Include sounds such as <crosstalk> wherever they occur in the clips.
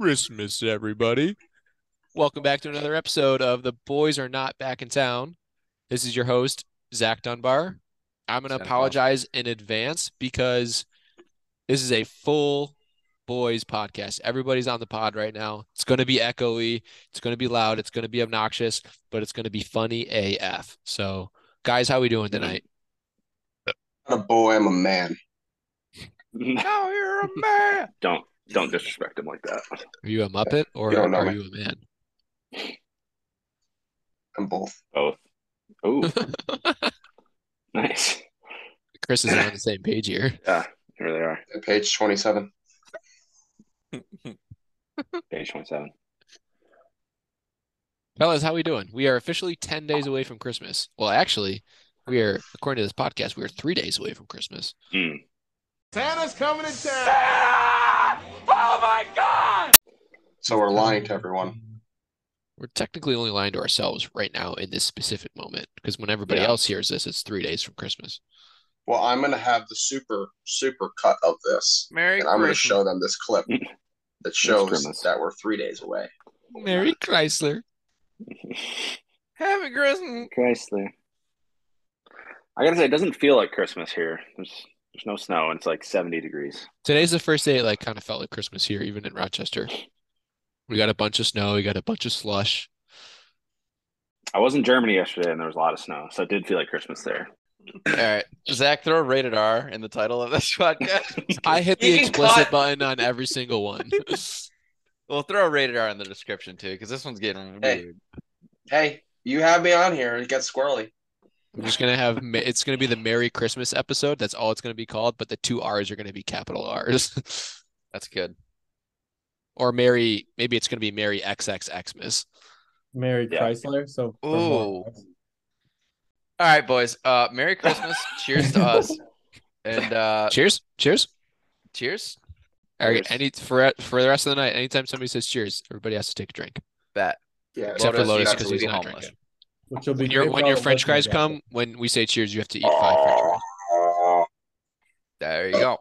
Christmas, everybody. Welcome back to another episode of The Boys Are Not Back in Town. This is your host, Zach Dunbar. I'm going Zach to Dunbar. apologize in advance because this is a full boys podcast. Everybody's on the pod right now. It's going to be echoey, it's going to be loud, it's going to be obnoxious, but it's going to be funny AF. So, guys, how we doing tonight? not a boy, I'm a man. <laughs> Now you're a man. Don't don't disrespect him like that. Are you a Muppet or You don't know are me. you a man? I'm both. Both. Ooh, <laughs> nice. Chris is on the same page here. Here they are. At page 27. Page twenty-seven. <laughs> Fellas, how we doing? We are officially 10 days away from Christmas. Well, actually, we are, according to this podcast, we are three days away from Christmas. Mm. So we're lying to everyone. We're technically only lying to ourselves right now in this specific moment because when everybody Yeah. else hears this, it's three days from Christmas. Well, I'm going to have the super, super cut of this. Merry And I'm going to Christmas. show them <laughs> this clip that shows grimace. that we're three days away. Merry Chrysler. Happy Christmas. Chrysler. I gotta say, it doesn't feel like Christmas here. There's there's no snow, and it's like seventy degrees. Today's the first day it like kind of felt like Christmas here, even in Rochester. We got a bunch of snow, we got a bunch of <laughs> slush. I was in Germany yesterday, and there was a lot of snow, so it did feel like Christmas there. All right, Zach, throw rated R in the title of this <laughs> podcast. I hit the You can explicit cut. button on every single <laughs> one. We'll throw rated R in the description too, because this one's getting Hey. weird. Hey, you have me on here. It gets squirrely. I'm just gonna have ma- it's gonna be the Merry Christmas episode. That's all it's gonna be called, but the two R's are gonna be capital R's. <laughs> That's good. or Mary, maybe it's gonna be Mary XXXmas. Mary Yeah. Chrysler. So for Ooh. both of us. All right, boys. Uh, Merry Christmas. cheers to us. And uh, Cheers, cheers. cheers. All right, Cheers. any for for the rest of the night, anytime somebody says cheers, everybody has to take a drink, That Yeah, except for Lotus, Lotus that's because what he's we not call drinking. which will be When your great when for your all the French fries listeners out come, when we say cheers, you have to eat five French fries. Oh, there you go.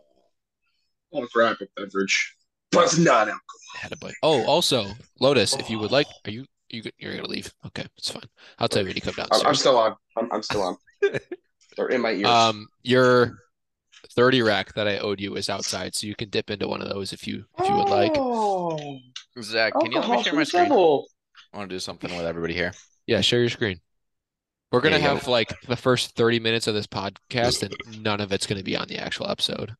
let's wrap up beverage. But it's not out. Attaboy. Oh, also Lotus, if you would like, are you you go- you're gonna leave? Okay, it's fine. I'll tell you when you come I'm, I'm downstairs. still on. I'm, I'm still on. They're in my ears. Um, your thirty rack that I owed you is outside, so you can dip into one of those if you if you would like. Oh, Zach, can you let me alcohol share from my the screen? I devil. want to do something with everybody here. Yeah, share your screen. We're gonna There you go. have like the first 30 minutes of this podcast, and none of it's gonna be on the actual episode.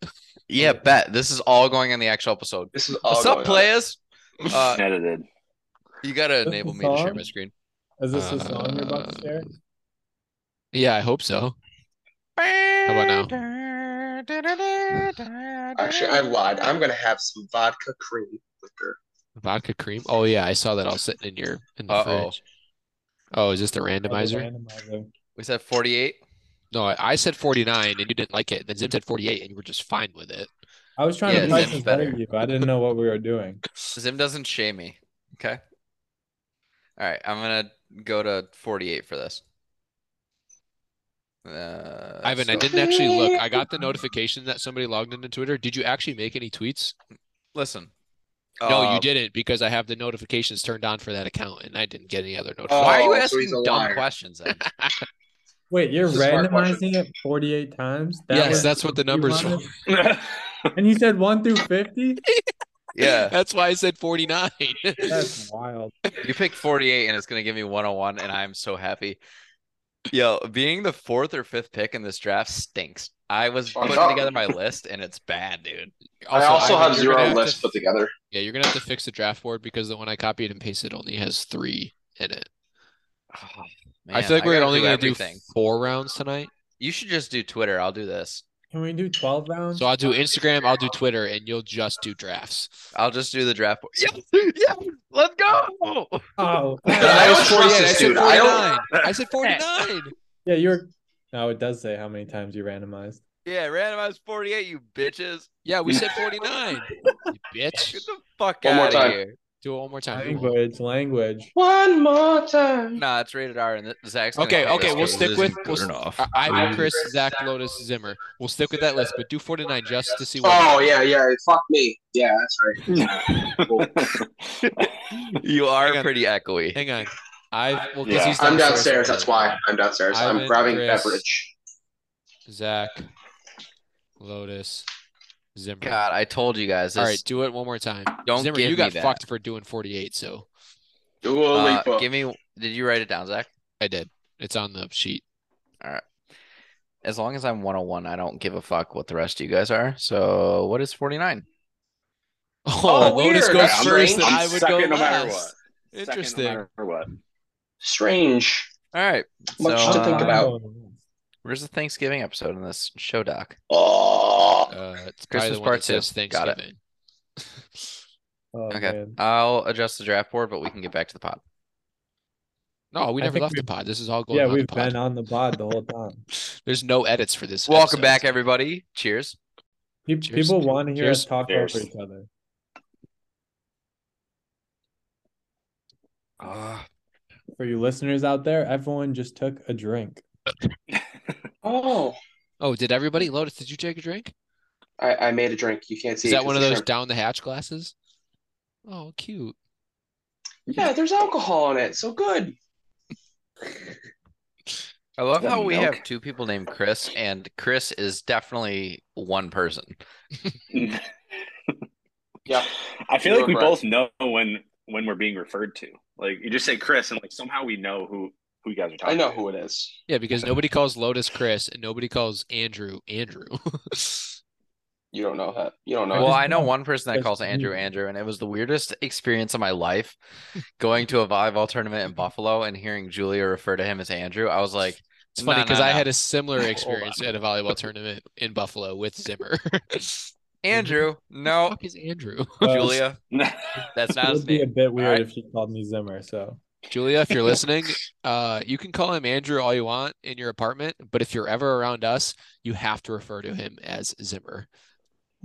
Yeah, bet. This is all going in the actual episode. This is all What's up, going on. players? <laughs> Uh, Edited. <laughs> you gotta This enable is me to share on? my screen. Is this the song you're about Uh, to share? Yeah, I hope so. How about now? Actually, I lied. I'm going to have some vodka cream liquor. Vodka cream. Oh yeah, I saw that all sitting in your in the Uh-oh. fridge. Oh, is this the Oh, the randomizer? randomizer. We said 48. No, I, I said 49 and you didn't like it. Then Zim said 48 and you were just fine with it. I was trying Yeah, to price that's this better better. you. I didn't know what we were doing. Zim doesn't shame me. Okay. All right. I'm gonna go to 48 for this. Uh, Ivan, I so- didn't actually look. I got the notification that somebody logged into Twitter. Did you actually make any tweets? Listen. No, Uh, you didn't because I have the notifications turned on for that account and I didn't get any other notifications. Why are you Oh, so asking he's a dumb liar. questions? Then? Wait, you're This is a smart randomizing it 48 times? yes, was- that's what the you numbers wanted- for. And you said 1 through <laughs> 50? <laughs> yeah. That's why I said 49. <laughs> That's wild. You picked 48 and it's gonna give me 101, and I'm so happy. Yo, being the fourth or fifth pick in this draft stinks. I was Fuck putting up. together my list and it's bad, dude. I also Ivan, have you're gonna zero have to- lists put together. Yeah, you're gonna have to fix the draft board because the one I copied and pasted only has three in it. Oh, I man, feel like we're gotta only do gonna everything. do four rounds tonight. You should just do Twitter. I'll do this. Can we do 12 rounds? So I'll do Instagram, I'll do Twitter, and you'll just do drafts. I'll just do the draft. <laughs> Yeah, yeah, let's go. <laughs> Oh, But I I was don't trust 48, this I said dude. I don't- 49. I said 49. yeah, you're. No, it does say how many times you randomized. Yeah, randomized 48, you bitches. Yeah, we said 49. you bitch. Get the fuck One out more of time. here. Do it one more time. Do it one- Language, language. One more time. Nah, it's rated R, and th- Zach's. gonna Okay, hate okay, us we'll 'cause stick this with isn't we'll, good s- enough. I- Ivan, Um, Chris, Zach, Lotus, Zimmer. We'll stick with that list, but do 49 just to see what. Oh yeah, yeah. Fuck me. Yeah, that's <laughs> right. <laughs> You Hang are on. pretty echoey. Hang on. I well, 'cause Yeah. he's I'm downstairs. That's why I'm downstairs. Ivan, I'm grabbing Chris. beverage. Zach, Lotus, Zimmer. God, I told you guys. This, All right, do it one more time. don't Zimmer, give you got me that. fucked for doing 48, so Dua Uh, Lipa. give me. Did you write it down, Zach? I did. It's on the sheet. <laughs> As long as I'm 101, I don't give a fuck what the rest of you guys are. So, what is 49? Oh, Oh, Lotus weird. goes I'm first, and ranked I would go second last. no matter what. Second no Interesting. matter what. <laughs> Strange. All right. Much so, to think uh, Oh, about. Where's the Thanksgiving episode in this show doc? Oh. Uh, it's probably Christmas the one part that two. says Got it. Thanksgiving. <laughs> Oh, Okay. man. I'll adjust the draft board, but we can get back to the pod. No, we I never think left we've- the pod. This is all going Yeah, on the we've pod. been on the pod the whole time. There's no edits for this. Welcome back, episode. everybody. Cheers. Pe- Cheers. People want to hear Cheers. us talk Cheers. over each other. For you listeners out there, everyone just took a drink. Oh. Oh, did everybody? Lotus, did you take a drink? I, I made a drink. You can't see. Is it that 'cause one of the those shrimp. down the hatch glasses? Oh, cute. Yeah, there's alcohol in it, so good. I love that how we have milk? two people named Chris, and Chris is definitely one person. Yeah. I feel You like were we right. both know when when we're being referred to. Like you just say Chris, and like somehow we know who who you guys are I talking. know to. who it is. Yeah, because nobody calls Lotus Chris and nobody calls Andrew Andrew. <laughs> You don't know that. You don't know. <laughs> I it. well, just I know know one person that Chris calls Andrew Green. Andrew, and it was the weirdest experience of my <laughs> life going to a volleyball tournament in Buffalo and hearing Julia refer to him as Andrew. I was like, It's funny No, because no, I no. had a similar <laughs> Hold experience on. at a volleyball tournament in Buffalo with Zimmer. <laughs> Andrew, Who the no, fuck is Andrew? Uh, Julia, <laughs> that's it not his would be a name. bit weird right. if she called me Zimmer. So Julia, if you're listening, uh, you can call him Andrew all you want in your apartment, but if you're ever around us, you have to refer to him as Zimmer.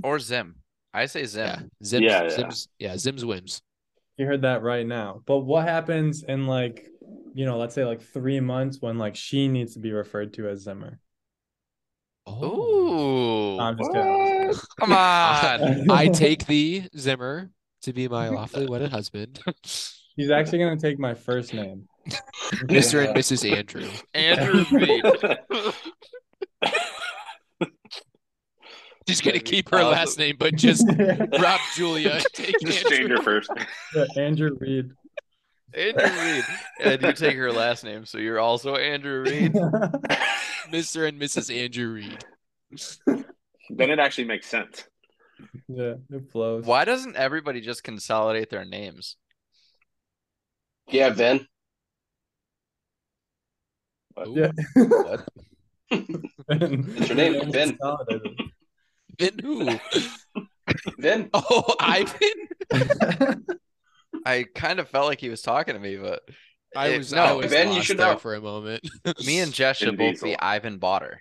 Or Zim. I say Zim. Yeah, Zim's, Yeah, yeah. Zim's, yeah, Zim's whims. you heard that right now. But what happens in like, you know, let's say like three months when like she needs to be referred to as Zimmer? Ooh. I'm just kidding. I'm just Come <laughs> on. <laughs> kidding. I take thee, Zimmer, to be my lawfully wedded husband, He's actually gonna take my first name. Mr. <laughs> and Mrs. Andrew. Andrew Reed. She's gonna That'd be keep her last awesome. name, but <laughs> just Mrs. Rob Julia. and Take Just change Andrew. her first. Andrew Reed. <laughs> Andrew Reed. And you take her last name, so you're also Andrew <laughs> Reed. Mr. and Mrs. Andrew Reed. then it actually makes sense. yeah, it flows. Why doesn't everybody just consolidate their names? yeah, Ben. Ooh, Yeah. What? What's your name? Ben. Vin who? Ben. Oh, <laughs> Ivan. I kind of felt like he was talking to me, but I It- was, no, I was Ben, you lost should there know. for a <laughs> moment. me and Jess Vin should both Diesel. be Ivan Botter.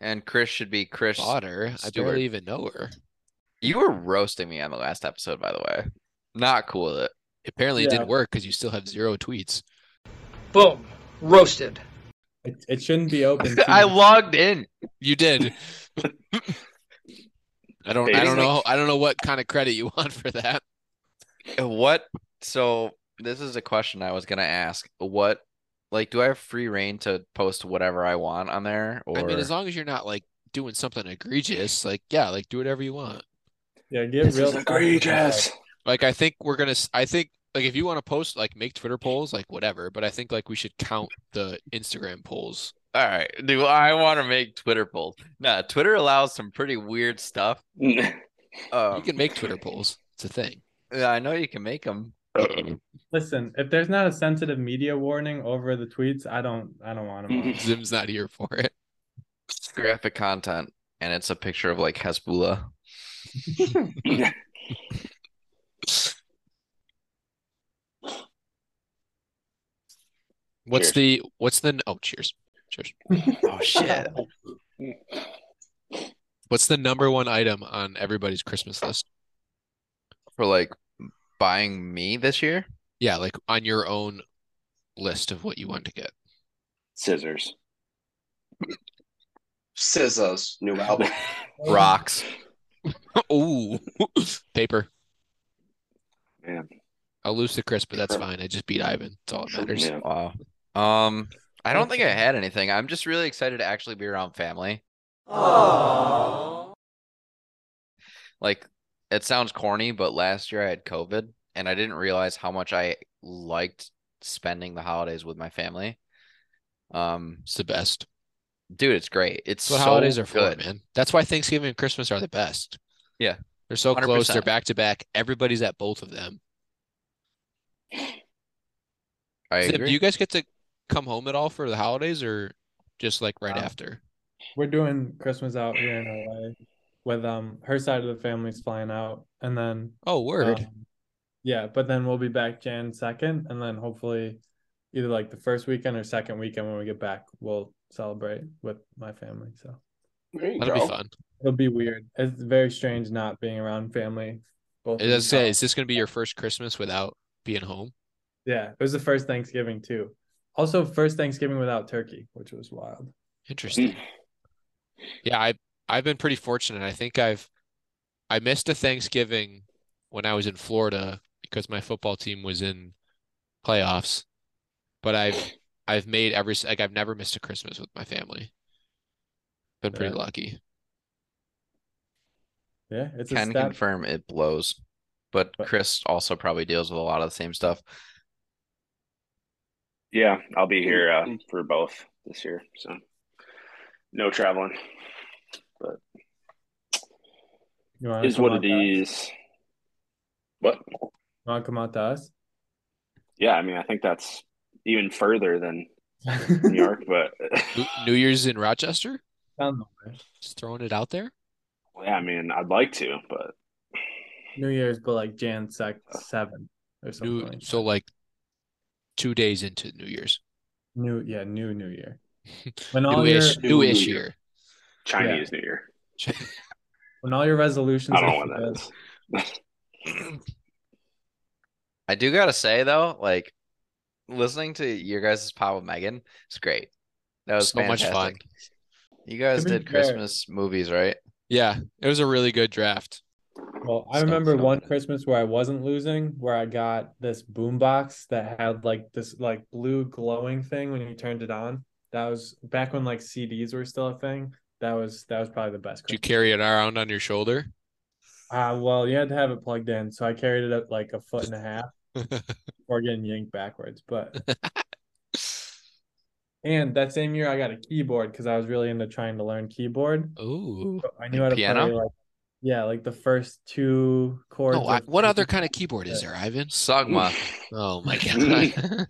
And Chris should be Chris. Otter, I Stewart. barely even know her. You were roasting me on the last episode, by the way. Not cool with it. Apparently, it Yeah. didn't work because you still have zero tweets. Boom. Roasted. <laughs> It, it shouldn't be open. <laughs> I season. logged in. You did. I don't. I Baby. don't know. I don't know what kind of credit you want for that. What? So this is a question I was gonna ask. What? Like, do I have free reign to post whatever I want on there? Or I mean, as long as you're not like doing something egregious, like yeah, like do whatever you want. Yeah, give This real is egregious. Like I think we're gonna. s- I think like if you want to post like make Twitter polls, like whatever. But I think like we should count the Instagram polls. all right, do I want to make Twitter polls? Nah, Twitter allows some pretty weird stuff. Um, You can make Twitter polls. It's a thing. yeah, I know you can make them. Listen, if there's not a sensitive media warning over the tweets, I don't I don't want them. Mhm. Zim's not here for it. graphic content, and it's a picture of like Hezbollah. What's Cheers. the what's the oh cheers cheers. Oh shit! What's the number one item on everybody's Christmas list? For like buying me this year? Yeah, like on your own list of what you want to get. <laughs> Scissors. SZA's <laughs> new album. Rocks. Ooh, paper. <laughs> Man. I'll lose to Chris, but that's fine. I just beat Ivan. That's all that matters. Yeah. Wow. Um, I don't think I had anything. I'm just really excited to actually be around family. Like, it sounds corny, but last year I had COVID and I didn't realize how much I liked spending the holidays with my family. Um, It's the best. dude, it's great. It's That's what so holidays are for, good. man. That's why Thanksgiving and Christmas are the best. Yeah. They're so close. They're 100%. back to back. Everybody's at both of them. I Zip, agree. do you guys get to come home at all for the holidays or just like right Um, after? We're doing Christmas out here in LA with um her side of the family's flying out, and then Oh, word. um, yeah, but then we'll be back Jan second, and then hopefully either like the first weekend or second weekend when we get back, we'll celebrate with my family. So There you That'll go. be fun. it'll be weird. It's very strange not being around family. Both As I of them. say, is this going to be your first Christmas without being home? yeah, it was the first Thanksgiving too. Also, first Thanksgiving without turkey, which was wild. Mm. Interesting. Yeah, I I've been pretty fortunate. I think I've I missed a Thanksgiving when I was in Florida because my football team was in playoffs. But I've I've made every s- like I've never missed a Christmas with my family. Been pretty Yeah. lucky. Yeah, it's a can step. confirm it blows, but But- Chris also probably deals with a lot of the same stuff. Yeah, I'll be here Mm-hmm. uh, for both this year. So no traveling. You want to Is come what out it to us? You is. What? want to come out to us? Yeah, I mean, I think that's even further than New <laughs> York, but New- New Year's in Rochester? Down the way. Just throwing it out there? yeah, I mean, I'd like to, but New Year's, but like Jan sec seven or something. New like so like two days into New Year's. <laughs> that. new, yeah, new New Year. When all your Newish New newish Year. year. Chinese New Year. when all your resolutions. I don't are know what that fulfilled, is. I do gotta say though, like listening to your guys' pod with Megan, it's great. That was So much fun. fantastic. You guys To be did fair- Christmas movies, right? Yeah, it was a really good draft. Well, I So remember fun. one Christmas where I wasn't losing, where I got this boom box that had like this like blue glowing thing when you turned it on. That was back when like CDs were still a thing. That was that was probably the best. Did you Christmas. carry it around on your shoulder? <laughs> Uh, well, you had to have it plugged in, so I carried it up like a foot and a half before getting yanked backwards. <laughs> But and that same year, I got a keyboard because I was really into trying to learn keyboard. Oh, Ooh. So I knew Like how to piano? play like yeah, like the first two chords. No, I, of- what other kind of keyboard is there, Ivan? Sugma. Oh <laughs> my god.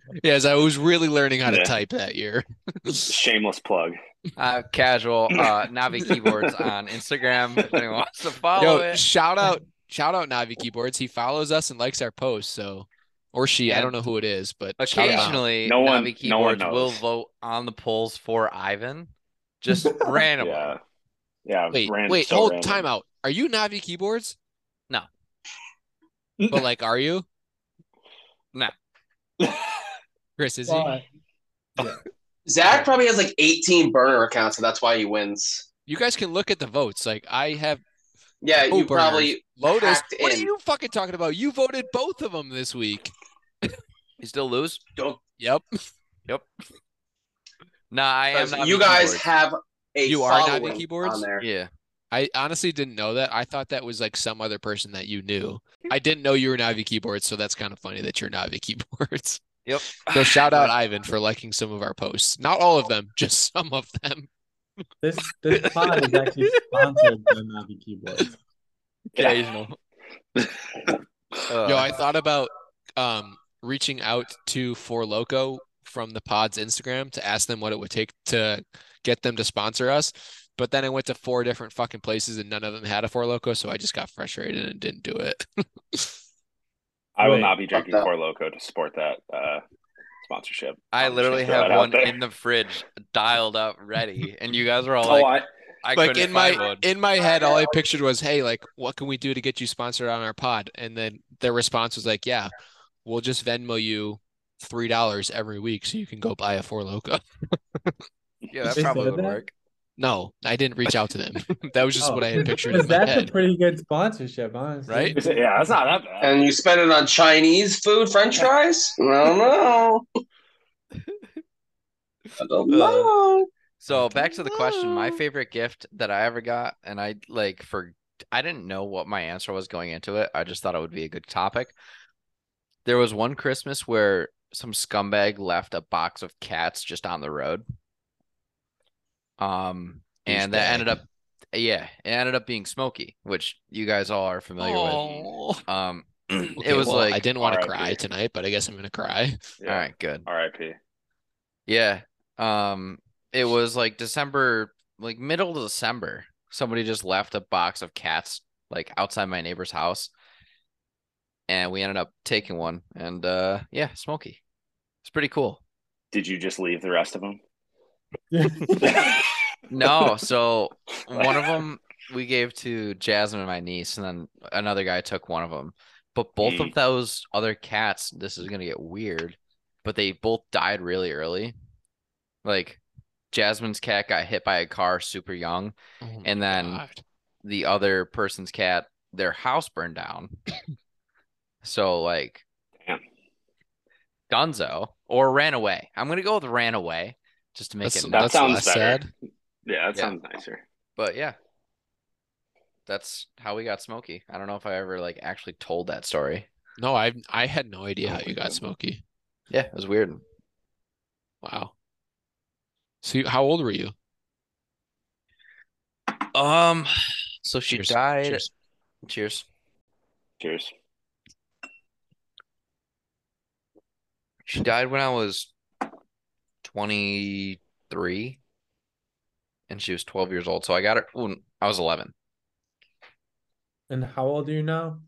<laughs> yes, I was really learning how to Yeah. type that year. Shameless plug. uh, casual uh, Navi keyboards on Instagram. If anyone wants to follow Yo, it, shout <laughs> out shout out Navi Keyboards. He follows us and likes our posts, so or she, I Yeah. don't know who it is, but shout out. occasionally No one- Navi no one keyboards will knows. vote on the polls for Ivan. Just randomly. Yeah. Yeah. Wait, ran- wait, so hold random. time out. Are you Navi Keyboards? No. But like are you? No. <laughs> Chris, is he? But- Zach probably has like 18 burner accounts, so that's why he wins. You guys can look at the votes. Like I have Yeah, Oh, you burners. probably Lotus. hacked What are in. you fucking talking about? You voted both of them this week. You still lose? don't. Yep. Nah, I am Navi You guys keyboards. have a You are Navi following keyboards? on there. Yeah. I honestly didn't know that. I thought that was like some other person that you knew. I didn't know you were Navi Keyboards, so that's kind of funny that you're Navi <laughs> Keyboards. Yep. So shout out Ivan for liking some of our posts. Not all of them, just some of them. This this pod <laughs> is actually sponsored by Navi Keyboards. Yeah. Occasional. Uh, Yo, I thought about um reaching out to Four Loco from the pod's Instagram to ask them what it would take to get them to sponsor us. But then I went to four different fucking places and none of them had a Four Loco, so I just got frustrated and didn't do it. <laughs> I will Wait, not be drinking fuck that. Four Loco to support that uh, sponsorship. I I'm just literally gonna throw have that out one there. in the fridge dialed up ready, and you guys are all Oh, like, I, I like couldn't in my find one. in my head, all I pictured was, "Hey, like, what can we do to get you sponsored on our pod?" And then their response was like, "Yeah, we'll just Venmo you three dollars every week, so you can go buy a Four Loco." <laughs> yeah, that They probably said would that? work. No, I didn't reach out to them. <laughs> that was just Oh. what I had pictured in Because my that's head. a pretty good sponsorship, <laughs> honestly. Right? Yeah, that's not that bad. And you spend it on Chinese food, French fries? I don't know. <laughs> I don't Uh, know. So back to the question, my Dunno. favorite gift that I ever got, and I like for I didn't know what my answer was going into it. I just thought it would be a good topic. There was one Christmas where some scumbag left a box of cats just on the road. Um, and that Douchebag. ended up, yeah, it ended up being Smokey, which you guys all are familiar Aw. with. Um, Okay, it was well, like, I didn't want to RIP. cry tonight, but I guess I'm gonna cry. all right, good. R.I.P. Yeah. Um, it was like December, like middle of December. Somebody just left a box of cats like outside my neighbor's house. And we ended up taking one. And uh yeah, Smokey. It's pretty cool. Did you just leave the rest of them? No, so one of them we gave to Jasmine, my niece, and then another guy took one of them. But both of those other cats, this is gonna get weird, but they both died really early. Like Jasmine's cat got hit by a car super young. Oh my And then- God. the other person's cat, their house burned down. <coughs> so like Damn. Gonzo or ran away. I'm gonna go with ran away just to make that's, it that nice. that's sounds less better. sad. Yeah, that Yeah. sounds nicer. But yeah. That's how we got Smokey. I don't know if I ever like actually told that story. No, I I had no idea how Oh my you got God. Smokey. Yeah, it was weird. Wow. So you, how old were you? Um so she Cheers. died. Cheers. Cheers. Cheers. She died when I was 23 and she was 12 years old. So I got her when I was 11. And how old are you now?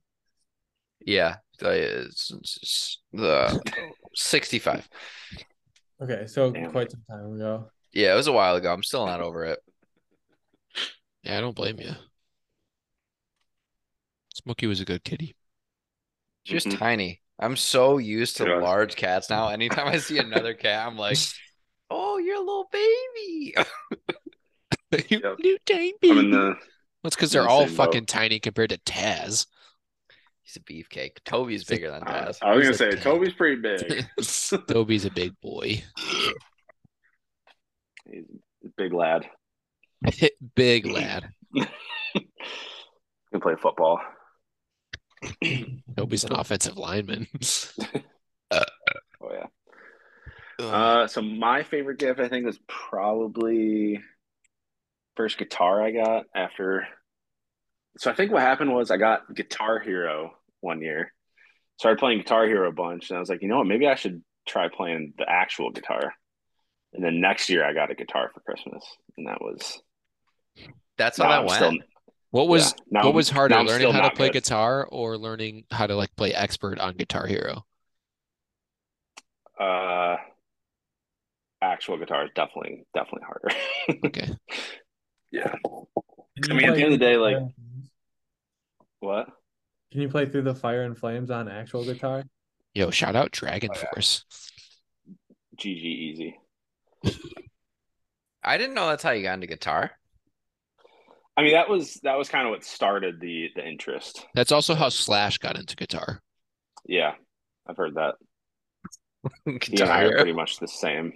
Yeah, Uh, the, it's- it's- the 65. Okay, so Damn. quite some time ago. Yeah, it was a while ago. I'm still not over it. Yeah, I don't blame you. Smokey was a good kitty. <laughs> She was Mhm. tiny. I'm so used to She was. large cats now. Anytime I see another cat, <laughs> I'm like, "Oh, you're a little baby." <laughs> You Yep. new tiny I'm in baby. the That's because I'm they're in the all same boat. fucking tiny compared to Taz. He's a beefcake. Toby's It's like- bigger than uh, I Taz. was gonna He's a say pig. Toby's pretty big. Dobie's a big boy. <laughs> He's a big lad. big lad. Can play football. Dobie's an offensive lineman. <laughs> Oh yeah. Uh, so my favorite gift, I think, was probably first guitar I got after. So I think what happened was I got Guitar Hero one year. Started playing Guitar Hero a bunch, and I was like, you know what? Maybe I should try playing the actual guitar. And then next year, I got a guitar for Christmas, and that was. <laughs> That's how now that I'm went. still- What was yeah, now what I'm- was harder, now I'm learning still how to not play good. guitar or learning how to like play expert on Guitar Hero? Uh, actual guitar is definitely definitely harder. <laughs> Okay. yeah. I Can you mean, at play the end of the day, through like- Fire and Flames? What? Can you play through the Fire and Flames on actual guitar? Yo, shout out Dragon Oh, Force. GG easy. I didn't know that's how you got into guitar. <laughs> I mean, that was that was kind of what started the the interest. That's also how Slash got into guitar. Yeah, I've heard that. He and I guitar, are pretty much the same.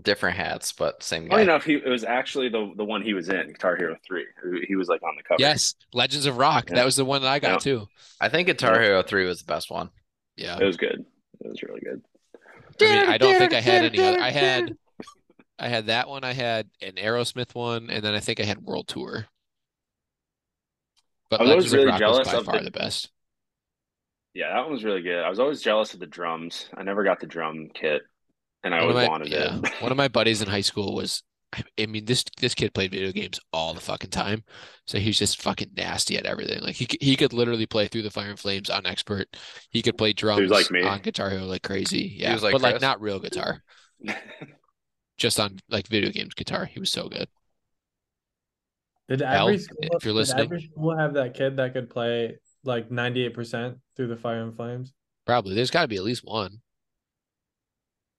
different hats, but same guy. Funny enough, he it was actually the the one he was in Guitar Hero Three. He was like on the cover. Yes, Legends of Rock. Yeah. That was the one that I got too. I think Guitar Hero Three was the best one. Yeah. it was good. It was really good. I mean, I don't think I had any other. I had, I had that one. I had an Aerosmith one, and then I think I had World Tour. But I was Legends of really Rock was jealous by of far the- the best. Yeah, that one was really good. I was always jealous of the drums. I never got the drum kit, and I One of always my- wanted yeah, it. one of my buddies in high school was. I- I mean, this this kid played video games all the fucking time, so he was just fucking nasty at everything. Like he c- he could literally play through the Fire and Flames on expert. He could play drums like me. on Guitar Hero like crazy. Yeah, was like but like Chris. not real guitar, just on like video games guitar. He was so good. Did Al, every school, if you're did listening. every school have that kid that could play like 98% through the fire and flames? Probably. There's got to be at least one.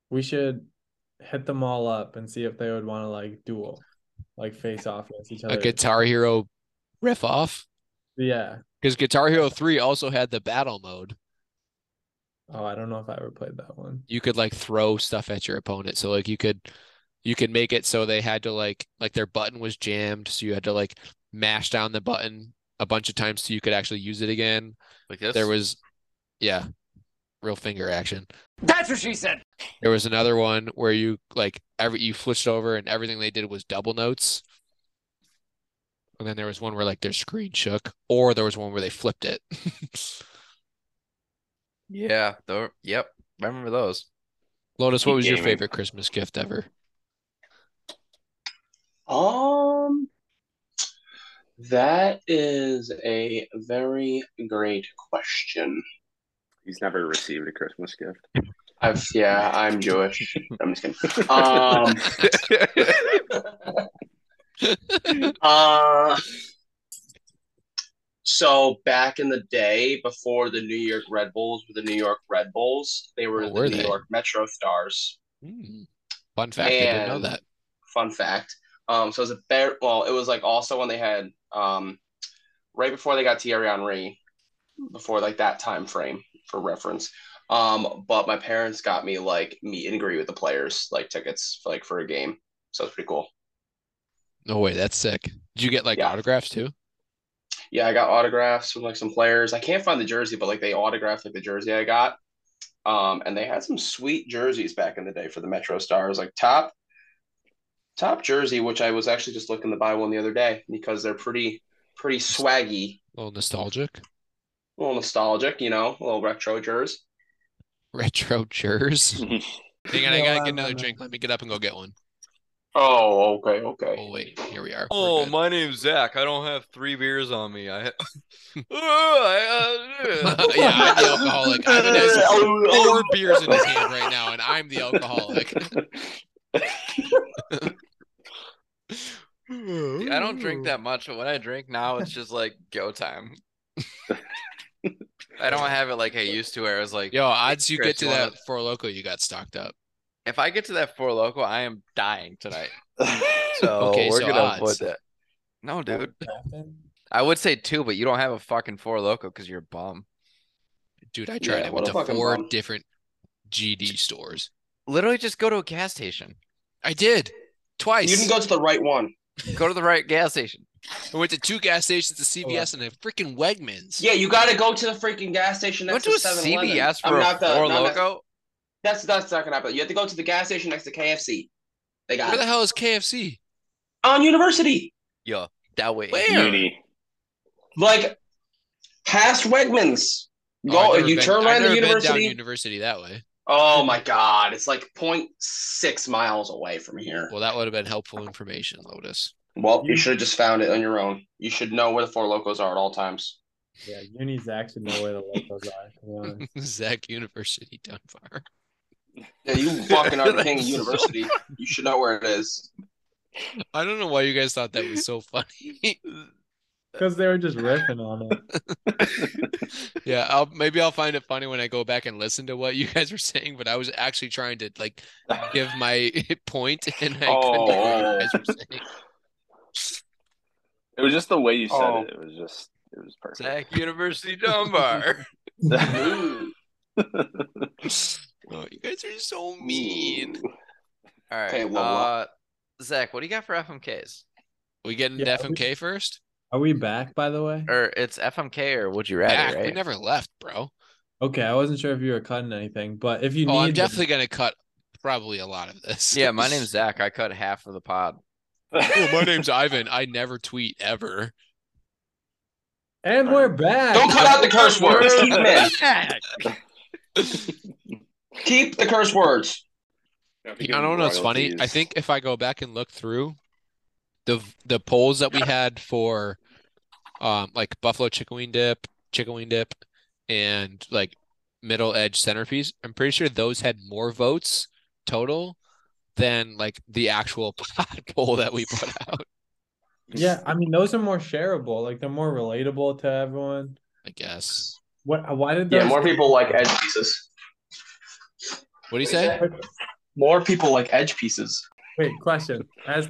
We should hit them all up and see if they would want to like duel, like face off against each other. A Guitar Hero riff off. Yeah. Because Guitar Hero 3 also had the battle mode. Oh, I don't know if I ever played that one. You could like throw stuff at your opponent. So like you could you could make it so they had to like like their button was jammed, so you had to like mash down the button a bunch of times so you could actually use it again. Like this. There was yeah, real finger action. That's what she said. There was another one where you like every you switched over and everything they did was double notes. And then there was one where like their screen shook, or there was one where they flipped it. <laughs> yeah. Though. Yep. I remember those. Lotus, what was your Gaming. favorite Christmas gift ever? Um, that is a very great question. <laughs> He's never received a Christmas gift. I've yeah, <laughs> I'm Jewish. I'm just <laughs> kidding. Um, Hmm. uh, so back in the day, before the New York Red Bulls were the New York Red Bulls, they were What the were New they? York Metro Stars. Hmm. Fun fact, I didn't know And- that. Fun fact. Um, so it was a fair. Well, it was like also when they had um, right before they got Thierry Henry, before like that time frame for reference. Um, but my parents got me like meet and greet with the players, like tickets, like for a game. So it's pretty cool. No way, that's sick. Did you get like Yeah. autographs too? Yeah, I got autographs from like some players. I can't find the jersey, but like they autographed like the jersey I got. Um, and they had some sweet jerseys back in the day for the Metro Stars, like top top jersey, which I was actually just looking to buy one the other day because they're pretty pretty swaggy, A little nostalgic. <laughs> a little nostalgic, you know, a little retro jersey. Retro jers. <laughs> Hang on, I No, gotta I get don't another know. drink. Let me get up and go get one. Oh, okay, okay. Oh wait, here we are. We're Oh, good. my name's Zach. I don't have three beers on me. I. <laughs> I, <laughs> uh, <laughs> yeah, I'm the alcoholic. I <laughs> has four beers in his hand right now, and I'm the alcoholic. I don't drink that much, but when I drink now, it's just like go <laughs> time. I don't have it like I used to, where I was like, Yo, odds you get Chris, to you wanna- that four loco, you got stocked up. if I get to that four local, I am dying tonight. <laughs> So Okay, we're so gonna odds. avoid that. No, dude. Nothing? I would say two, but you don't have a fucking four loco because you're a bum. Dude, I tried. Yeah, I what went a to fucking four bum. different GD stores. Literally, just go to a gas station. I did twice. <laughs> You didn't go to the right one. Go to the right <laughs> gas station. I went to two gas stations, a CVS, and a freaking Wegmans. Yeah, you gotta go to the freaking gas station Went next to a to 7-Eleven. CVS I'm for a not the- four not next- loco. That's that's not gonna happen. You have to go to the gas station next to KFC. They got Where it. the hell is KFC? on university. Yo, that way. Where? <laughs> Uni. like past Wegmans. Oh, I've Go never you been- turn I've around the never been down university. university that way. oh my god, it's like 0.6 miles away from here. Well, that would have been helpful information, Lotus. Well, you should have just found it on your own. You should know where the four locos are at all times. Yeah, uni Zach should know where the locals are. to be <laughs> <laughs> honest. Zach University Dunbar. <laughs> Yeah, you fucking are the king of university. You should know where it is. I don't know why you guys thought that was so funny. Because they were just riffing on it. yeah, I'll, maybe I'll find it funny when I go back and listen to what you <laughs> guys were saying. But I was actually trying to like give my <laughs> point, and I Oh, Oh. couldn't hear what you guys were saying. It was just the way you said Oh. it. It was just, it was perfect. Zach <laughs> University Dunbar. <laughs> Ooh. Oh, you guys are so mean. All right. Okay, well, uh, well. Zach, what do you got for FMKs? We getting Yeah, to FMK first? Are we back, by the way? Er, Or it's FMK or would you rather? Back. We right? never <laughs> left, bro. Okay, I wasn't sure if you were cutting anything, but if you Oh, need, I'm definitely gonna cut probably a lot of this. <laughs> Yeah, my name's Zach. I cut half of the pod. Well, my name's Ivan. I never tweet ever. and we're back. Don't cut out the curse words. Keep them in. Keep the curse words. <laughs> You know, I don't know. It's funny. I think if I go back and look through the the polls that we had for, um, like buffalo chicken wing dip, chicken wing dip, and like middle edge centerpiece, I'm pretty sure those had more votes <laughs> total than like the actual pod poll that we put out. Yeah, I mean those are more shareable. Like they're more relatable to everyone. I guess. What? Why did those? Yeah, more people like edge pieces. What do you say? More people like edge pieces. Wait, question. As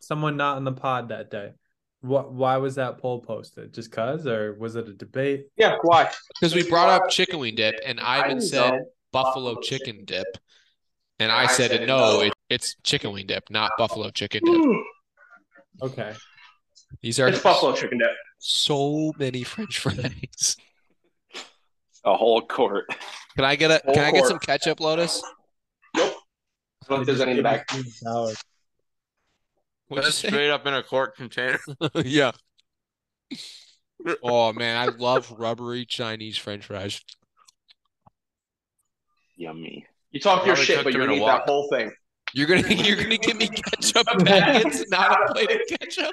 someone not in the pod that day, what? Why was that poll posted? Just cause, or was it a debate? Yeah, why? Because we brought up chicken wing dip, and Ivan said buffalo chicken dip, and I said no, it, it's chicken wing dip, not buffalo chicken dip. Okay. These are Hmm. It's buffalo chicken dip. so many French fries. A whole court. <laughs> Can I get a? Full Can I get court. some ketchup, Lotus? I don't know if there's any in the back. Sour. What'd That's you say? straight up in a quart container. <laughs> <laughs> yeah. Oh man, I love rubbery Chinese French fries. Yummy. You talk your Probably shit, cooked but them you're in a gonna eat wok. that whole thing. You're gonna <laughs> you're gonna give me ketchup packets, not a plate of ketchup.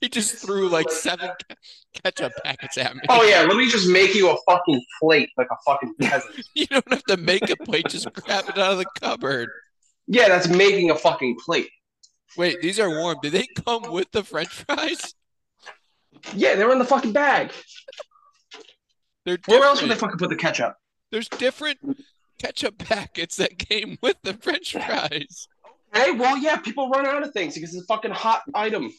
He just threw like seven ke- ketchup packets at me. Oh yeah, let me just make you a fucking plate like a fucking peasant. <laughs> You don't have to make a plate, just grab it out of the cupboard. yeah, that's making a fucking plate. Wait, these are warm. Did they come with the French fries? Yeah, they were in the fucking bag. They're Where else would they different. fucking put the ketchup? There's different ketchup <laughs> packets that came with the French fries. Hey, well, yeah, people run out of things because it's a fucking hot item.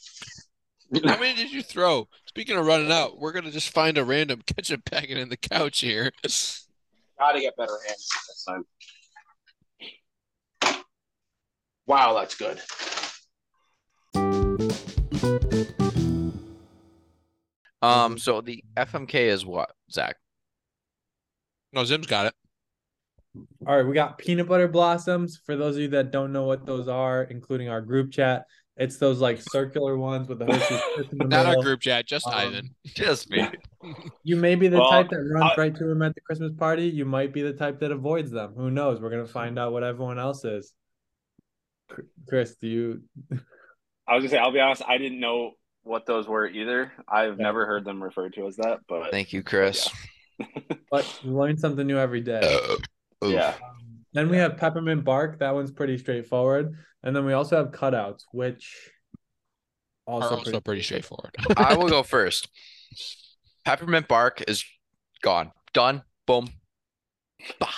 How many did you throw? Speaking of running out, we're gonna just find a random <laughs> ketchup packet in the couch here. Gotta get better hands next time. Wow, that's good. Um, so the FMK is what, Zach? No, Zim's got it. All right, we got peanut butter blossoms. For those of you that don't know what those are, including our group chat, it's those like circular ones with <laughs> the Hershey's kiss in the Not our middle. group chat, just Um, Ivan. Just me. You may be the Well, type that runs I- right to them at the Christmas party. You might be the type that avoids them. Who knows? We're gonna find out what everyone else is. Cr- Chris, do you? I was gonna say, I'll be honest, I didn't know what those were either. I've never heard them referred to as that, but Thank you, Chris. But you learn something new every day. Uh, yeah. Then we have peppermint bark. That one's pretty straightforward. And then we also have cutouts, which Are also also pretty. pretty straightforward. I will go first. Peppermint bark is gone. Done. Boom. Bah.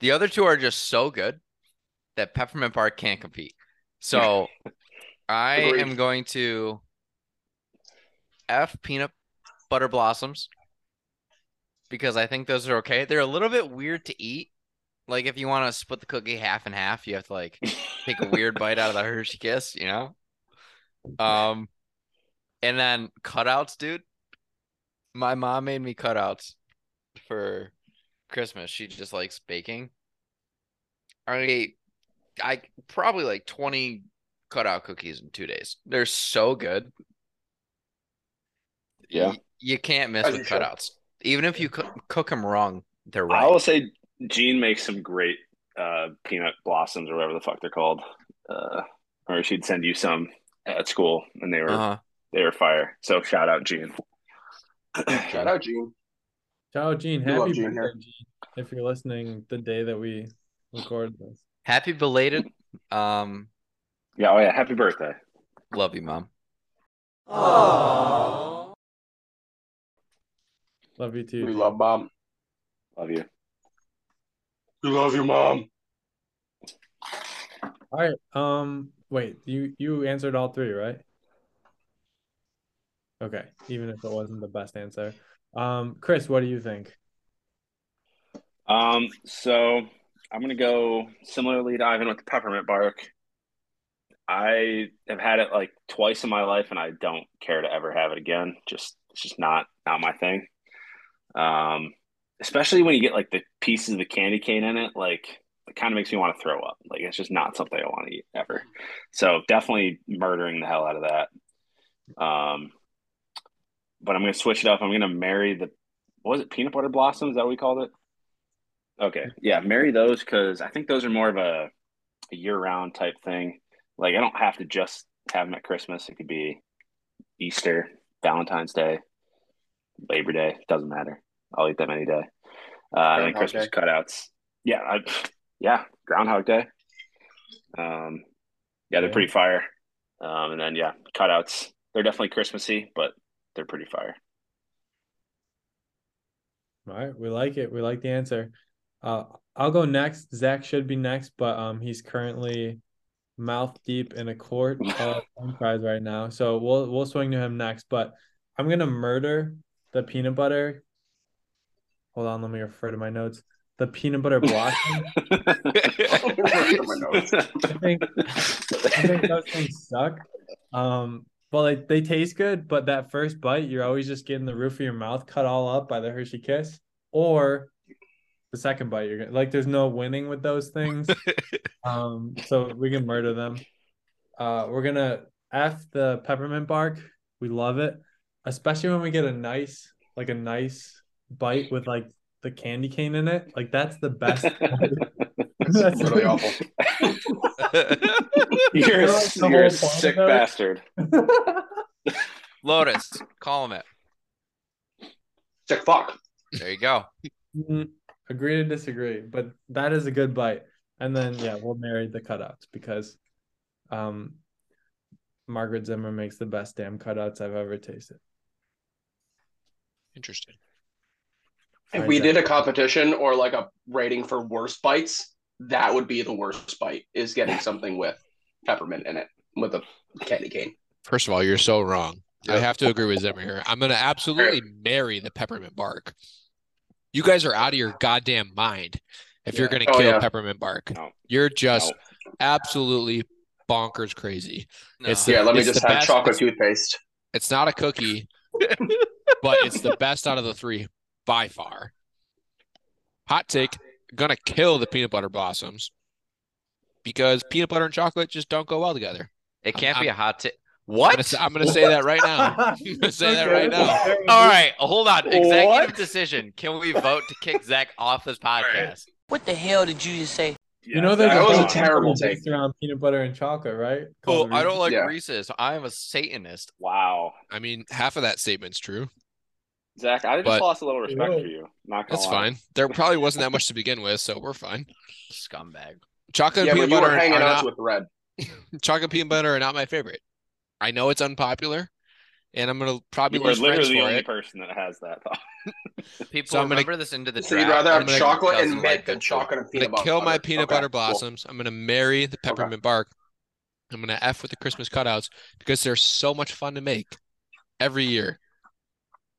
The other two are just so good that peppermint bark can't compete. So I Agreed. am going to F peanut butter blossoms because I think those are okay. They're a little bit weird to eat. Like if you want to split the cookie half and half, you have to like take a weird bite out of the Hershey Kiss, you know? Um, and then cutouts, dude. My mom made me cutouts for Christmas. She just likes baking. I ate, I probably like 20 cutout cookies in two days. They're so good. Yeah. Y- you can't miss As with you should. cutouts. Even if you cook, cook them wrong, they're right. I will say Gene makes some great uh, peanut blossoms or whatever the fuck they're called. Uh, or she'd send you some at school and they were uh-huh. they were fire. So shout out Gene. <clears throat> Shout out, Gene. Ciao, Gene. We love Happy Gene here. birthday, Gene. If you're listening, the day that we record this. Happy belated. Um, Yeah, oh yeah, happy birthday. love you, mom. Love you We too. love mom. Love you. We love your mom. All right. Um. Wait. You you answered all three, right? Okay. Even if it wasn't the best answer, um, Chris, what do you think? Um, so I'm gonna go similarly to Ivan with the peppermint bark. I have had it like twice in my life, and I don't care to ever have it again. Just it's just not not my thing. Um, especially when you get like the pieces of the candy cane in it, like it kind of makes me want to throw up. Like it's just not something I want to eat ever. So definitely murdering the hell out of that. Um, but I'm gonna switch it up. I'm gonna marry the what was it peanut butter blossoms? Is that what we called it? Okay, yeah, marry those because I think those are more of a, a year-round type thing. Like I don't have to just have them at Christmas. It could be Easter, Valentine's Day, Labor Day. Doesn't matter. I'll eat them any day. Uh, and then Groundhog Christmas Day. cutouts. Yeah, I, yeah, Groundhog Day. Um, yeah, they're Yeah. pretty fire. Um, and then yeah, cutouts. They're definitely Christmassy, but they're pretty fire. <laughs> All right, we like it. We like the answer. Uh, I'll go next. Zach should be next, but um, he's currently mouth deep in a quart of French fries right now. So we'll we'll swing to him next. But I'm gonna murder the peanut butter. Hold on, let me refer to my notes. The peanut butter blossom. I think I think those things suck. Um, well, they, they taste good, but that first bite, you're always just getting the roof of your mouth cut all up by the Hershey Kiss, or the second bite. You're gonna, like, there's no winning with those things. um, so we can murder them. Uh, we're gonna f the peppermint bark. We love it, especially when we get a nice, like a nice bite with like the candy cane in it. Like that's the best. <laughs> That's really awful. You're a, That's the you're whole a point sick of it. bastard. Lotus, call him it. Sick fuck. There you go. Mm, agree to disagree, but that is a good bite. And then yeah, we'll marry the cutouts because um Margaret Zimmer makes the best damn cutouts I've ever tasted. Interesting. If Right we there. <laughs> did a competition or like a rating for worst bites, that would be the worst bite <laughs> is getting something with peppermint in it with a candy cane. First of all, you're so wrong. I Yeah. have to agree with Zimmer here. I'm going to absolutely marry the peppermint bark. You guys are out of your goddamn mind if you're Yeah. going to Oh, kill yeah. peppermint bark. No. You're Oh, just absolutely bonkers crazy. No. It's the- Yeah, let me It's just the have best- chocolate toothpaste. It's not a cookie, but it's the best out of the three by far. Hot take going to kill the peanut butter blossoms because peanut butter and chocolate just don't go well together. it can't I'm- be a hot tip. I'm gonna What? s- I'm going to say that right now. <laughs> I'm gonna say that right now. All right, hold on. Executive What? decision. Can we vote to kick Zach off this podcast? What the hell did you just say? <laughs> You that know there's That was a lot of terrible things based around peanut butter and chocolate, right? Oh, Called I don't like Yeah. Reese's. I am a Satanist. wow, I mean, half of that statement's true. Zach. I just But- lost a little respect Ew. for you. Not gonna That's Oh. lie. fine. There probably wasn't that much to begin with, so we're fine. Scumbag. Chocolate Yeah, and but peanut you were butter are hanging not, out with red. chocolate and peanut butter are not my favorite. I know it's unpopular, and I'm gonna probably You are lose friends literally the for only it. person that has that <laughs> thought. People So I'm gonna- remember this into the draft. So you'd rather I'm have gonna- chocolate doesn't and like mint than it. chocolate and I'm peanut gonna butter. kill my peanut Okay, butter cool. blossoms. I'm gonna marry the peppermint bark. I'm gonna f with the Christmas cutouts because they're so much fun to make every year.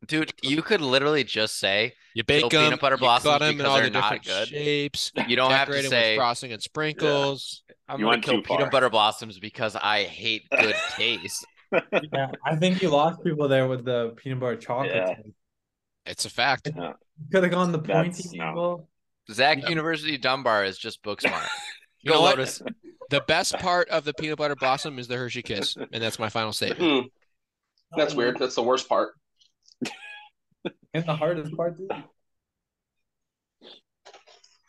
Dude, you could literally just say You bake Kill them, peanut butter you blossoms cut 'em in because all they're the different not good. shapes. you don't have decorate to 'em say with frosting and sprinkles. I'm You gonna went kill too peanut far. butter blossoms because I hate good <laughs> taste. Yeah, I think you lost people there with the peanut butter chocolate. Yeah. thing. It's a fact. Could have gone the pointy That's- no. angle. Zach University Dunbar is just book <laughs> smart. You Go know what? Lotus. The best part of the peanut butter blossom is the Hershey kiss, and that's my final statement. Hmm, that's weird. That's the worst part. And the hardest part, dude.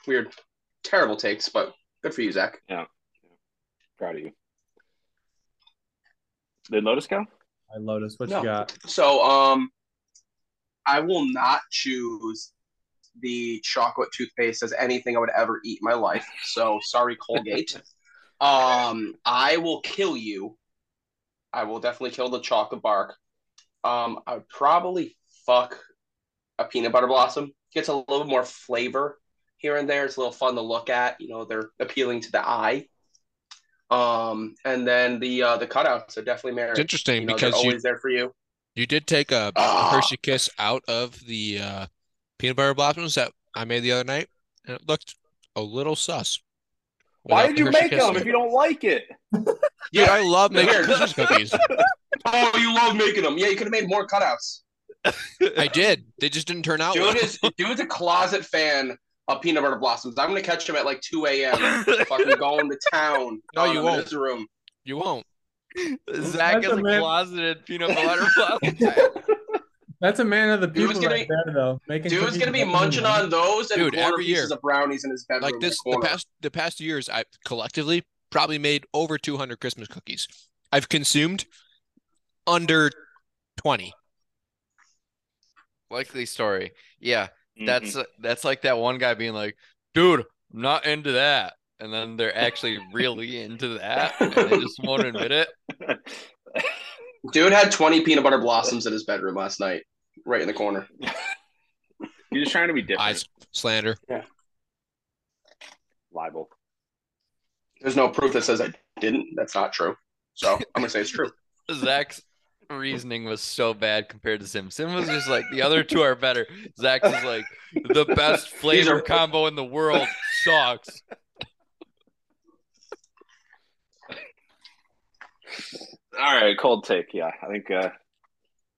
Weird. Terrible takes, but good for you, Zach. Proud of you. Did Lotus go? I Lotus, what No. you got? So um I will not choose the chocolate toothpaste as anything I would ever eat in my life. So sorry, Colgate. um I will kill you. I will definitely kill the chocolate bark. Um I would probably fuck a peanut butter blossom. Gets a little more flavor here and there. It's a little fun to look at. You know, they're appealing to the eye. Um, and then the uh, the cutouts are definitely It's married. interesting You know, they're because you always there for you. you did take a Ah. Hershey kiss out of the uh, peanut butter blossoms that I made the other night, and it looked a little sus. Why without did the you Hershey make Kiss them there. if you don't like it? Dude, I love making Here. Christmas cookies. Oh, you love making them. Yeah, you could have made more cutouts. I did. They just didn't turn out well. Dude is dude's a closet fan of peanut butter blossoms. I'm gonna catch him at like 2 a.m. fucking going to town. No, on you him won't. In his room. You won't. <laughs> Zach is That's a a man- closeted peanut butter <laughs> blossom. That's a man of the Dude's people right gonna- there, though. Making Dude's cookies gonna be and munching everything. on those and Dude, quarter every year. pieces of brownies in his bedroom. Like in this, the corner. past the past years, I collectively probably made over 200 Christmas cookies. I've consumed under 20. Likely Mm-hmm. Mm-hmm. story. Yeah, that's that's like that one guy being like, "Dude, I'm not into that." and then they're actually really into that, and they just won't admit it. <laughs> Dude had 20 peanut butter blossoms in his bedroom last night, right in the corner. You're just trying to be <laughs> different. I slander. Libel. There's no proof that says I didn't. That's not true. So I'm gonna say it's true. Zach's reasoning was so bad compared to Sim. Sim was just like the other two are better. Zach's is like the <laughs> best flavor are- combo in the world sucks. All right, cold take. Yeah, I think uh,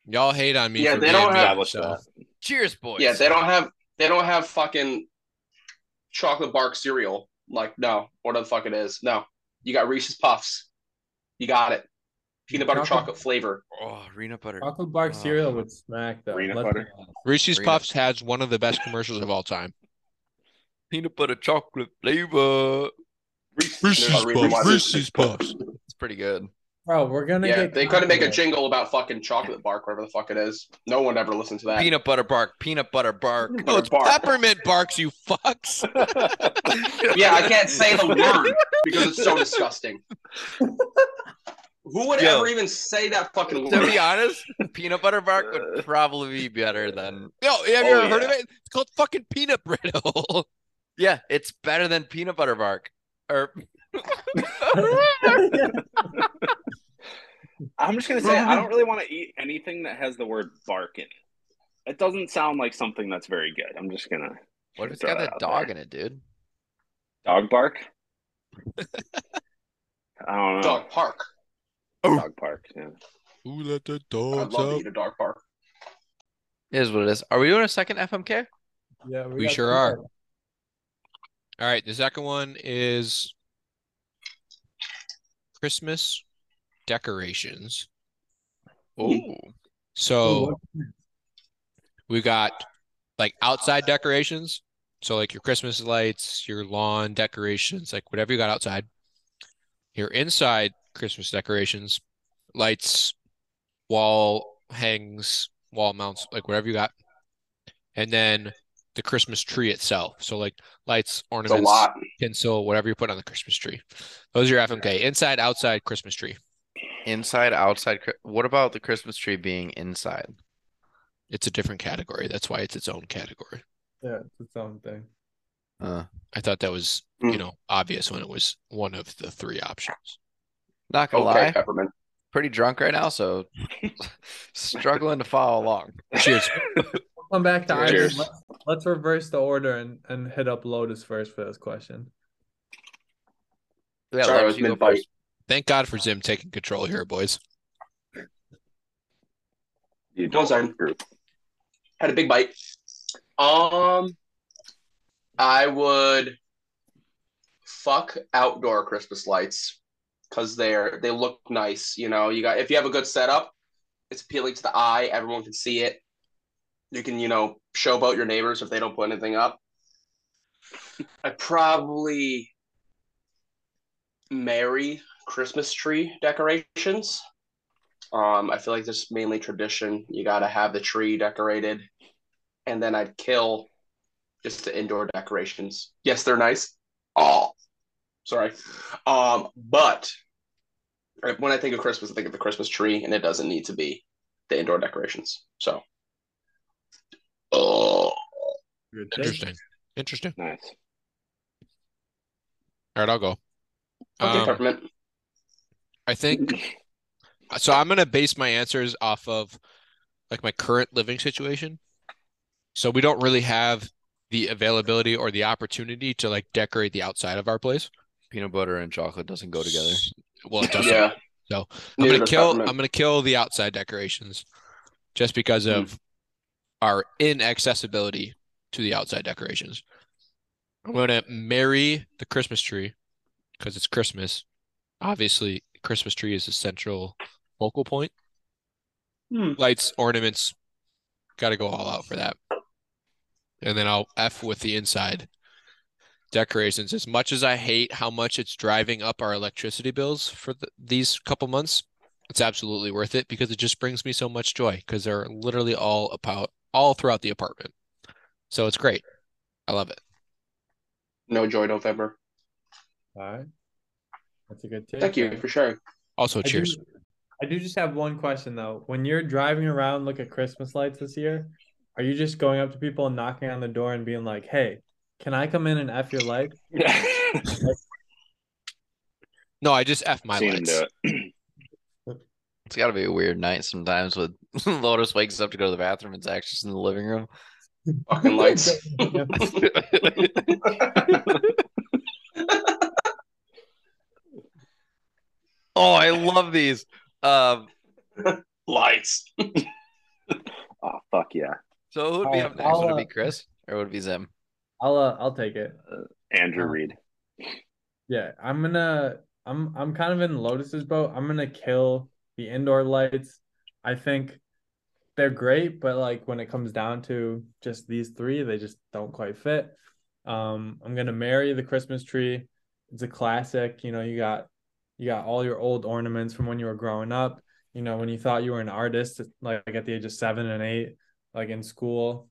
Y'all hate on me. Yeah, for they being don't me, have- established so. that. uh, Cheers, boys. Yeah, they don't have they don't have fucking chocolate bark cereal. Like no, what the fuck it is? No, you got Reese's Puffs. You got it. Peanut butter Chocolate- chocolate flavor. Oh, Rena butter. Chocolate bark Oh. cereal would smack though. Peanut Let's butter. be honest. Reese's Read it. Puffs has one of the best commercials of all time. Peanut butter chocolate flavor. Reese's Puffs, Reese's Puffs. It's pretty good. Bro, we're gonna Yeah, get they couldn't make a copyright. jingle about fucking chocolate bark, whatever the fuck it is. No one ever listened to that. Peanut butter bark. Peanut <laughs> butter bark. No, Peanut butter oh, it's bark. peppermint barks, you fucks. <laughs> Yeah, I can't say the word because it's so disgusting. Who would Yo. ever even say that fucking to word? be honest, peanut butter bark would probably be better than. Yo, have you Oh, ever heard yeah. of it? It's called fucking peanut bread <laughs> hole. Yeah, it's better than peanut butter bark. Or <laughs> I'm just gonna say I don't really want to eat anything that has the word bark in it. It doesn't sound like something that's very good. I'm just gonna what if it's Throw got that that out dog there. in it, dude? dog bark. <laughs> I don't know. Dog park. Dog bark. Yeah. Who let the I'd dogs love to eat a dog park. It is what it is. Are we doing a second FMK? Yeah, We got sure two are. of them. All right, the second one is Christmas decorations. Oh, Oh, So we got like outside decorations. So like your Christmas lights, your lawn decorations, like whatever you got outside. Your inside Christmas decorations, lights, wall hangs, wall mounts, like whatever you got. And then the Christmas tree itself. So like lights, It's a ornaments, lot. tinsel, whatever you put on the Christmas tree. Those are your FMK. Inside, outside Christmas tree. inside, outside. Chri- What about the Christmas tree being inside? It's a different category. That's why it's its own category. Yeah, it's its own thing. Uh, I thought that was, Hmm. you know, obvious when it was one of the three options. not gonna Okay, lie, peppermint. pretty drunk right <laughs> now, so struggling to follow along. Cheers. We'll come back to Ivan. Cheers. Let's, let's reverse the order and, and hit up Lotus first for this question. Yeah, Sorry, Lex, I was you go mid-bite. first. Thank God for Zim taking control here, boys. You It was Iron Group. Had a big bite. Um, I would fuck outdoor Christmas lights because they're they look nice. You know, you got if you have a good setup, it's appealing to the eye. Everyone can see it. You can you know showboat your neighbors if they don't put anything up. <laughs> I probably marry Christmas tree decorations. Um, I feel like this is mainly tradition. You got to have the tree decorated, and then I'd kill just the indoor decorations. Yes, they're nice. Oh, sorry. Um, but right, when I think of Christmas, I think of the Christmas tree, and it doesn't need to be the indoor decorations. So, oh, Good take. Interesting. Interesting. Nice. All right, I'll go. okay, Um, peppermint. I think so. I'm gonna base my answers off of like my current living situation. So we don't really have the availability or the opportunity to like decorate the outside of our place. Peanut butter and chocolate doesn't go together. Well, it doesn't. Yeah. So, I'm Neither gonna does kill. peppermint. I'm gonna kill the outside decorations, just because Hmm. of our inaccessibility to the outside decorations. I'm gonna marry the Christmas tree because it's Christmas. Obviously, Christmas tree is a central focal point. Hmm. Lights, ornaments, gotta go all out for that. And then I'll f with the inside decorations. As much as I hate how much it's driving up our electricity bills for the, these couple months, it's absolutely worth it because it just brings me so much joy because they're literally all about all throughout the apartment. So it's great. I love it. No joy November. All right. That's a good tip. Thank you man. for sharing. Also, I do- Oh, cheers. I do just have one question though. When you're driving around, look at Christmas lights this year, are you just going up to people and knocking on the door and being like, "Hey, can I come in and f your light?" No, I just f <laughs> my <laughs> Seen him lights. do it. It's got to be a weird night sometimes. With <laughs> Lotus wakes up to go to the bathroom, it's actually just in the living room. Fucking <laughs> lights. <laughs> <laughs> Oh, I love these. Um, lights. Oh fuck yeah, so who would be Alright, up next? Would it I'll, be uh, Chris or would it be Zim? I'll uh, I'll take it. Oh. Andrew Reed. Yeah, I'm gonna I'm I'm kind of in Lotus's boat. I'm gonna kill the indoor lights. I think they're great, but like when it comes down to just these three, they just don't quite fit. Um, I'm gonna marry the Christmas tree. It's a classic, you know, you got you got all your old ornaments from when you were growing up, you know, when you thought you were an artist, like at the age of seven and eight, like in school.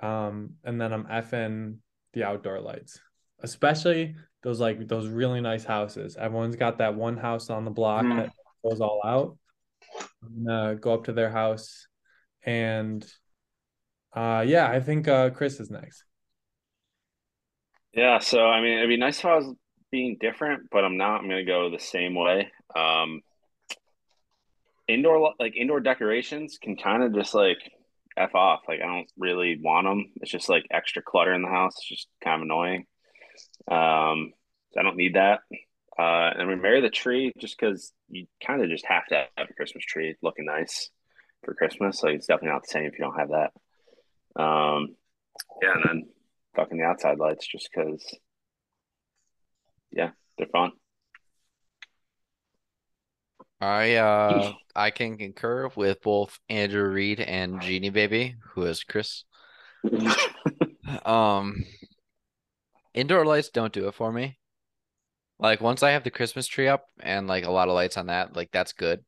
Um, and then I'm effing the outdoor lights, especially those like those really nice houses. Everyone's got that one house on the block Mm. that goes all out. I'm gonna go up to their house, and uh, yeah, I think uh, Chris is next. Yeah, so I mean, it'd be nice if I was being different, but I'm not. I'm gonna go the same way. Um, indoor lo- like indoor decorations can kind of just like f off. Like I don't really want them. It's just like extra clutter in the house. It's just kind of annoying. Um, so I don't need that. Uh, and we marry the tree just because you kind of just have to have a Christmas tree looking nice for Christmas. Like it's definitely not the same if you don't have that. Um, yeah, and then fucking the outside lights just because, yeah, they're fun. <laughs> I uh I can concur with both Andrew Reed and Genie Baby, who is Chris. Um, indoor lights don't do it for me. Like once I have the Christmas tree up and like a lot of lights on that, like that's good.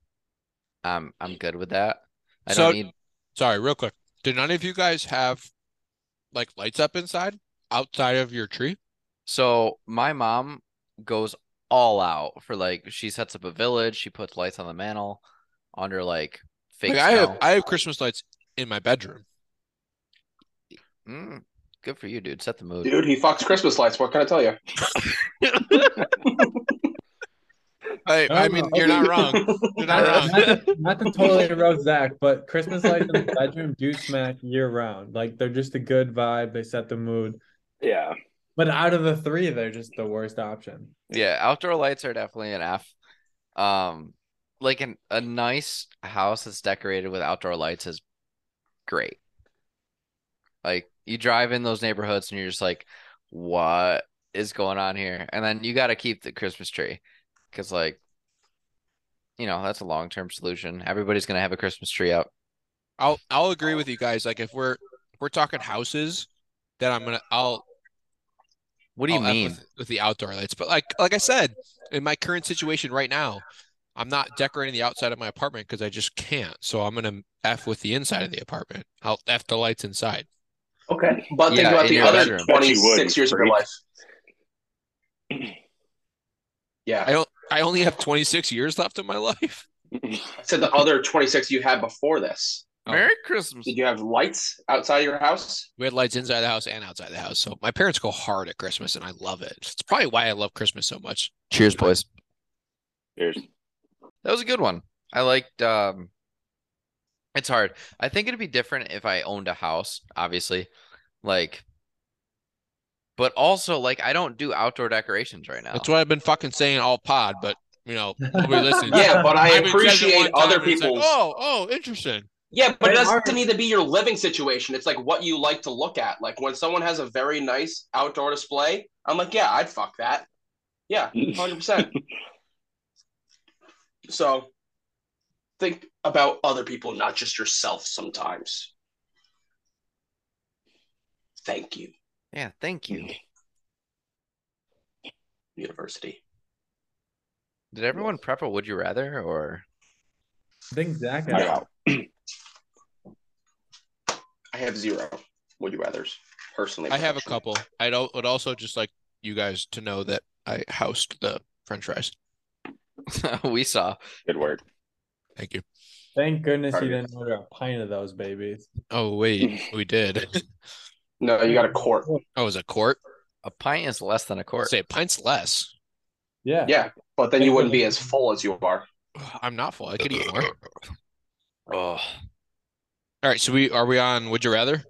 Um, I'm good with that. I So- don't need Sorry, real quick. Do none of you guys have like lights up inside, outside of your tree? So my mom goes all out for like she sets up a village, she puts lights on the mantle under like fake Like I have, snow. I have Christmas lights in my bedroom. Mm, good for you, dude. Set the mood. Dude, he fucks Christmas lights. What can I tell you? I, No, Oh. I no, mean, you're not <laughs> wrong. You're not wrong. Not to, not to totally roast Zach, but Christmas lights in the bedroom do smack year round. Like they're just a good vibe. They set the mood. Yeah. But out of the three, they're just the worst option. Yeah, outdoor lights are definitely an F. Um, like an a nice house that's decorated with outdoor lights is great. Like you drive in those neighborhoods and you're just like, what is going on here? And then you got to keep the Christmas tree because like, you know, that's a long-term solution. Everybody's gonna have a Christmas tree up. I'll I'll agree with you guys. Like if we're if we're talking houses, then I'm gonna I'll What do you I'll Oh, F mean? with, with the outdoor lights. But like like I said, in my current situation right now, I'm not decorating the outside of my apartment because I just can't. So I'm gonna F with the inside of the apartment. I'll F the lights inside. Okay. But think Yeah, about in the your other bedroom. Bet you would, 26 years of your freak. life. I <clears throat> Yeah. don't I only have 26 years left in my <laughs> life. I said the other 26 you had before this. Oh. Merry Christmas. Did you have lights outside your house? We had lights inside the house and outside the house. So my parents go hard at Christmas and I love it. It's probably why I love Christmas so much. Cheers, boys. <laughs> There's That was a good one. I liked um it's hard. I think it'd be different if I owned a house, obviously. Like but also like I don't do outdoor decorations right now. That's what I've been fucking saying all pod, but you know, nobody <laughs> listens. Yeah, <laughs> but I I've been said that appreciate one time other and it's like, people's. oh, oh, interesting. Yeah, but it They doesn't are- need to be your living situation. It's like what you like to look at. Like when someone has a very nice outdoor display, I'm like, yeah, I'd fuck that. Yeah, hundred percent. So think about other people, not just yourself. Sometimes. Thank you, Yeah, thank you. university. Did everyone prep a would you rather or <laughs> I think Zach. I Has, got I have zero. Would you rather's personally? I have a professionally. couple. I don't would also just like you guys to know that I housed the French fries. we saw. Good work. Thank you. Thank goodness you Target. didn't order a pint of those babies. Oh <laughs> wait, we did. No, you got a quart. Oh, it was a quart. A pint is less than a quart. Say pints less. Yeah. Yeah, but then you wouldn't be as full as you are. I'm not full. I could eat more. Oh, All right, so we are we on Would You Rather?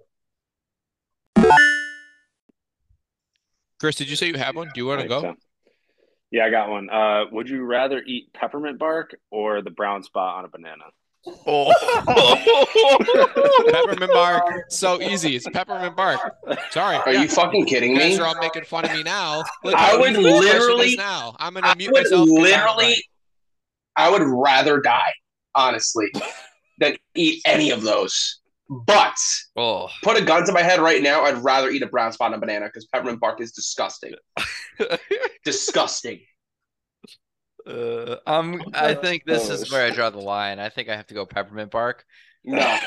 Chris, did you say you have one? Do you want to Like go? so. Yeah, I got one. Uh, would you rather eat peppermint bark or the brown spot on a banana? <laughs> Peppermint bark. So easy. It's peppermint bark. Sorry. Are you fucking kidding You guys me? are all making fun of me now. Look I how would easy the question is literally- now. I'm gonna I mute would myself. 'cause I'm literally, right. I would rather die, honestly, than eat any of those. But oh. put a gun to my head right now, I'd rather eat a brown spot on a banana because peppermint bark is disgusting. disgusting. <laughs> Uh, I'm. I think this is close. where I draw the line. I think I have to go peppermint bark, No,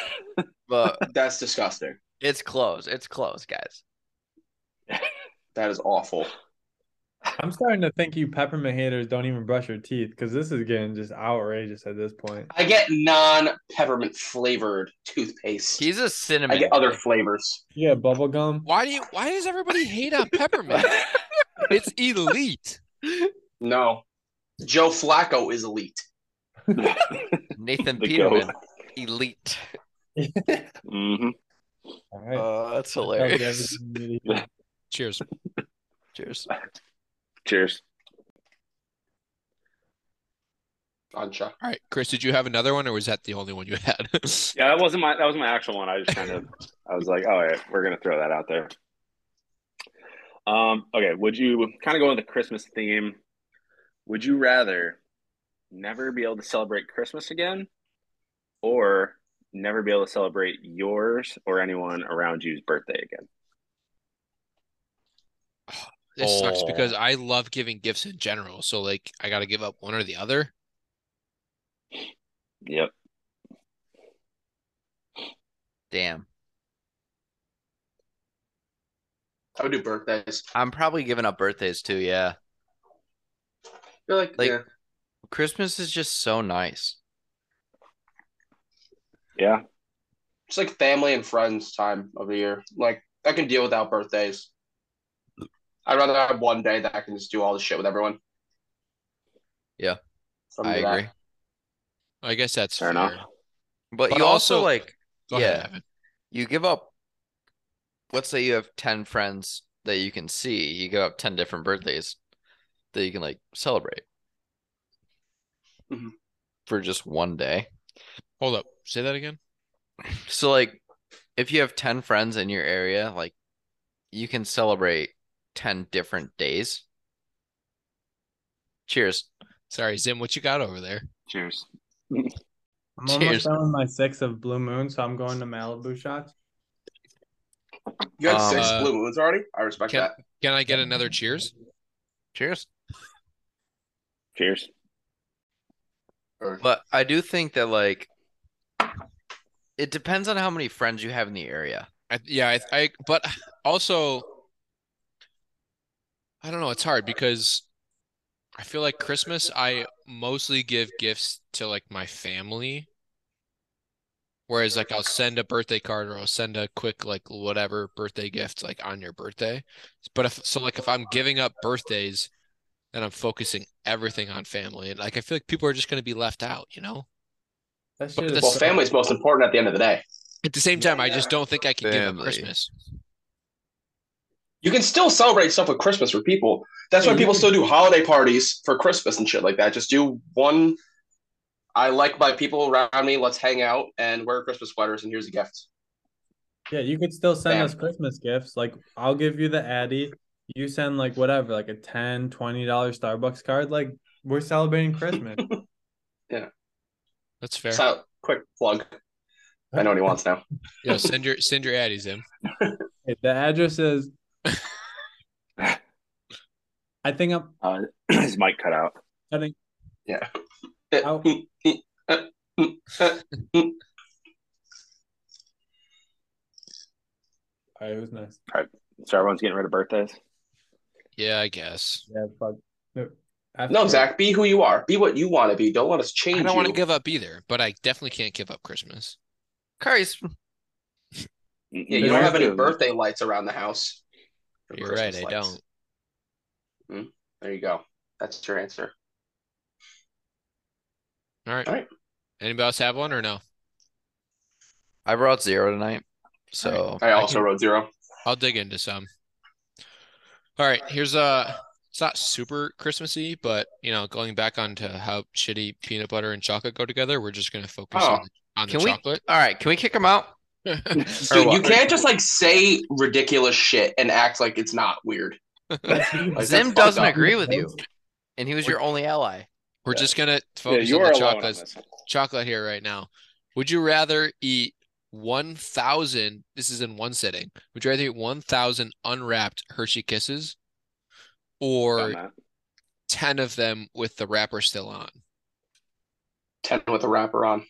but that's disgusting. it's close. It's close, guys. That is awful. I'm starting to think you peppermint haters don't even brush your teeth because this is getting just outrageous at this point. I get non peppermint flavored toothpaste. He's a cinnamon. I get other guy. flavors. Yeah, bubble gum. Why do you? Why does everybody hate on <laughs> peppermint? it's elite. No. Joe Flacco is elite. Nathan The Peterman, elite. hmm All right. Oh, that's That was hilarious. everything you need to hear. Cheers. Cheers. Cheers. Gotcha. All right, Chris, did you have another one, or was that the only one you had? <laughs> Yeah, that wasn't my that was my actual one. I just kind of I was like, all right, we're gonna throw that out there. Um, okay, would you kind of go with the Christmas theme? Would you rather never be able to celebrate Christmas again, or never be able to celebrate yours or anyone around you's birthday again? This sucks Oh. because I love giving gifts in general. So like, I got to give up one or the other. Yep. Damn. I would do birthdays. I'm probably giving up birthdays too. Yeah. I feel like, eh. Like- yeah. Christmas is just so nice. Yeah. It's like family and friends time of the year. Like I can deal without birthdays. I'd rather have one day that I can just do all this shit with everyone. Yeah. From I that. agree. I guess that's Fair fair, enough. But, But you also, also- like Go ahead, Yeah. Evan. you give up let's say you have 10 friends that you can see, you give up 10 different birthdays that you can like celebrate. Mhm. For just one day. Hold up. Say that again. So like if you have 10 friends in your area, like you can celebrate 10 different days. Cheers. Sorry, Zim. What you got over there? Cheers. I'm Cheers. almost done with my six of Blue Moon, so I'm going to Malibu shots. You had Um, six uh, blue moons already? I respect Can, that. can I get another cheers? Cheers. Cheers. Or- But I do think that like it depends on how many friends you have in the area. I, yeah, I, I. But also, I don't know. It's hard because I feel like Christmas. I mostly give gifts to like my family, whereas like I'll send a birthday card or I'll send a quick like whatever birthday gift like on your birthday. But if so, like if I'm giving up birthdays, then I'm focusing everything on family, and like I feel like people are just going to be left out, you know. That But shit is the well, so- family's most important at the end of the day. At the same time, I just don't think I can give up Family. Christmas. You can still celebrate stuff with Christmas for people. That's why people still do holiday parties for Christmas and shit like that. Just do one. I like my people around me. Let's hang out and wear Christmas sweaters. And here's a gift. Yeah, you could still send Fam. us Christmas gifts. Like I'll give you the Addy. You send like whatever, like a 10 $20 Starbucks card. Like we're <laughs> celebrating Christmas. That's fair. So, quick plug. I know what he wants now. Yo, send your send your addies in. Okay, the address is I think I'm Uh, <clears throat> his mic cut out. I think Yeah. Uh, Out. all right, it was nice. So everyone's getting rid of birthdays. Yeah, I guess. Yeah, fuck. No, after- No, Zach, be who you are. Be what you want to be. Don't let us change I don't you. want to give up either, but I definitely can't give up Christmas. Christ. yeah, you They don't don't have any to. birthday lights around the house. for You're Christmas right, I lights. Hmm, don't. There you go. That's your answer. All right. All right. Anybody else have one or no? I brought zero tonight. So I I also can- wrote zero. I'll dig into some. All right, here's uh it's not super Christmassy, but you know, going back onto how shitty peanut butter and chocolate go together, we're just gonna focus Oh, on, on the Can we- chocolate. all right, can we kick him out? <laughs> <laughs> Or Dude, you what? can't just like say ridiculous shit and act like it's not weird. Like, that's Zim fucked doesn't up. agree with you. And he was your only ally. We're just gonna Yeah, focus you on are the alone on chocolates. this. chocolate here right now. Would you rather eat 1,000? This is in one sitting. Would you rather eat 1,000 unwrapped Hershey Kisses I'm or not. 10 of them with the wrapper still on? Ten with a wrapper on.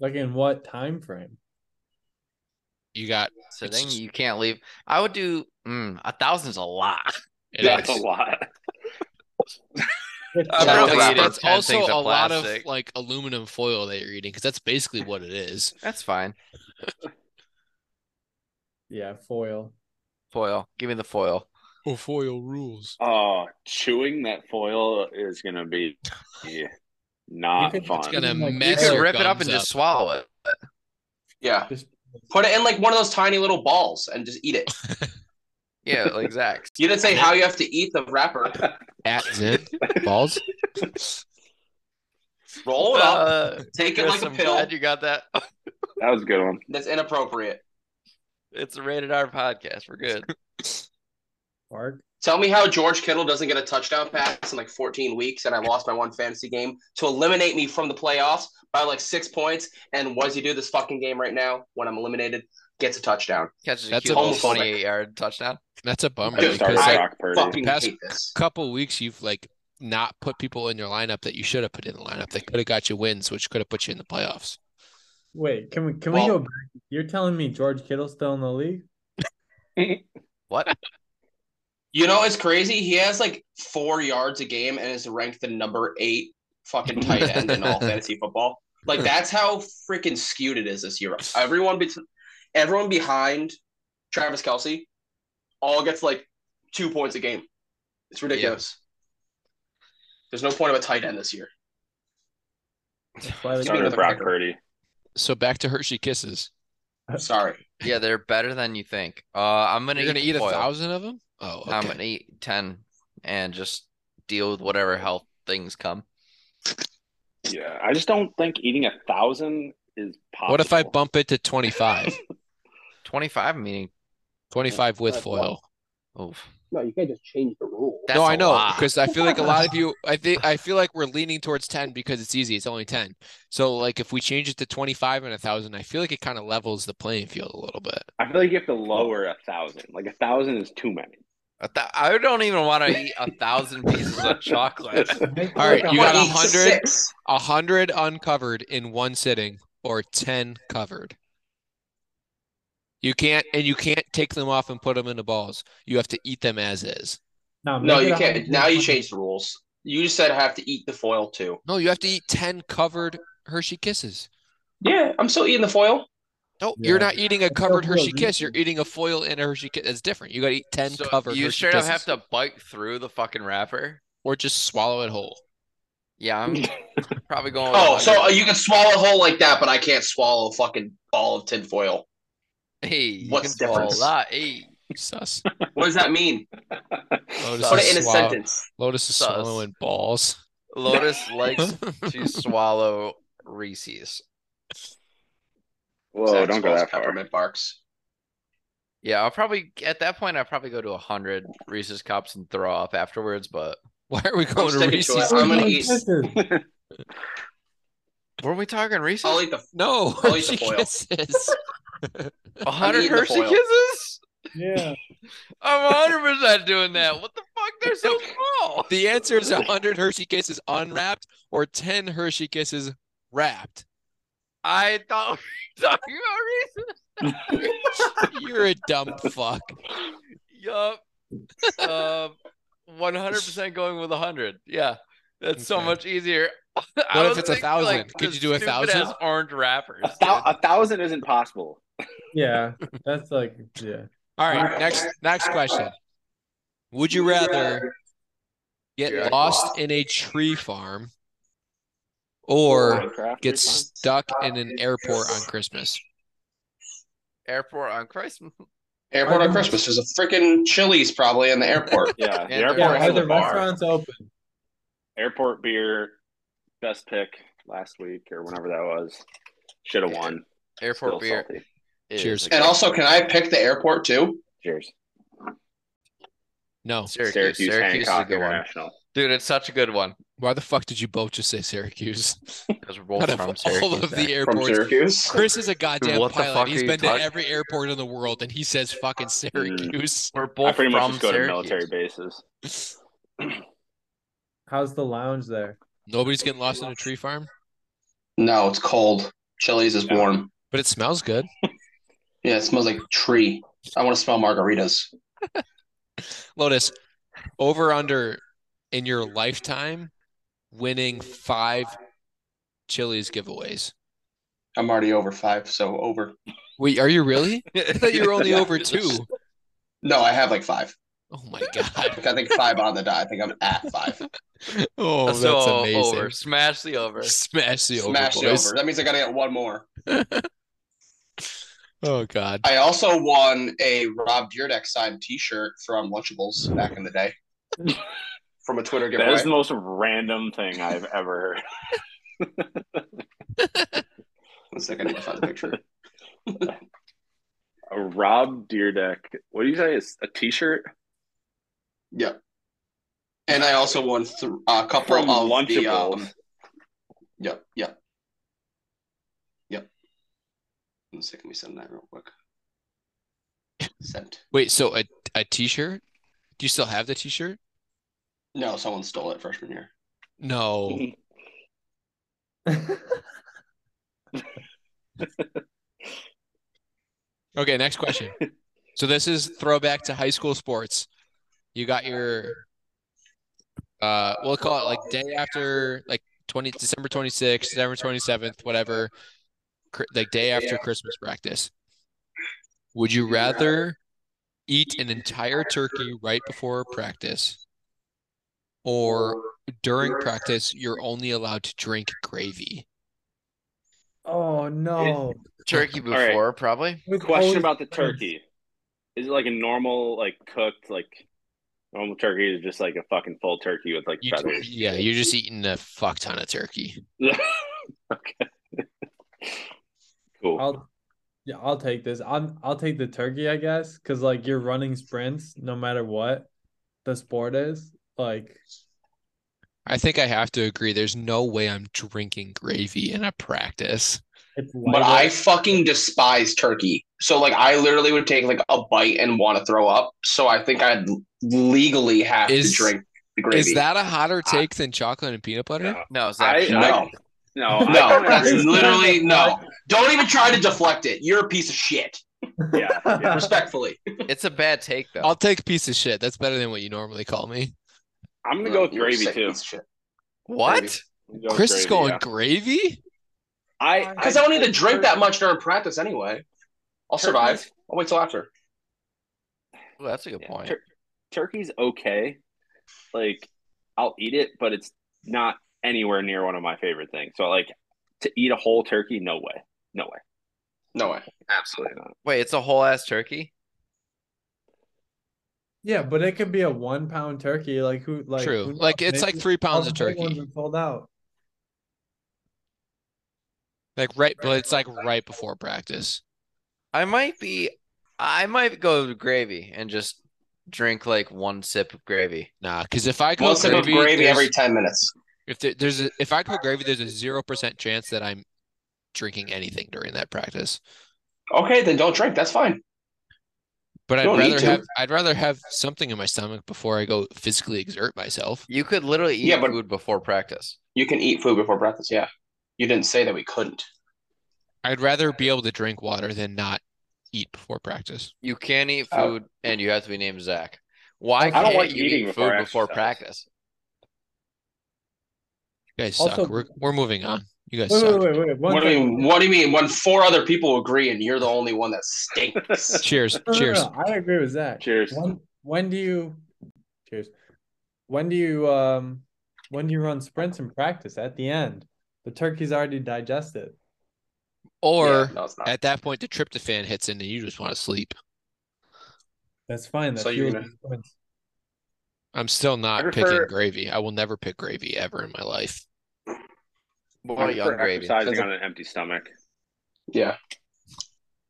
like in what time frame? You got So It's then just- you can't leave. I would do mm, a thousand's a lot. <laughs> it <laughs> That's is- a lot. Uh, Well, I'm it's- probably eating it's 10 also things of a lot of plastic. like aluminum foil that you're eating because that's basically what it is. That's fine. Yeah, foil. Foil. Give me the foil. Oh, foil rules. Oh, chewing that foil is gonna be not You could- fun. It's gonna Even, like, mess You Mess could your rip it up gums and just swallow it. Yeah. Just Put it in like one of those tiny little balls and just eat it. Yeah, like Zach. You didn't <laughs> say how you have to eat the wrapper. <laughs> at Zen <laughs> balls. Roll it up. Uh, Take it Chris, like a I'm pill. glad you got that. <laughs> That was a good one. That's inappropriate. It's a rated R podcast. <laughs> We're good. bark. Tell me how George Kittle doesn't get a touchdown pass in like 14 weeks and I lost my one fantasy game to eliminate me from the playoffs by like six points. And what does he do this fucking game right now when I'm eliminated? Gets a touchdown. Catches a That's cute a little homophobic. 28 yard touchdown. That's a bummer I Dude, because just started I like Brock Purdy. Fucking Past- hate this. couple weeks you've like not put people in your lineup that you should have put in the lineup that could have got you wins, which could have put you in the playoffs. Wait, can we can Well- we go back? You're telling me George Kittle's still in the league? What? You know, it's crazy. He has like four yards a game and is ranked the number eight fucking tight end <laughs> in all fantasy football. Like that's how freaking skewed it is this year. Everyone, bet- everyone behind Travis Kelsey, all gets like two points a game. It's ridiculous. There's no point of a tight end this year. That's Sorry. why they got Started another Brock kicker. Purdy. So back to Hershey Kisses. Sorry. <laughs> Yeah, they're better than you think. Uh, I'm gonna You're gonna the eat a foil. thousand of them? Oh, okay. I'm gonna eat ten and just deal with whatever health things come. Yeah, I just don't think eating a thousand is possible. What if I bump it to <laughs> 25? Twenty-five, meaning 25 with That's foil. oh, No, you can't just change the rule. that's No, I a know lot. because I feel like a lot <laughs> of you. I think I feel like we're leaning towards 10 because it's easy. It's only 10. So like if we change it to 25 and a thousand, I feel like it kind of levels the playing field a little bit. I feel like you have to lower a thousand. Like a thousand is too many. A thou- I don't even want to eat a thousand pieces <laughs> <laughs> of chocolate. Make All right, like you got 100, hundred- 100 uncovered in one sitting or 10 covered. You can't and you can't take them off and put them in the balls. You have to eat them as is. No, No, make it you a can't. hundred Now you and change the rules. You just said I have to eat the foil too. No, you have to eat 10 covered Hershey Kisses. Yeah, I'm still eating the foil. No, you're Yeah. not eating a That's so covered real Hershey Kiss. You're reason. eating a foil in a Hershey Kiss. That's different. You got to eat 10 So covered you Hershey straight up have Kisses to bite through the fucking wrapper. or just swallow it whole. Yeah, <laughs> I'm probably going. with Oh, so 100. you can swallow a whole like that, but I can't swallow a fucking ball of tinfoil. hey, you what's can the swallow a difference? lot. Hey, Sus. What does <laughs> that mean? Lotus <laughs> Sus. Put is it in a swall- sentence. Lotus is Sus. swallowing balls. Lotus likes to swallow Reese's. Whoa, Zach don't go swallows that far. Peppermint barks. Yeah, I'll probably at that point I'll probably go to hundred Reese's cups and throw up afterwards. But <laughs> Why are we going to sticking to it. Reese's? I'm gonna Hershey eat- Kisses. <laughs> were we talking Reese's? I'll eat the. No, <laughs> I'll eat the Hershey foil. Kisses. A hundred eating the Hershey foil. kisses? Yeah. I'm hundred percent doing that. What the fuck? They're so small. The answer is 100 Hershey Kisses unwrapped or 10 Hershey Kisses wrapped. I thought we were talking about You're a dumb fuck. <laughs> Reese's. Yup. Um, one hundred percent going with hundred. Yeah, that's so Okay. much easier. <laughs> What What if it's a thousand? Could you do a thousand? Orange wrappers. A, thou- a thousand isn't possible. Yeah, that's like yeah. All right, next next question. Would you rather get Yeah. lost in a tree farm or Minecraft get is fine. stuck in an airport on Christmas? Airport on Christmas. Airport Are on the- Christmas. There's a freaking Chili's probably in the <laughs> airport. Yeah, the Yeah, airport Yeah, Or are has the a bar. restaurants open? Airport beer, best pick last week or whenever that was. Should have won. <laughs> Airport Still beer. salty. is Cheers. a and great- also, can I pick the airport too? Cheers. No. Syracuse. Syracuse, Hancock is a good one, International. dude. It's such a good <laughs> one. Why the fuck did you both just say Syracuse? <laughs> Because we're both Out of from all Syracuse. of the man. From airports. Syracuse. Chris is a goddamn what the fuck pilot. He's are you been to talking- every airport in the world and he says fucking Mm. Syracuse. we're I both pretty much from just go Syracuse. to military bases. How's the lounge there? Nobody's getting lost in a tree farm, No, it's cold. Chili's is warm. but it smells good. Yeah, it smells like tree. I want to smell margaritas. Lotus, over under in your lifetime winning five Chili's giveaways. I'm already over five, so over. Wait, are you really? <laughs> I thought you were <laughs> <laughs> only over two. No, I have like five. Oh my god. Like, I think five on the dot. I think I'm at <laughs> five. <laughs> Oh, that's so amazing. over. Smash <laughs> the over. Smash the over, Smash it boys. over. That means I got to get one more. Oh god. I also won a Rob Deerdeck signed T-shirt from Lunchables back in <laughs> the day from a Twitter That is giveaway. the most random thing I've ever heard. One second, I need to find <laughs> the picture. <laughs> A Rob Deerdeck. What do you say? Is a T-shirt Yeah. And I also won th- a couple from of Lunchables. the. Um, yep, yep, yep. One second, let me send that real quick. Sent. Wait, so a a t-shirt? Do you still have the t-shirt? No, someone stole it freshman year. <laughs> No. Okay, next question. So this is throwback to high school sports. You got your uh we'll call it like day after like 20 December 26th, December 27th, whatever, cr- like day after Christmas practice. Would you rather eat an entire turkey right before practice or during practice you're only allowed to drink gravy? <laughs> Oh no! Turkey right. before, probably. With Question always- about the turkey. <clears throat> Is it like a normal, like cooked, like normal turkey is just like a fucking full turkey with like You, feathers? yeah, you're just eating a fuck ton of turkey. <laughs> okay. <laughs> cool. I'll yeah, I'll take this. I'm I'll take the turkey, I guess, because like you're running sprints no matter what the sport is. Like I think I have to agree. There's no way I'm drinking gravy in a practice. it's But I fucking despise turkey. So like I literally would take like a bite and want to throw up. So I think I'd legally have Is- to drink the gravy. Is that a hotter take than chocolate and peanut butter? No, No, Zach. I, shut up. I, no, No. I No, kinda that's agree with literally no. Don't even try to deflect it. You're a piece of shit. <laughs> that. Yeah, yeah. Respectfully. It's a bad take though. I'll take piece of shit. That's better than what you normally call me. I'm gonna go with You're a gravy sick too. piece of shit. what? I'm gonna go with Chris is gravy, going yeah. gravy? I Because I don't need to drink that much during practice anyway. I'll survive. I'll wait till after. Ooh, that's a good Yeah, point. tur- turkey's okay. Like I'll eat it, but it's not anywhere near one of my favorite things. So like to eat a whole turkey, no way, no way, No way. absolutely not. Wait, it's a whole ass turkey. yeah, but it could be a one pound turkey. Like who? Like True. who knows? Like it's like Maybe three all pounds the of big ones turkey. are Sold out. Like right, but it's like right before practice. I might be. I might go with gravy and just drink like one sip of gravy. Nah, because if I go One sip of gravy, gravy there's- every ten minutes. if there, there's a, if I go gravy, there's a zero percent chance that I'm drinking anything during that practice. Okay, then don't drink. That's fine. But I'd Don't need rather to. have I'd rather have something in my stomach before I go physically exert myself. You could literally eat Yeah, but- food before practice. You can eat food before breakfast. Yeah. You didn't say that we couldn't. I'd rather be able to drink water than not eat before practice. You can eat Oh. food, and you have to be named Zach. Why I can't don't like you eating eat before food before exercise. practice? You guys Also- suck. We're, we're moving on. You guys Wait, suck. wait, wait, wait. One What do you second. mean? What do you mean? When four other people agree and you're the only one that stinks. <laughs> Cheers. No, no, no, Cheers. no, I agree with Zach. Cheers. When when do you cheers? When do you um when do you run sprints in practice at the end? The turkey's already digested. Or Yeah, no, it's not. at that point, the tryptophan hits in and you just want to sleep. That's fine. That So you're fuels gonna- the sprints. I'm still not I picking prefer- gravy. I will never pick gravy ever in my life. I Boy, young prefer gravy. exercising Depends on an empty stomach, Yeah.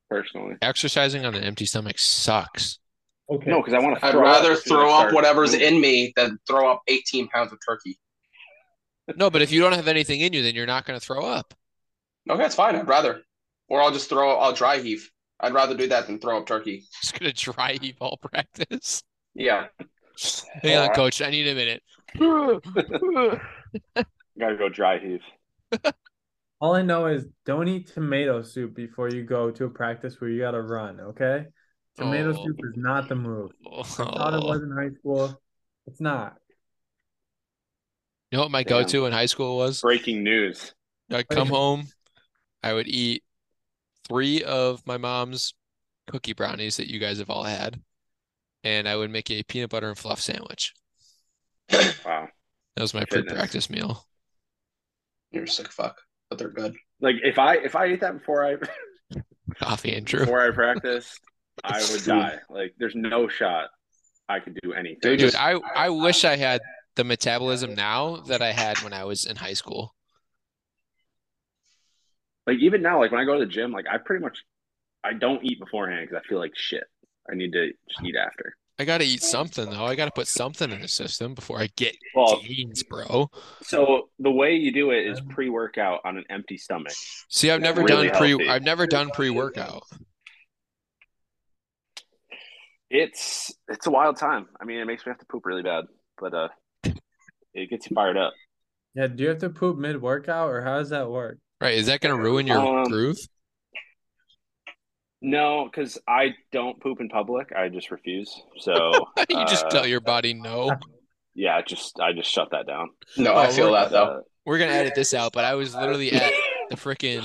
personally. Exercising on an empty stomach sucks. Okay. No, because I want to. I'd rather throw up whatever's in me than throw up 18 pounds of turkey. No, but if you don't have anything in you, then you're not going to throw up. <laughs> Okay, it's fine. I'd rather. Or I'll just throw, I'll dry heave. I'd rather do that than throw up turkey. Just going to dry heave all practice. <laughs> Yeah. Hang on, Alright. coach. I need a minute. Gotta go dry heave. All I know is don't eat tomato soup before you go to a practice where you gotta run, okay? Tomato Oh. soup is not the move. I thought it was in high school. It's not. You know what my Damn. go-to in high school was? Breaking news. I'd come home, I would eat three of my mom's cookie brownies that you guys have all had, and I would make a peanut butter and fluff sandwich. Wow. That was my Goodness. pre-practice meal. You're a sick fuck, but they're good. Like if I if I ate that before I Coffee and Drew. before I practiced, I <laughs> would die. Like there's no shot I could do anything. Dude, I I wish I had the metabolism now that I had when I was in high school. Like even now, like when I go to the gym, like I pretty much I don't eat beforehand because I feel like shit. I need to just eat after. I gotta eat something though. I gotta put something in the system before I get Well, gains, bro. so the way you do it is pre-workout on an empty stomach. See, I've That's never really done pre healthy. I've never done pre-workout. It's it's a wild time. I mean, it makes me have to poop really bad, but <laughs> uh, it gets you fired up. Yeah, do you have to poop mid workout or how does that work? Right, is that gonna ruin your Um, groove? <laughs> No, because I don't poop in public. I just refuse. So <laughs> You just uh, tell your body no. yeah, I just I just shut that down. No, Oh, I feel <laughs> that though. Uh, We're gonna edit this out, but I was literally at the freaking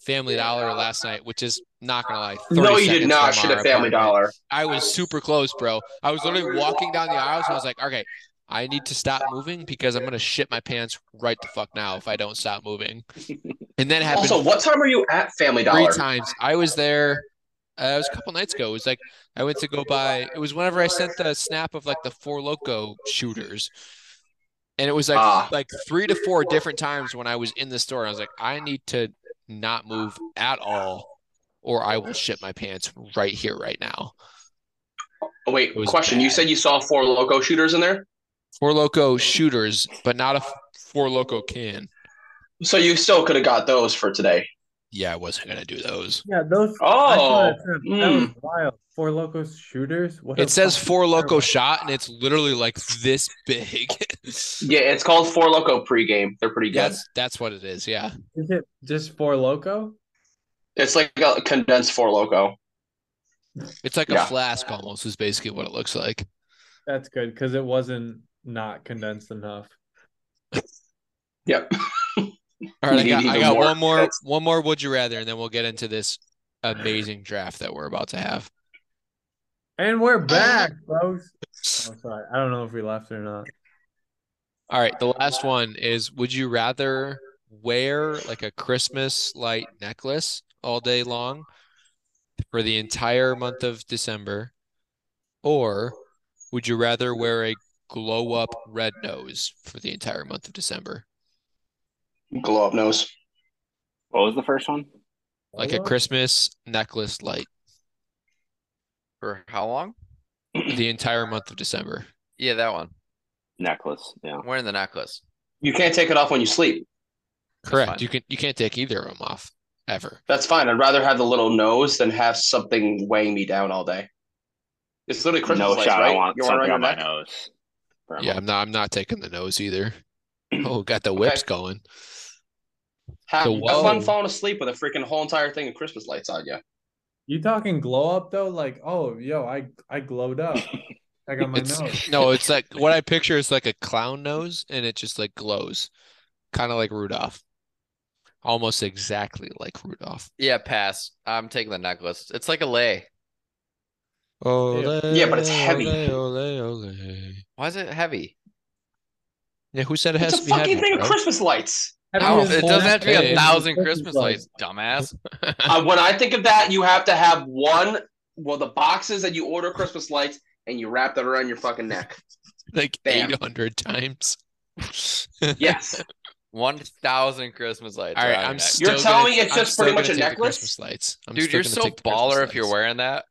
Family Dollar last night, which is not gonna lie. 30 No, you did seconds not from shit our at Family apartment. Dollar. I was super close, bro. I was literally walking down the aisles and I was like, okay, I need to stop moving because I'm gonna shit my pants right the fuck now if I don't stop moving. And that happened Also, what time are you at Family three Dollar? times. I was there. Uh, it was a couple nights ago. It was like I went to go buy. It was whenever I sent the snap of like the four loco shooters, and it was like Ah. like three to four different times when I was in the store. I was like, I need to not move at all, or I will shit my pants right here, right now. Oh, wait, It was question. You bad. said you saw four loco shooters in there? Four loco shooters, but not a f- four loco can. So you still could have got those for today. Yeah, I wasn't gonna do those. Yeah, those I saw Oh, that, too. that hmm. was wild. Four locos shooters. What a It says fucking four loco terrible- shot, and it's literally like this big. <laughs> yeah, it's called Four Loco pregame. They're pretty good. That's that's what it is. Yeah. Is it just four loco? It's like a condensed Four Loco. It's like a Yeah. flask almost is basically what it looks like. That's good because it wasn't not condensed enough. Yep. All right, I need got, I even got more. one more That's- one more would you rather and then we'll get into this amazing draft that we're about to have. And we're Oh. back, folks. I'm sorry. I don't know if we left or not. All right, the last one is would you rather wear like a Christmas light necklace all day long for the entire month of December or would you rather wear a glow up red nose for the entire month of December? Glow up nose. what was the first one? Like a Glow up? Christmas necklace light For how long? the entire month of December. Yeah, that one. Necklace. Yeah. I'm wearing the necklace. You can't take it off when you sleep. Correct. fine. You can you can't take either of them off ever. That's fine. I'd rather have the little nose than have something weighing me down all day. It's literally Christmas no lights, shot. right? I want You're something on around my your neck. nose. Bro. <laughs> Yeah, I'm not I'm not taking the nose either. <clears throat> Oh, got the whips going. Have, The have whoa. fun falling asleep with a freaking whole entire thing of Christmas lights on you. You talking glow up though? Like, oh yo, I I glowed up. <laughs> I got my It's- nose. No, it's <laughs> like what I picture is like a clown nose and it just like glows. Kind of like Rudolph. Almost exactly like Rudolph. Yeah, pass. I'm taking the necklace. It's like a lay. Ole, Yeah, but it's heavy. Ole, ole, ole. Why is it heavy? Yeah, who said it has It's to a be fucking heavy, thing bro? of Christmas lights. <laughs> No, it whole doesn't have to be thing. a thousand Christmas lights, dumbass. I, Uh, when I think of that, you have to have one. Well, the boxes that you order Christmas lights and you wrap that around your fucking neck. Like Bam. 800 times. <laughs> Yes, One thousand Christmas lights. All are right, on your I'm neck. still You're telling gonna- me it's I'm just still pretty gonna much a take the necklace? Christmas lights. I'm dude. still You're gonna so take the Christmas baller if you're lights. wearing that.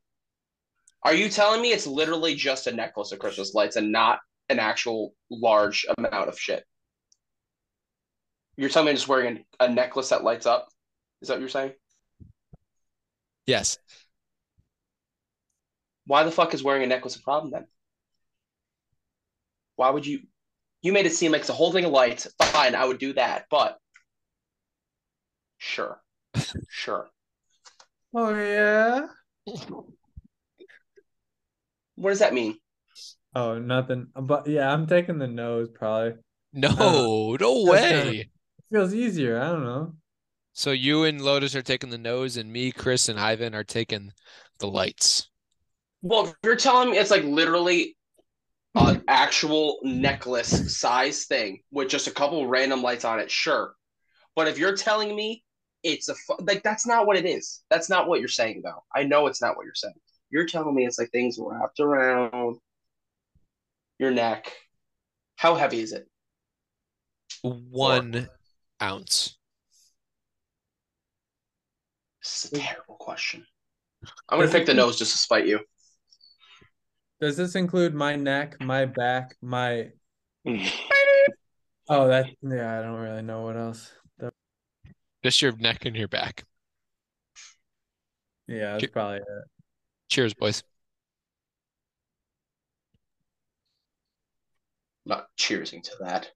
Are you telling me it's literally just a necklace of Christmas lights and not an actual large amount of shit? You're telling me I'm just wearing a necklace that lights up? Is that what you're saying? Yes, Why the fuck is wearing a necklace a problem then? Why would you? You made it seem like it's a whole thing of lights. Fine, I would do that, but sure, sure. Oh yeah. What does that mean? Oh nothing. But yeah, I'm taking the nose probably. no, no that's way. feels easier. I don't know. So you and Lotus are taking the nose, and me, Chris, and Ivan are taking the lights. Well, if you're telling me it's like literally an actual necklace size thing with just a couple random lights on it, sure. But if you're telling me it's a fu- like that's not what it is. That's not what you're saying though. I know it's not what you're saying. You're telling me it's like things wrapped around your neck. How heavy is it? One ounce. This is a terrible question. I'm gonna pick the nose just to spite you. Does this include my neck, my back, my oh that yeah, I don't really know what else. That- Just your neck and your back. yeah, that's Ki- probably it. Cheers, boys. I'm not cheersing to that.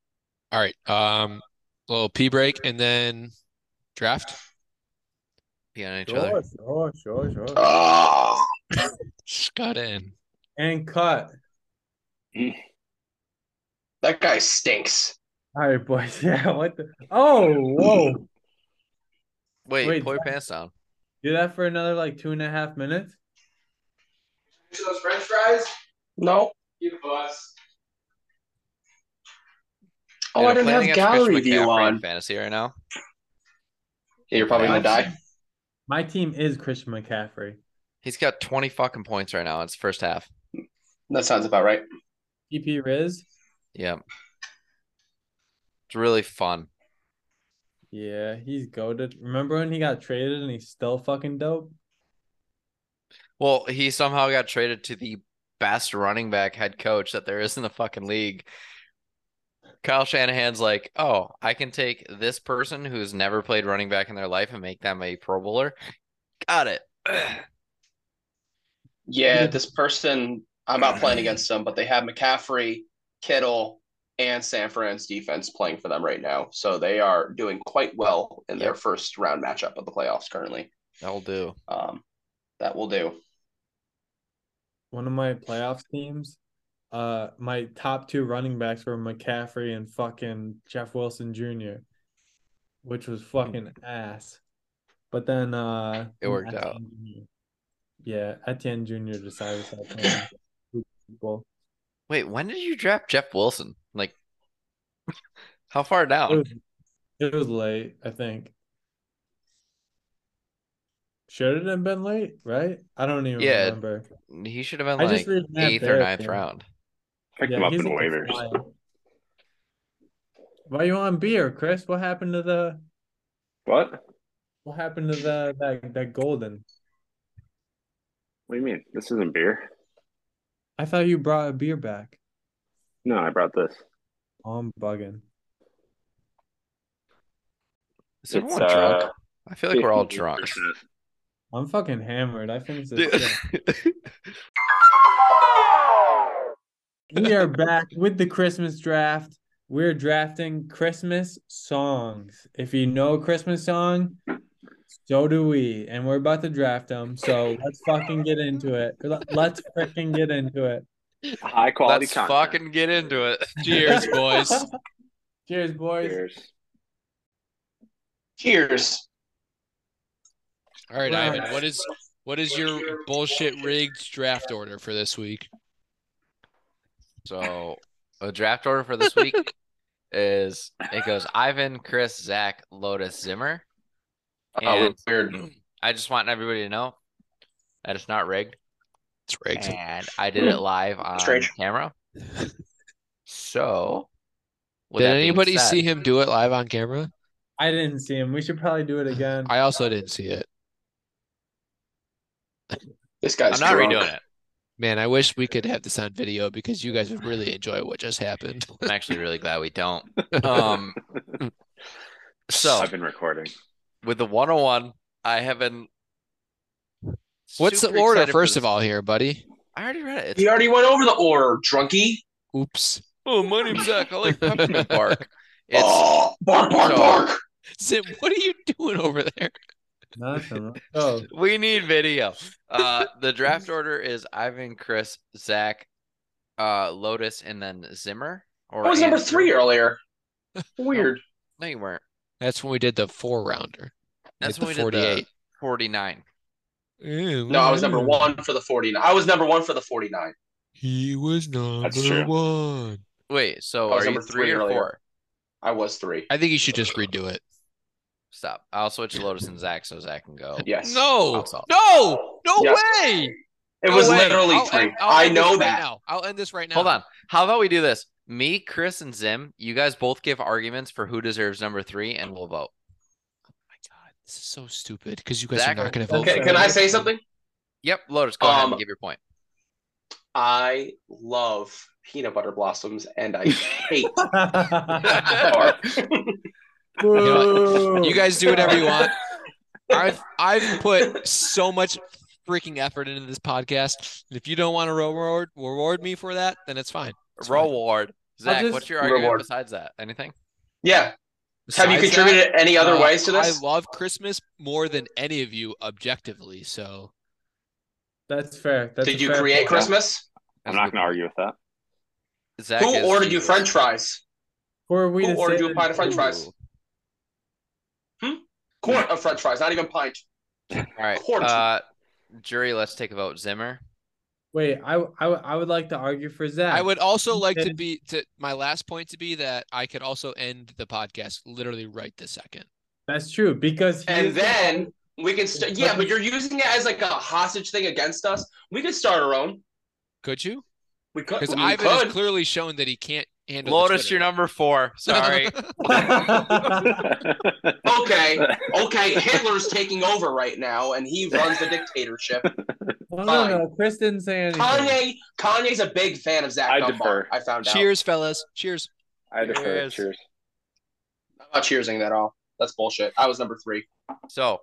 All right. Um, little pee break and then draft. Be on each other. Sure, sure, sure, sure. Oh, Got in. and cut. that guy stinks. All right, boys. <laughs> Yeah, what the oh whoa. Wait, Wait, pull your that- pants down. Do that for another like two and a half minutes. Those French fries? No. Oh, Dude, I I'm didn't playing have against Christian gallery view McCaffrey in on. fantasy right now. Yeah, you're probably gonna die. My team is Christian McCaffrey. He's got twenty fucking points right now. It's first half. That sounds about right. EP Riz. Yeah. It's really fun. Yeah, he's goaded. Remember when he got traded and he's still fucking dope? Well, he somehow got traded to the best running back head coach that there is in the fucking league. Kyle Shanahan's like, oh, I can take this person who's never played running back in their life and make them a Pro Bowler. Got it. Yeah, this person, I'm not playing against them, but they have McCaffrey, Kittle, and San Fran's defense playing for them right now. So they are doing quite well in their first round matchup of the playoffs currently. That'll do. Um, that will do. One of my playoff teams. Uh, my top two running backs were McCaffrey and fucking Jeff Wilson Jr., which was fucking ass. But then uh, Hmm. It worked out. Etienne Jr. Yeah, Etienne Jr. decided to start playing <laughs> Super Bowl. Wait, when did you draft Jeff Wilson? Like, how far It down? was, it was late, I think. Should it have been late, right? I don't even Yeah, remember. He should have been I like just read Matt eighth or Barrett, ninth yeah. round. Picked Yeah, him up in he's a waivers. flyer. Why you on beer, Chris? What happened to the What? what happened to the that, that golden? What do you mean? This isn't beer. I thought you brought a beer back. No, I brought this. Oh, I'm bugging. Is everyone It's, drunk? uh, I feel like we're all 58%. drunk. I'm fucking hammered. I finished this. Dude. shit. <laughs> we are back with the Christmas draft. We're drafting Christmas songs. If you know a Christmas song, so do we. And we're about to draft them. So let's fucking get into it. Let- Let's freaking get into it. High quality Let's content. fucking get into it. Cheers, boys. Cheers, boys. Cheers. Cheers. All right, Wow. Ivan. What is what is your bullshit rigged draft order for this week? <laughs> So a draft order for this week is it goes Ivan, Chris, Zach, Lotus, Zimmer. <clears throat> oh, And weird. I just want everybody to know that it's not rigged. It's rigged. And I did it <laughs> live on Strange. camera. So with Did that being anybody said- see him do it live on camera? I didn't see him. We should probably do it again. I also didn't see it. This I'm guy's not drunk. redoing it. Man, I wish we could have this on video because you guys would really enjoy what just <laughs> happened. I'm actually really glad <laughs> we don't. Um so I've been recording. with the 101, I have been What's the super order, excited for first this. of all, here, buddy? I already read it. It's He already went over the order, drunkie. Oops. Oh, my name's Zach. I <laughs> like peppermint bark. It's oh, bark, bark, so- bark. Zim, what are you doing over there? Nothing. <laughs> Oh, we need video. Uh, the draft order is Ivan, Chris, Zach, uh, Lotus, and then Zimmer. Or I was number and- <laughs> three earlier. Weird. No, you weren't. That's when we did the four rounder. That's the when we 48. did the forty-nine. Oh, No, I was number one for the 49. I was number one for the 49. He was That's number true. one. Wait, so I was are you number three three or earlier. four? I was three. I think you should just redo it. Stop. I'll switch Lotus and Zach so Zach can go. Yes. No, Awesome. no, no Yes. way. It No was way. literally I'll three. end- I'll I end this know right that. now. I'll end this right now. Hold on. How about we do this? Me, Chris, and Zim, you guys both give arguments for who deserves number three, and we'll vote. Oh my god, this is so stupid because you guys Zach, are not going to vote. Okay, for can me. I say something? Yep, Lotus, go ahead and Um, give <laughs> your point. I love peanut butter blossoms and I hate <laughs> <laughs> bark. know You guys do whatever you <laughs> want. I've I I've put so much freaking effort into this podcast. and If you don't want to reward reward me for that, then it's fine. It's fine. Reward. Zach, just- what's your argument Reward. besides that? Anything? yeah. Have you Besides contributed any that, other uh, ways to this? I love Christmas more than any of you objectively. So That's fair. That's Did a you fair create point. Christmas? I'm not going to argue with <laughs> that. Zach Who is ordered you Jesus. French fries? Who are we Who to say ordered you a that- pint of French fries? Quart of French fries, not even pint. All right. Quarter. Uh, jury, let's take a vote. Zimmer. Wait, I, I I would like to argue for Zach. I would also like to Okay. be to my last point to be that I could also end the podcast literally right this second. That's true because he And is the- then we can st- yeah, but you're using it as like a hostage thing against us. We could start our own. Could you? We could. Because we Ivan could. has clearly shown that he can't handle the Lotus, Twitter. you're <laughs> number four. Sorry. Okay. <laughs> Okay, Hitler's taking over right now, and he runs the dictatorship. <laughs> <laughs> no, no, fine. no, Chris didn't say anything. Kanye, Kanye's a big fan of Zach I Dunbar. defer. I found out. Cheers, fellas. Cheers. I defer. Cheers. Cheers. I'm not cheersing that all. That's bullshit. I was number three. so,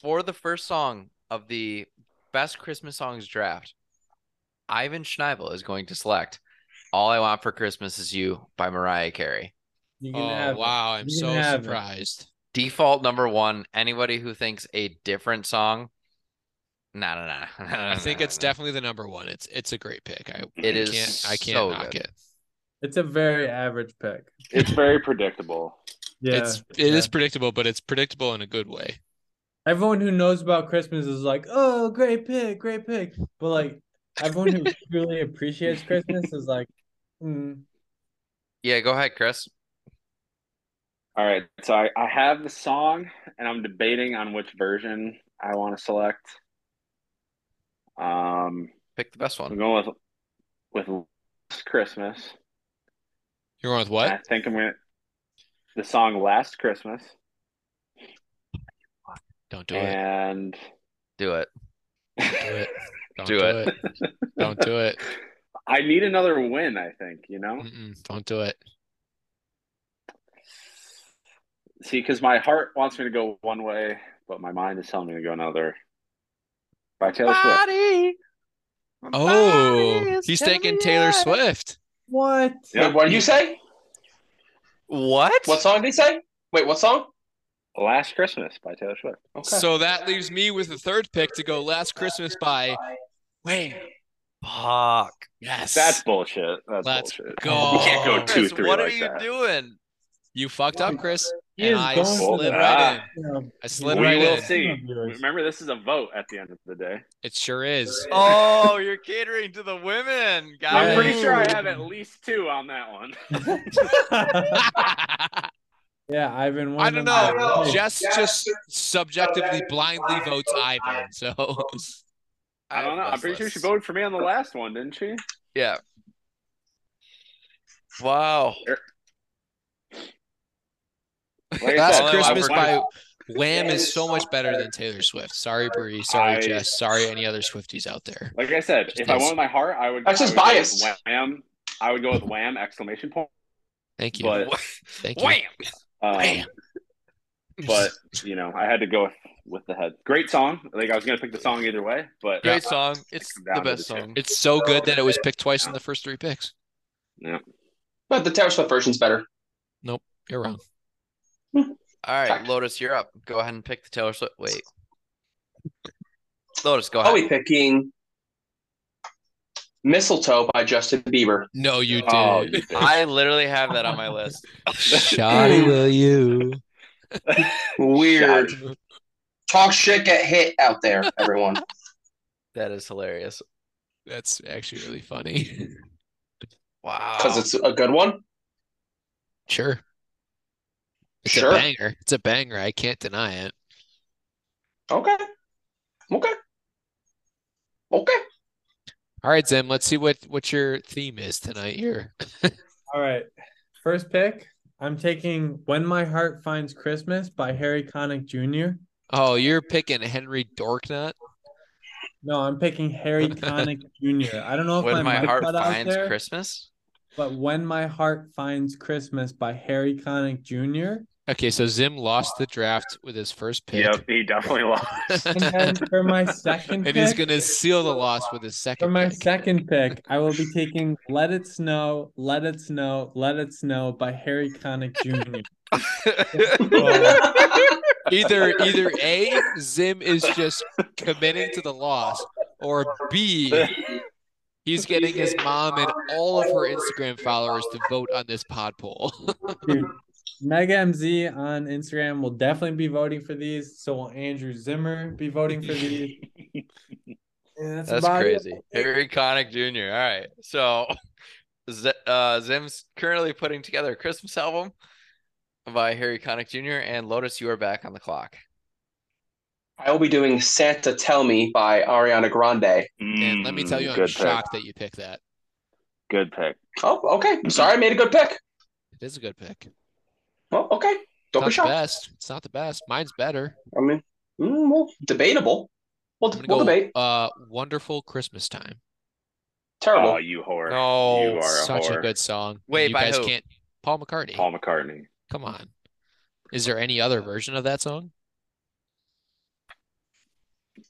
for the first song of the best Christmas songs draft, Ivan Schneibel is going to select "All I Want for Christmas Is You" by Mariah Carey. You can Oh have it. wow, I'm You can so have it. surprised. Default number one. Anybody who thinks a different song, nah, nah, nah. nah, I Um, nah, think nah, it's nah. definitely the number one. It's it's a great pick. I It is. can't I can't so knock good. it. It's a very average pick. It's very predictable. Yeah, It's it is yeah. predictable, but it's predictable in a good way. everyone who knows about Christmas is like, oh, great pick, great pick. But like everyone who really appreciates Christmas is like, mm, Yeah, go ahead, Chris. All right. So I, I have the song, and I'm debating on which version I want to select. Um, Pick the best I'm one. going with with Last Christmas. You're going with what? I think I'm gonna the song Last Christmas, Don't do it. and Do it. Do <laughs> it. Don't Do do, it. it. Don't do it. Mm. I need another win. I think you know. Mm-mm, don't do it. See, because my heart wants me to go one way, but my mind is telling me to go another. By Taylor Swift. Body. Oh, he's taking Taylor Swift. what? Yeah. Wait, what did you say? What? What song did he say? Wait, what song? Last Christmas by Taylor Swift. Okay. So that leaves me with the third pick to go Last Christmas by Wham. Fuck. Yes. Oh. That's bullshit. That's Let's bullshit. go. You can't go two Chris, three what like are you that. doing? you fucked up, Chris. He And is I going for slid the- right in. Ah. I slid we right will in. see. Viewers. Remember, this is a vote at the end of the day. It sure <laughs> is. <laughs> Oh, you're catering to the women, guys. I'm pretty Yay. sure I have at least two on that one. yeah, Ivan. won I don't them know. all. Jess just subjectively blindly votes Ivan. So <laughs> I don't know. I'm pretty sure she voted for me on the last one, didn't she? Yeah. Wow. Like I Last said, I Christmas wanted- by Wham is so much better than Taylor Swift. Sorry, Bree. Sorry, I- Jess. Sorry, any other Swifties out there. Like I said, if I wanted my heart, I would. That's I just would go with biased. Wham. I would go with wham! Exclamation point. Thank you. But Thank you. Wham. um, Wham. but you know, I had to go with, with the head. Great song. Like I was gonna pick the song either way, but Great song. It's Down the to best the tip. song. It's so good that it was picked twice in the first three picks. But the Taylor Swift version's better. You're wrong. All right, Lotus, you're up. Go ahead and pick the Taylor Swift. Wait. Lotus, go I'll be ahead. picking Mistletoe by Justin Bieber. No, you did. Oh, you did. I literally have that on my list. <laughs> Shoddy will you? Weird. Talk shit, get hit out there, everyone. That is hilarious. <laughs> That's actually really funny. <laughs> Wow. Because it's a good one. Sure. It's Sure. a banger. It's a banger. I can't deny it. Okay. Okay. Okay. <laughs> All right, Zim, let's see what, what your theme is tonight here. All right. First pick. I'm taking "When My Heart Finds Christmas" by Harry Connick Jr. Oh, you're picking Henry Dorknut? No, I'm picking Harry Connick Jr. I don't know if when my, my mic heart cut out finds there, Christmas. but "When My Heart Finds Christmas" by Harry Connick Jr. Okay, so Zim lost the draft with his first pick. <laughs> Yep, he definitely lost. <laughs> And then for my second and pick, he's gonna seal the loss with his second. for my pick. second pick, I will be taking "Let It Snow, Let It Snow, Let It Snow" by Harry Connick Jr. <laughs> Either either A, Zim is just committing to the loss, or B, he's getting his mom and all of her Instagram followers to vote on this pod poll. <laughs> Dude, Mega MZ on Instagram will definitely be voting for these. So will Andrew Zimmer be voting <laughs> for these. And That's about it. crazy. Harry Connick Jr. All right. So <laughs> Z- uh, Zim's currently putting together a Christmas album by Harry Connick Jr. and Lotus, you are back on the clock. I will be doing Santa Tell Me by Ariana Grande. and let me tell you, Mm, I'm good shocked that you picked that. pick. Good pick. Oh, okay. Sorry, I made a good pick. It is a good pick. It's Well, okay. not Don't be the shocked. best. It's not the best. Mine's better. I mean, mm, well, debatable. We'll, I'm gonna we'll go. debate. Uh, wonderful Christmas time. Terrible. Oh, you whore. No. you are a Such whore. a good song. Wait, you by guys who? can't. Paul McCartney. Paul McCartney. Come on. Is there any other version of that song?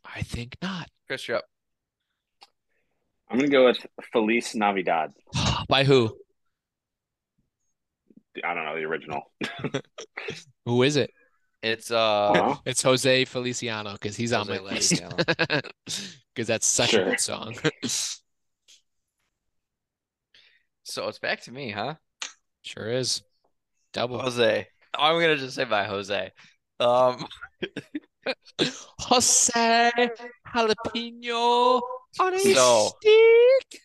I think not. <gasps> Chris, you're up. I'm gonna go with Feliz Navidad. By who? I don't know the original. Who is it? It's uh Huh? It's Jose Feliciano because he's on my Jose list. Feliciano. <laughs> Because that's such a Sure. good song. <laughs> so it's back to me, huh? sure is. Double. Jose. I'm gonna just say by Jose. Um <laughs> Jose Jalapeno on a So- stick.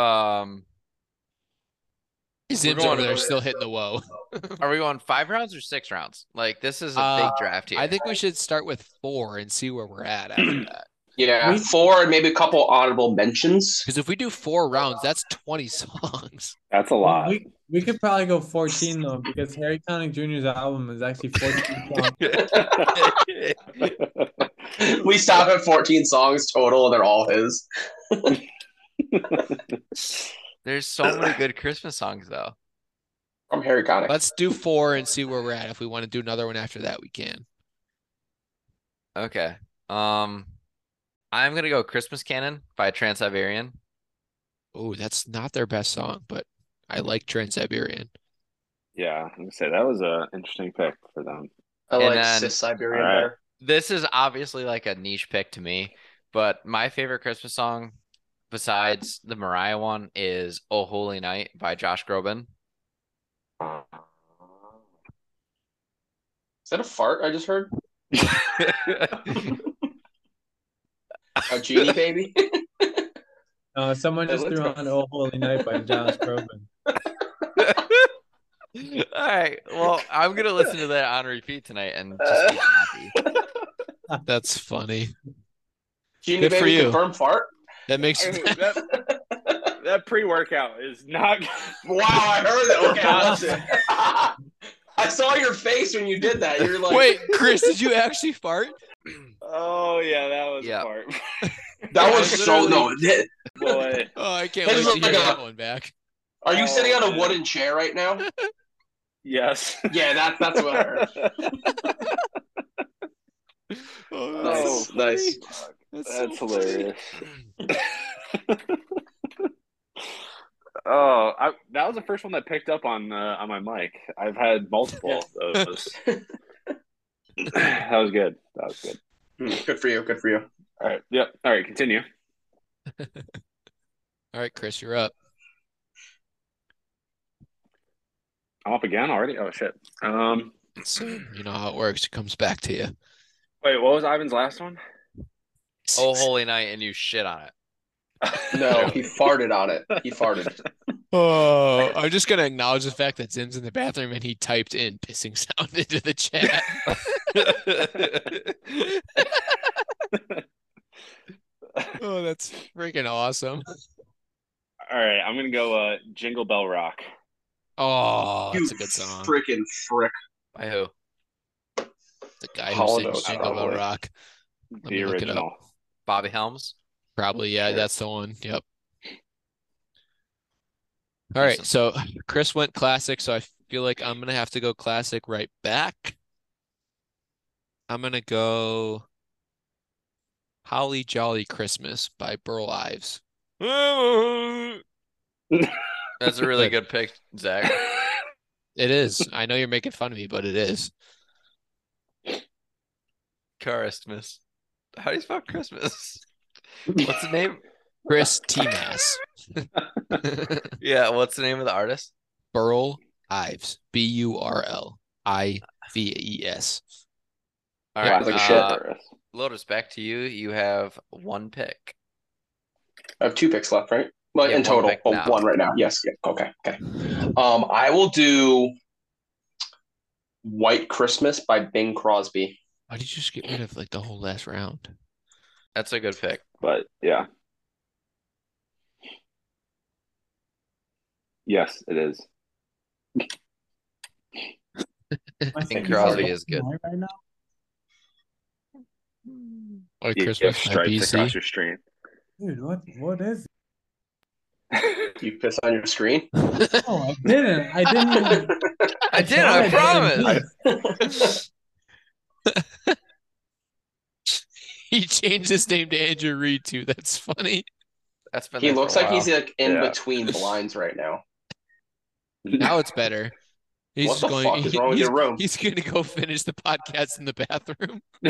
um Zim's going over there over- still hitting the woe. are we going five rounds or six rounds? Like this is a Uh, big draft here. I think we should start with four and see where we're at after that. Yeah, We- four and maybe a couple honorable <laughs> mentions. Because if we do four rounds, that's 20 <laughs> songs. <laughs> That's a lot. We, we could probably go 14 though, because Harry Connick Jr.'s album is actually 14 <laughs> songs. We stop at 14 songs total, and they're all his. There's so many good Christmas songs though. From Harry Connick. Let's do four and see where we're at. If we want to do another one after that, we can. Okay. Um I'm gonna go Christmas Canon by Trans Siberian. Oh, that's not their best song, but I like Trans Siberian. <laughs> yeah, I'm gonna say that was an interesting pick for them. I and like then- Cis Siberian All right. better. This is obviously like a niche pick to me, but my favorite Christmas song besides the Mariah one is "Oh Holy Night" by Josh Groban. Is that a fart I just <laughs> heard? A genie baby? Uh, someone Hey, just let's threw go. on "Oh Holy Night" by Josh <laughs> Groban. All right. Well, I'm gonna listen to that on repeat tonight and just be happy. That's funny. genie Good for baby you. confirmed fart? That makes I mean, <laughs> that, that pre-workout is not. Wow, I heard it. Okay, <laughs> I watched it. <laughs> I saw your face when you did that. You're like, <laughs> Wait, Chris, did you actually fart? Oh yeah, that was Yeah. a part. that was so Literally. no. that- Boy, Oh, I can't It wait was to hear like that a- one back. Are you Oh, sitting on a man. wooden chair right now? yes. <laughs> Yeah, that, that's what I heard. Oh, Oh, that's so nice. funny. That's so hilarious. funny. Oh, I, that was the first one that picked up on uh, on my mic. I've had multiple of those. <clears throat> that was good. That was good. Hmm, Good for you. Good for you. All right. Yep. All right. Continue. All right, Chris, you're up. I'm up again already. Oh shit. Um. So uh, you know how it works. It comes back to you. Wait. What was Ivan's last one? <laughs> "Oh Holy Night" and you shit on it. No, <laughs> he farted on it. He farted. <laughs> Oh, I'm just gonna acknowledge the fact that Zim's in the bathroom and he typed in pissing sound <laughs> into the chat. oh, that's freaking awesome. All right. I'm gonna go. Uh, Jingle Bell Rock. <laughs> Oh, you that's a good song. freaking frick. By who? The guy who Hollow sings Notes, Jingle Bell probably. Rock. Let The me look it up. original. Bobby Helms. Probably, yeah, Sure. that's the one. Yep. All right, Decent. so Chris went classic, so I feel like I'm gonna have to go classic right back. I'm gonna go Holly Jolly Christmas by Burl Ives. It That's a really good pick, Zach. <laughs> <laughs> is. I know you're making fun of me, but it is. Christmas. How do you spell Christmas? What's the name? Chris T. Mass. <laughs> Yeah, what's the name of the artist? Burl Ives. B U R L I V E S. All Yeah, right, Sounds like uh, shit. Lotus, back to you. You have one pick. I have two picks left, right? Well, Yeah, in one total, pick oh, now. one right now. Yes. Yeah. Okay. Okay. Um, I will do "White Christmas" by Bing Crosby. Why did you just get rid of like the whole last round? That's a good <laughs> pick. But yeah. Yes, it is. I think Crosby is good. Right now? Like You Oh, Christmas gift by stripes BC. across your stream. Dude, what what is? You piss on your screen. Oh, I didn't. I didn't. <laughs> even- I did, I tried. <laughs> promise. he changed his name to Andrew Reed too. That's funny. That's been. He there for looks a like he's while. like in Yeah. between blinds right now. Now it's better. <laughs> He's what the going. fuck is he- wrong with he's, your room? he's going to go finish the podcast in the bathroom. <laughs>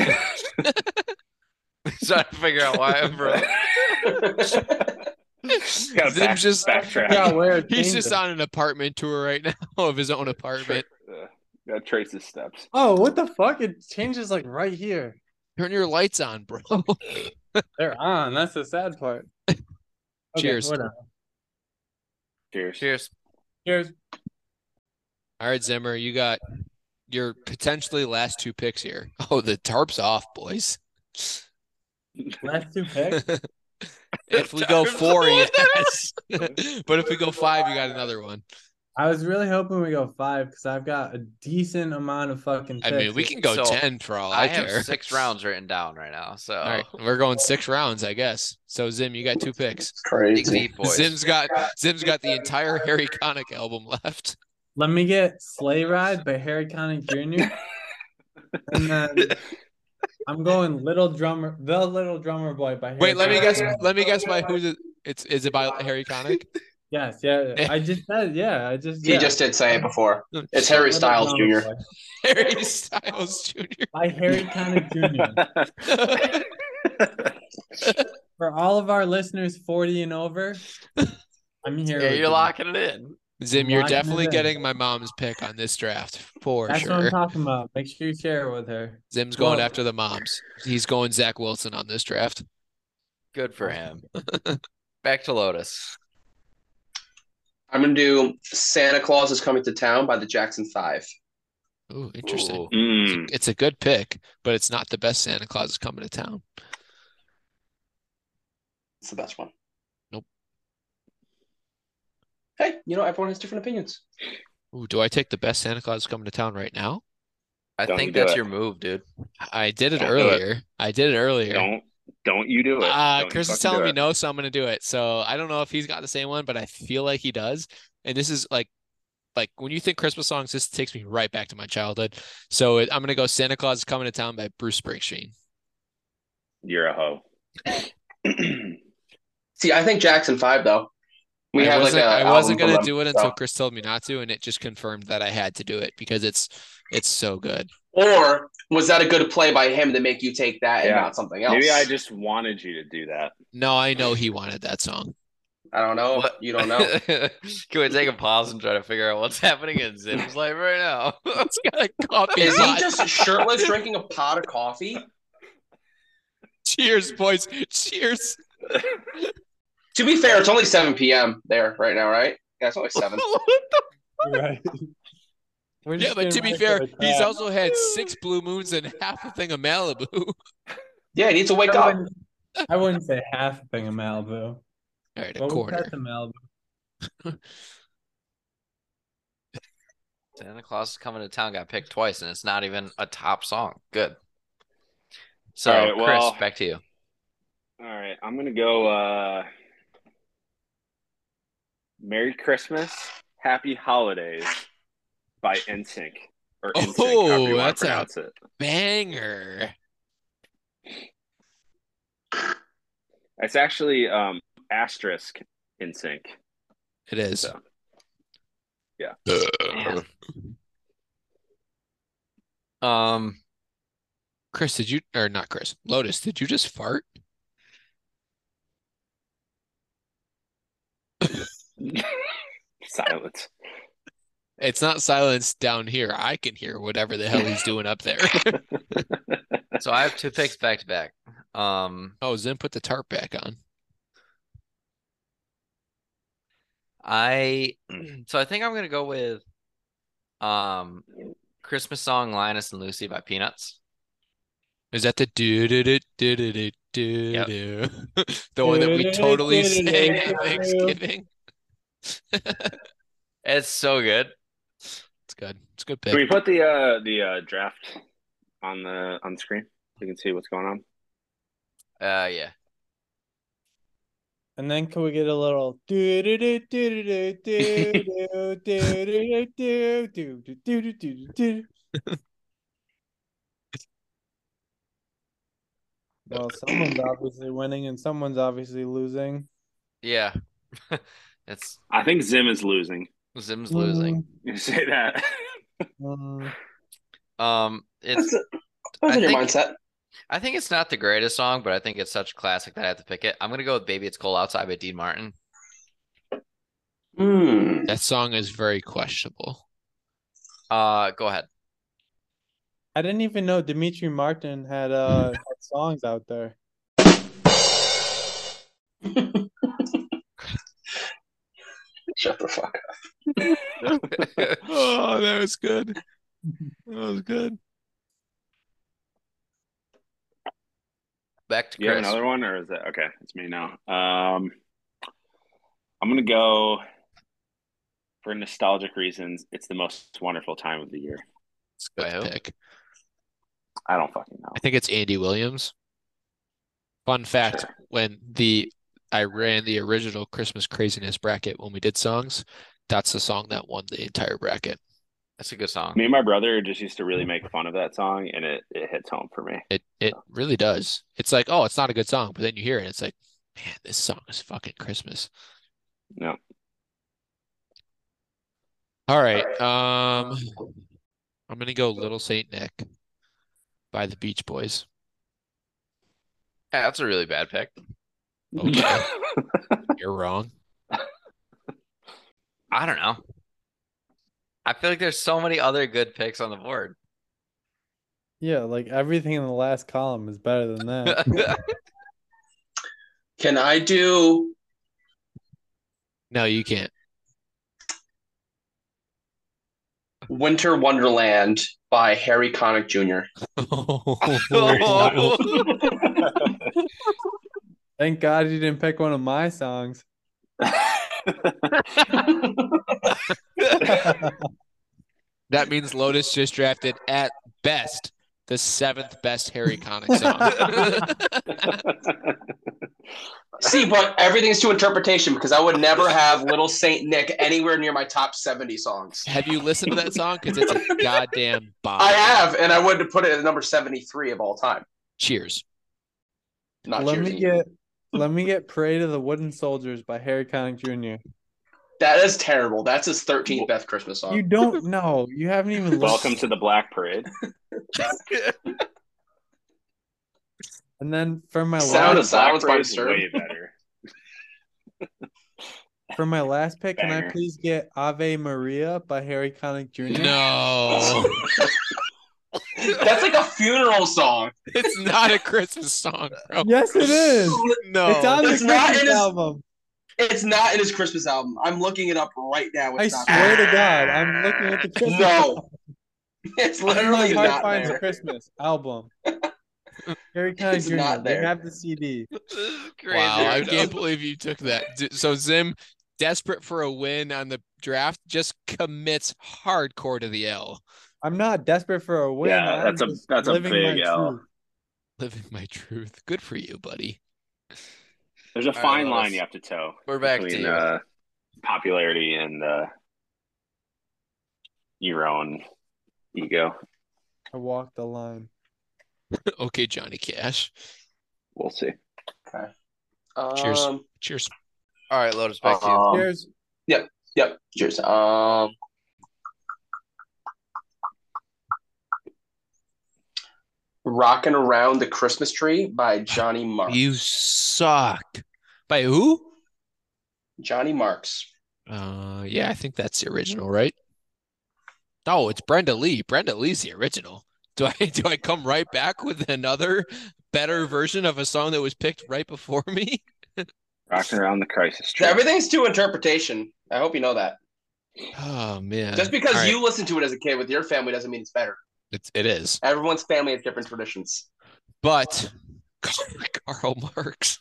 trying to figure <laughs> out why I'm broke. Gotta <laughs> Zim's back- just backtrack. Yeah, where he's just on an apartment tour right <laughs> now of his own apartment. Tra- uh, gotta trace his steps. Oh, what the fuck? It changes like right here. Turn your lights on, <laughs> bro. They're on. That's the <laughs> sad part. Cheers. whatever. Cheers. Cheers. Cheers. All right, Zimmer, you got your potentially last two picks here. Oh, the tarp's off, boys. <laughs> Last two picks. If we go four, yes. <laughs> Tarp's but if we go five, you got another one. I was really hoping we go five because I've got a decent amount of fucking. I Picks. mean, we can go So, ten for all I, I have care. six rounds written down right now, <laughs> so All right, we're going six rounds, I guess. So Zim, you got two picks. It's dig crazy. deep, boys. Zim's got Zim's got the entire Harry Connick album <laughs> left. Let me get Sleigh Ride by Harry Connick Jr. <laughs> and then I'm going Little Drummer, The Little Drummer Boy by. Harry Wait, let me Connick guess. Jr. Let me guess by who's it? It's is it by Harry <laughs> Connick? Yes, yeah. I just said, yeah. I just. He yeah. just did say it before. It's Harry Little Styles Drummer Jr. Boy Harry Styles Jr. By Harry Connick Jr. for all of our listeners 40 and over, I'm here. Yeah, you're with you. locking it in. <laughs> Zim, you're Locking it definitely in. getting my mom's pick on this draft for That's what I'm sure. talking about. Make sure you share it with her. Zim's going Well- after the moms. He's going Zach Wilson on this draft. Good <laughs> for him. Back to Lotus. I'm gonna do Santa Claus is coming to town by the Jackson Five. Ooh, interesting. Ooh. <laughs> Hmm. Mm. It's a good pick, but it's not the best Santa Claus is coming to town. It's the best one. Nope. Hey, you know everyone has different opinions. Ooh, do I take the best Santa Claus is coming to town right now? I Don't you think do that's it. your move, dude. I did it Don't do it. earlier. I did it earlier. Don't don't you do it. Uh, Don't you Chris is fucking telling do me it. no, so I'm gonna do it. So I don't know if he's got the same one, but I feel like he does. And this is like, like when you think Christmas songs, this takes me right back to my childhood. So it, I'm gonna go Santa Claus is Coming to Town by Bruce Springsteen. You're a hoe. <clears throat> See, I think Jackson Five though. We I have like wasn't, a I wasn't gonna album from them, do it until so. Chris told me not to, and it just confirmed that I had to do it because it's it's so good. Or was that a good play by him to make you take that and Yeah. not something else? Maybe I just wanted you to do that. No, I know he wanted that song. <laughs> I don't know. What? You don't know. <laughs> Can we take a pause and try to figure out what's happening in Zim's life right now? <laughs> It's got a coffee Is he pot. just <laughs> shirtless drinking a pot of coffee? Cheers, boys. Cheers. To be fair, it's only 7 p.m. there right now, right? Yeah, it's <laughs> only 7. <laughs> You're right. <laughs> We're Yeah, just but to getting be ready for fair, the he's draft. also had six blue moons and <laughs> half a thing of Malibu. <laughs> Yeah, he needs to wake I up. wouldn't, I wouldn't say half a thing of Malibu. All right, a Well, we quarter. got the Malibu. Santa Claus is coming to town got picked twice, and it's not even a top song. Good. So, All right, well- Chris, back to you. All right, I'm gonna go. uh Merry Christmas, Happy Holidays by NSYNC or NSYNC. however you Oh, wanna that's a- pronounce it. Banger. It's actually um asterisk NSYNC. It is. So, yeah. Man. Um, Chris, did you or not Chris? Lotus, did you just fart? <laughs> Silence. It's not silence down here. I can hear whatever the hell he's doing up there. <laughs> so I have <laughs> two picks back to back. Um, oh, Zim put the tarp back on. <clears throat> I so I think I'm gonna go with um Christmas song Linus and Lucy by Peanuts. Is that the do do do do do do do do? <laughs> The one that we totally sang at Thanksgiving. It's It's so good. good. It's a good Can we pick. put the uh the uh draft on the on the screen? We can see what's going on. Uh, yeah. And then can we get a little <laughs> do do do do do do do do do do do do do do do Well, someone's obviously winning and someone's obviously losing. Yeah. <laughs> It's I think Zim is losing. <laughs> Zim's losing. You say that. Mm, Um, it's <laughs> That's, that's I in your think- mindset. I think it's not the greatest song, but I think it's such a classic that I have to pick it. I'm gonna go with Baby It's Cold Outside by Dean Martin. Hmm. That song is very questionable. Uh, go ahead. I didn't even know Dimitri Martin had <laughs> uh had songs out there. Shut the fuck up. Oh, that was good. That was good. <laughs> Back to You have Chris. another one, or is that okay? It's me now. Um, I'm gonna go for nostalgic reasons. It's the most wonderful time of the year. It's a good By who? pick. I don't fucking know. I think it's Andy Williams. Fun fact, Sure. when the I ran the original Christmas craziness bracket when we did songs, that's the song that won the entire bracket. That's a good song. Me and my brother just used to really make fun of that song, and it, it hits home for me. It it really does. It's like, oh, it's not a good song, but then you hear it and it's like, man, this song is fucking Christmas. <laughs> No, <laughs> All right. Um I'm gonna go Little Saint Nick by the Beach Boys. Yeah, that's a really bad pick. Okay, you're wrong. I don't know. I feel like there's so many other good picks on the board. Yeah, like everything in the last column is better <laughs> <laughs> than that. Can I do? No, you can't. <laughs> Winter Wonderland by Harry Connick Jr. Oh, Thank God you didn't pick one of my songs. that means Lotus just drafted at best the seventh best Harry Connick <laughs> song. See, but everything's to interpretation because I would never have Little Saint Nick anywhere near my top 70 songs. have you listened to that song? Because it's a goddamn bomb. I have, and I would put it at number 73 of all time. Cheers. Not let me Jersey. <laughs> get let me get Pray to the Wooden Soldiers by Harry Connick Jr. That is terrible. That's his 13th best Christmas You song. don't know. You haven't even listened. Welcome to the Black Parade. And then for my Sound last of Silence by Black Parade's Disturbed. way better. for my last pick, can I Banger. please get Ave Maria by Harry Connick Jr.? No, <laughs> That's like a funeral song. it's not a Christmas song, bro. Yes, it is. No, It's on the It's not- Christmas it is- album. It's not in his Christmas album. I'm looking it up right now. I It's not swear to God, I'm looking at the Christmas. No, <laughs> album. It's This is my literally Hard not Finds there. Christmas album. <laughs> Harry Connick It's Jr. not They there. have the CD. This is crazy. Wow, I right now. can't believe you took that. D- So Zim, desperate for a win on the draft, just commits hardcore to the L. I'm not desperate for a win. Yeah, I'm that's a- just that's a living my big L. truth. Living my truth. Good for you, buddy. <laughs> There's a right, fine Lotus. line you have to toe. We're back to between, you. Uh, popularity and uh, your own ego. I walked the line. Okay, Johnny Cash. We'll see. Cheers. Um, Cheers. All right, Lotus, back to you. Uh-huh. um, Here's Yep. Cheers. Um. Rocking Around the Christmas Tree by Johnny Marks. You suck. By who? Johnny Marks. Uh, yeah, I think that's the original, right? No, it's Brenda Lee. Brenda Lee's the original. <laughs> Do I do I come right back with another better version of a song that was picked right before me? <laughs> Rocking around the crisis tree. Everything's to interpretation. I hope you know that. Oh man. Just because All right. you listened to it as a kid with your family doesn't mean it's better. It's, it is. Everyone's family has different traditions. But <laughs> Karl Marx.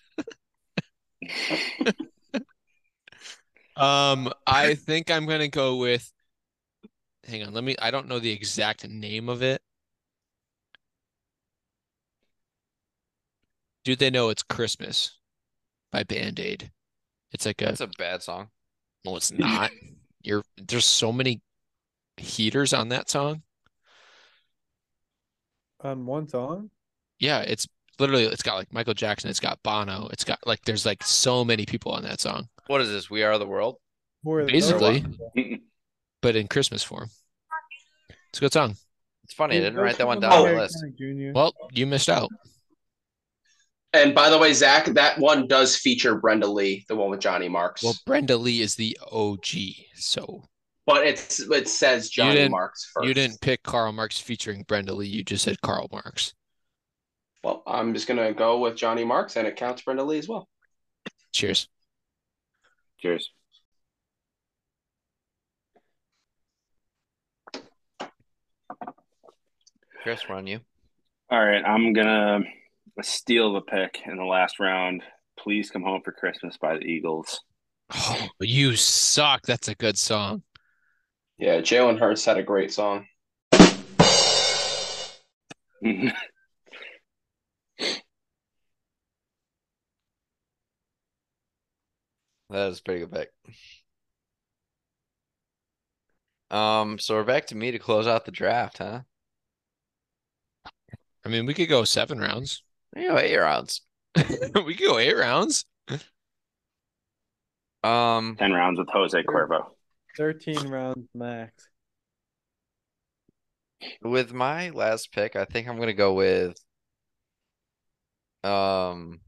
um, I think I'm gonna go with. Hang on, let me. I don't know the exact name of it. Do they know it's Christmas by Band Aid? It's like a That's a bad song. no, it's not. You're there's so many heaters on that song. on um, one song. Yeah, it's literally it's got like Michael Jackson, it's got Bono, it's got like there's like so many people on that song, What is this? We are the world. Who are those? basically, but in Christmas form. It's a good song. It's funny. I Dude, didn't those write that one people down on by my Harry list. Connick Jr. Well, you missed out. And by the way, Zach, that one does feature Brenda Lee, the one with Johnny Marks. Well, Brenda Lee is the OG, so but it's it says Johnny didn't- Marks first. you didn't pick Karl Marx featuring Brenda Lee. You just said Karl Marx. Well, I'm just gonna go with Johnny Marks, and it counts Brenda Lee as well. Cheers. <laughs> Cheers. Chris, we're on you. All right, I'm gonna steal the pick in the last round. Please come home for Christmas by the Eagles. <laughs> Oh, you suck. That's a good song. Yeah, Jalen Hurts had a great song. That is a pretty good pick. Um, so we're back to me to close out the draft, huh? I mean, we could go seven rounds. <laughs> You know, eight rounds. we could go eight rounds. Um, Ten rounds with Jose Cuervo. Thirteen rounds max. with my last pick, I think I'm gonna go with um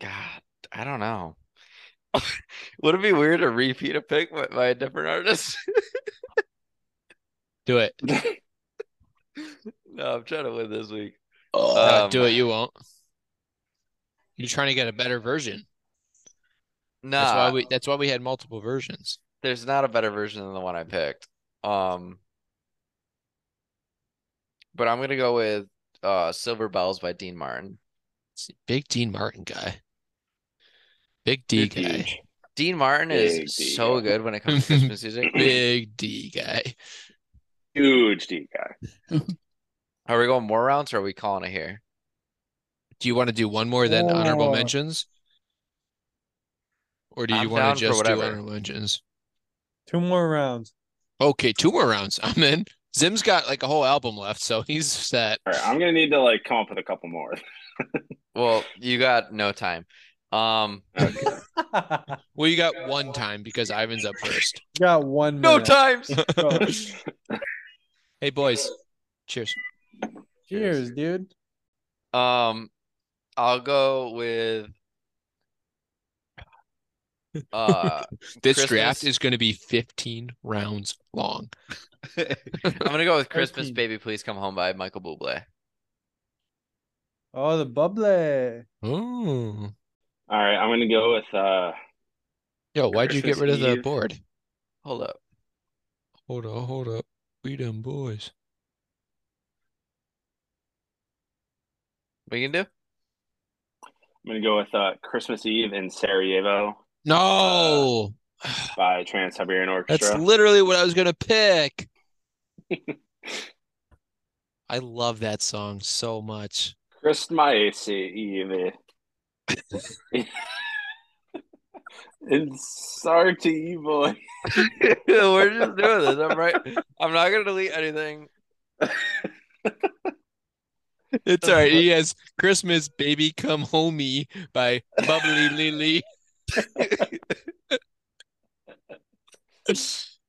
God, I don't know. <laughs> Would it be weird to repeat a pick by, by a different artist? <laughs> Do it. no, I'm trying to win this week. Uh, No, Um, Uh, do it. You won't. You're trying to get a better version. No, That's why we. That's why we had multiple versions. there's not a better version than the one I picked. Um, but I'm gonna go with uh "Silver Bells" by Dean Martin. It's Big Dean Martin guy. Big D Big D. guy. Dean Martin Big is D, so yeah. good when it comes to <laughs> Christmas music. Big D guy. Huge D guy. Are we going more rounds or are we calling it here? Do you want to do one more then honorable Oh. mentions? Or do you I'm down want for to just do whatever. honorable mentions? Two more rounds. <laughs> Okay, two more rounds. <laughs> I'm in. Zim's got like a whole album left, so he's set. All right, I'm gonna need to like come up with a couple more. Well, you got no time. Um, Well, you got one time because Ivan's up first. Got one. no <laughs> minute. times. Go. Hey boys. Cheers. Cheers, dude. Um, I'll go with uh, This Christmas. draft is going to be 15 rounds long. I'm gonna <laughs> go with "Christmas Thirteen. Baby Please Come Home" by Michael Bublé. Oh, the bubbly. Oh. All right, I'm gonna go with uh Yo, why'd you get Christmas rid of the Eve. board? Hold up. Hold up, hold up. We them boys. What you gonna do? I'm gonna go with uh Christmas Eve in Sarajevo No. by Trans Siberian That's Orchestra. literally what I was gonna <laughs> pick. I love that song so <laughs> much. Christmas Eve uh, <laughs> in Sarajevo. <laughs> We're just doing this. I'm right. I'm not gonna delete anything. It's all right. He has Christmas Baby Come Homey by Bubbly Lily. <laughs>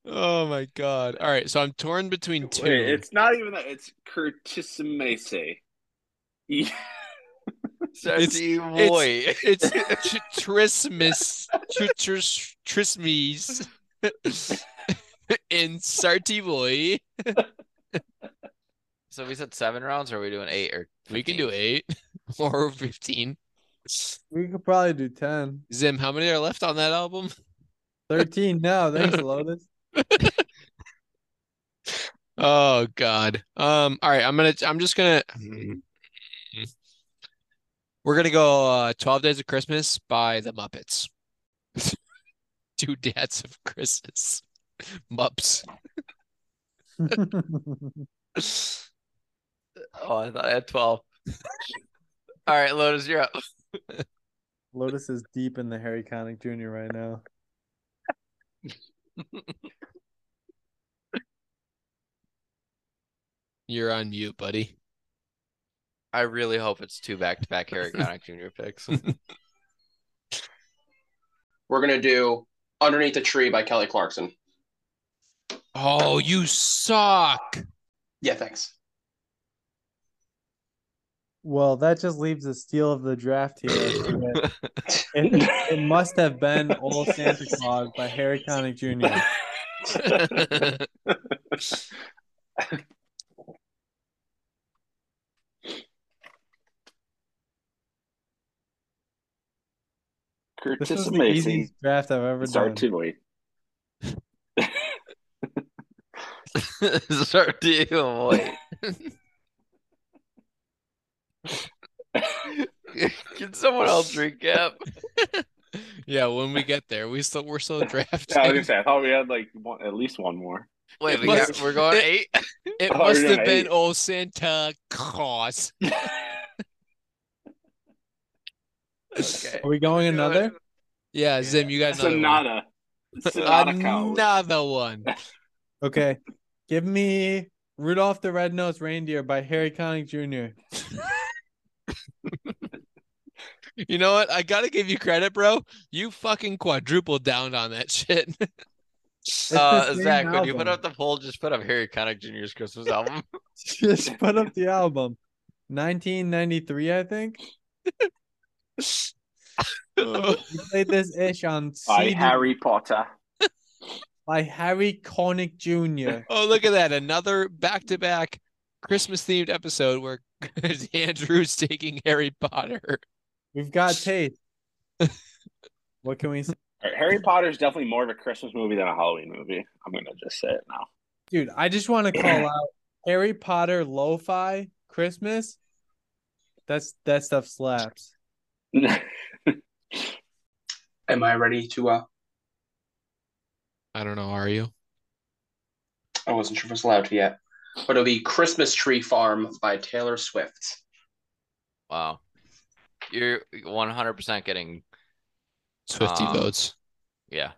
oh my god. All right, so I'm torn between two. Wait, it's not even that. It's Curtisimese. <laughs> E- It's- Sassy it's- boy. <laughs> It's tr- Trismus, tr- tr- <laughs> Trismes, in Sartivoy. <laughs> So we said seven rounds, or are we doing eight or We can do eight <laughs> or 15. We could probably do 10. Zim, how many are left on that album? 13 now. <laughs> Thanks, Lotus. <laughs> Oh God. Um. All right. I'm gonna. I'm just gonna. We're gonna go uh, Twelve Days of Christmas by the Muppets. <laughs> Two Dads of Christmas. Mups. Oh, I thought I had twelve. <laughs> All right, Lotus, you're up. Lotus is deep in the Harry Connick Jr. right now. You're on mute, buddy. I really hope it's two back-to-back <laughs> Harry Connick Jr. picks. <laughs> We're gonna do "Underneath the Tree" by Kelly Clarkson. Oh, you suck. Yeah, thanks. Well, that just leaves the steal of the draft here. it, it must have been Old Santa Claus by Harry Connick Jr. This is the Curtisimese. easiest draft I've ever done. Sarajevo. Start to you, boy. <laughs> Can someone else recap? yeah. When we get there, we still we're still drafting. Yeah, I was gonna say. I thought we had like one, at least one more. Wait, we must- got, we're going <laughs> eight. It Oh, must you're have gonna been hate. old Santa Claus. Okay. Are we going another? Yeah, Zim, you got another one. Sonata. Sonata College. Another one. Okay. Give me Rudolph the Red-Nosed Reindeer by Harry Connick Jr. You know what? I gotta give you credit, bro. You fucking quadrupled down on that <laughs> shit. It's Uh, the same Zach, when you put album. up the poll, just put up Harry Connick Jr.'s Christmas album. <laughs> <laughs> Just put up the album. 1993, I think. Oh, You played this ish on by CD Harry Potter. by Harry Connick Jr. Oh, look at that. Another back to back Christmas themed episode where <laughs> Andrew's taking Harry Potter. We've got taste. what can we say? All right, Harry Potter is definitely more of a Christmas movie than a Halloween movie. I'm gonna just say it now. Dude, I just want to call out Harry Potter Lo-Fi Christmas. That's that stuff slaps. <laughs> Am I ready to? Uh, I don't know. Are you? I wasn't sure if it's allowed yet, but it'll be "Christmas Tree Farm" by Taylor Swift. Wow. You're 100% getting, Swifty Um, votes. yeah.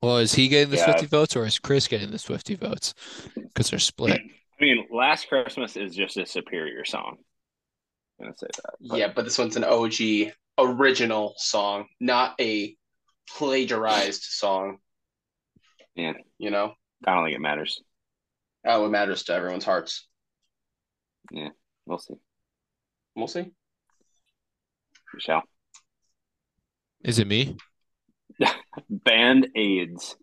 Well, is he getting the yeah. Swifty votes or is Chris getting the Swifty votes? Because they're split. I mean, Last Christmas is just a superior song. I'm gonna say that. Yeah, but this one's an OG original song, not a plagiarized song. Yeah. you know, I don't think it matters. oh, it matters to everyone's hearts. We'll see. We'll see. We shall. Is it me? Band <laughs> aids.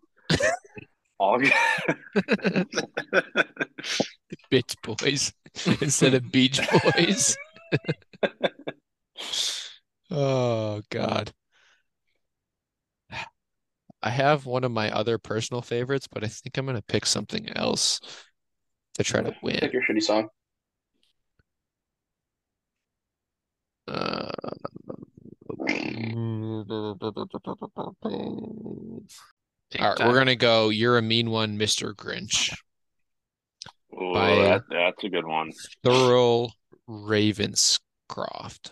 All good. Bitch Boys <laughs> instead of Beach Boys. oh God. I have one of my other personal favorites, but I think I'm gonna pick something else to try to Pick win. your shitty song. Uh, all right, we're gonna go. You're a mean one, Mr. Grinch. Ooh, By- that, that's a <laughs> good one. Thurl Ravenscroft.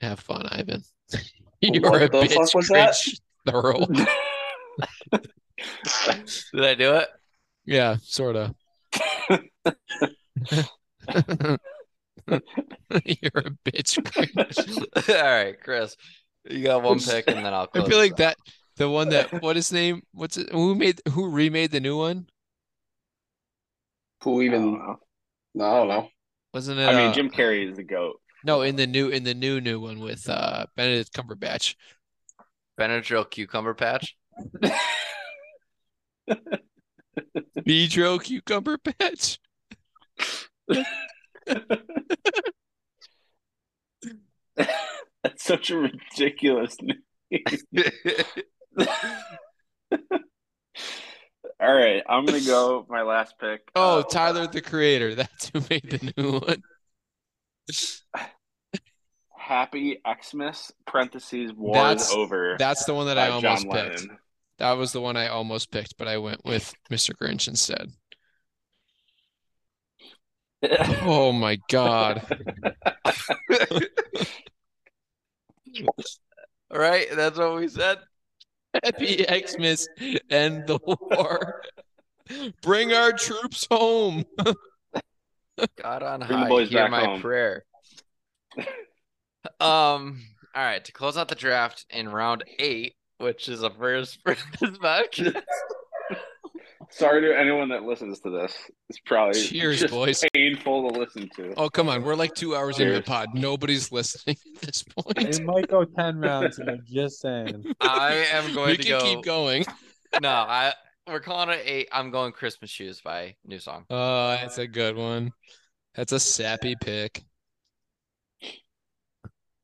Have fun, Ivan. <laughs> You're What a the bitch, fuck was that? Grinch. <laughs> Thurl. Did I do it? <laughs> Yeah, sort <laughs> of. You're a bitch. <laughs> Grinch. All right, Chris. You got one pick and then I'll <laughs> I close. feel like this out. that the one that what his name? What's it? Who made who remade the new one? Who I don't even? know. No, I don't know. Wasn't it I uh, mean, Jim Carrey is the goat. <laughs> no, in the new in the new new one with uh Benedict Cumberbatch. Benadryl cucumber patch. Pedro Cucumber Patch. That's such a ridiculous name. <laughs> All right, I'm gonna go. with My last pick. Oh, Uh, Tyler the Creator. <laughs> That's who made the new one. Happy Xmas. Parentheses. War That's- is over. That's the one that by I Uh, almost John picked. Lennon. That was the one I almost picked, but I went with Mr. Grinch <laughs> instead. Oh my God. <laughs> All right, that's what we said. Happy Xmas, end the war. Bring our troops home. God on Bring the high, boys hear back my home. <laughs> prayer. um. All right, to close out the draft in round eight, which is a first for this podcast. <laughs> Sorry to anyone that listens to this. It's probably Cheers, just boys. painful to listen to. Oh, come on. We're like two hours into the Cheers. pod. Nobody's listening at this point. <laughs> It might go ten rounds. and I'm just saying. I <laughs> am going We to can go. keep going. No, I we're calling it eight. I'm going Christmas shoes by new song. Oh, that's a good one. That's a sappy pick.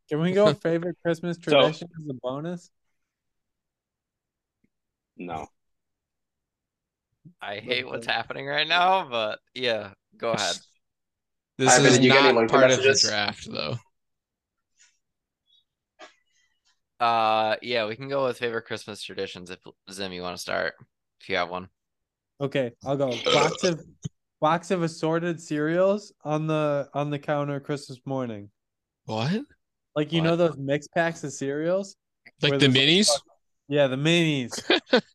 Can we go favorite Christmas tradition as a bonus? No. I hate what's happening right now, but yeah, go <laughs> ahead. This Ivan, is did you get any not LinkedIn part of the messages? draft, though. Uh, yeah, we can go with favorite Christmas traditions if Zim, you want to start if you have one. Okay, I'll go. Box of box of assorted cereals on the on the counter Christmas morning. What? Like you What? know those mix packs of cereals? Like Where the minis? there's Yeah, the minis.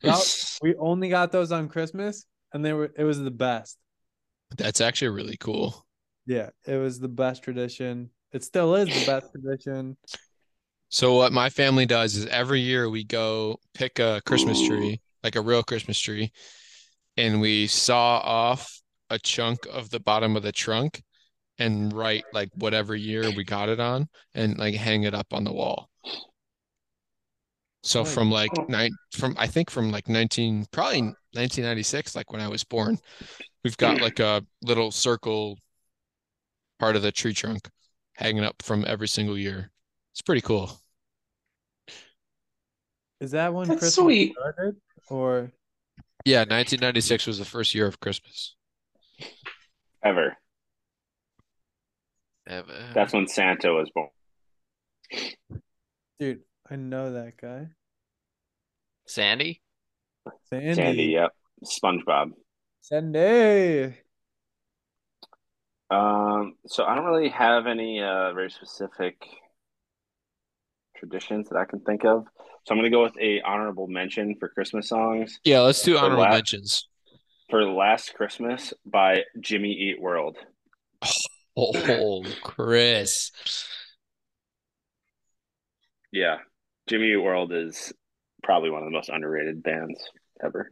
Well, we only got those on Christmas and they were it was the best. <laughs> That's actually really cool. Yeah, it was the best tradition. It still is the best tradition. So what my family does is every year we go pick a Christmas tree, like a real Christmas tree, and we saw off a chunk of the bottom of the trunk and write like whatever year we got it on and like hang it up on the wall. So Right. from like Oh. nine from I think from like 19 probably 1996 like when I was born we've got like a little circle part of the tree trunk hanging up from every single year. It's pretty cool. Is that when That's Christmas sweet. started? Or Yeah, 1996 was the first year of Christmas. Ever. Ever. That's when Santa was born. dude, I know that guy. Sandy? Sandy. Sandy, yep. SpongeBob. Sandy. Um, so I don't really have any uh, very specific traditions that I can think of. So I'm gonna go with a honorable mention for Christmas songs Yeah, let's do For honorable laugh. mentions. for Last Christmas by Jimmy Eat World. Oh, Chris. Yeah, Jimmy Eat World is probably one of the most underrated bands ever.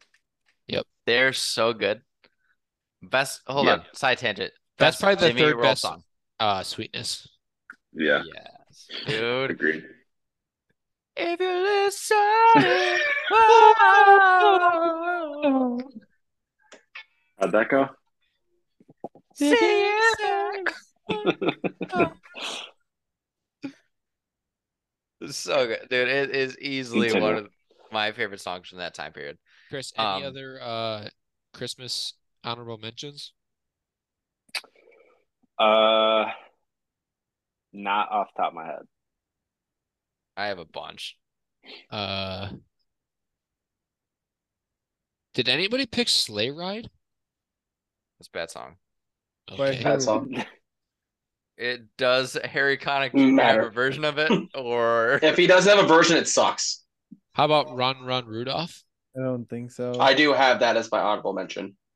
They're so good. Best hold Yeah. on, side tangent. That's Best probably the Jimmy third Eat World best- song. Uh, sweetness. Yeah, Yes. Dude. <laughs> agreed. If you listen, oh, How'd that go? see it. <laughs> so good, dude. It is easily one Continue. of my favorite songs from that time period. Chris, any Um, other uh Christmas honorable mentions? Uh, not off the top of my head. I have a bunch. Uh Did anybody pick Sleigh Ride? It's a bad song. Wait, Okay. who- That song. It does Harry Connick Mm, have matter. a version <laughs> of it, or If he doesn't have a version, it sucks. How about Run Run Rudolph? I don't think so. I do have that as my honorable mention. <laughs>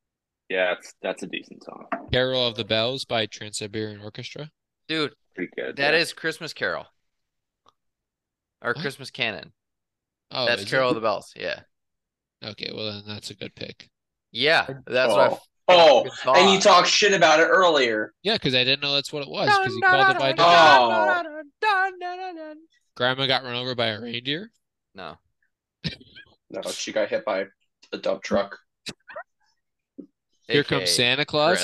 Yeah, that's that's a decent song. Carol of the Bells by Trans Siberian Orchestra? dude, Pretty good. that yeah. is Christmas Carol or What? Christmas Canon. Oh, that's is it? Carol of the Bells. Yeah, Okay, well then that's a good pick. yeah, that's oh. what. I Oh, fucking and you thought. talked shit about it earlier. Yeah, because I didn't know that's what it was because he called it by dun, different- dun, Grandma got run over by a reindeer. No, No, she got hit by a dump truck. Here comes AKA Santa Claus.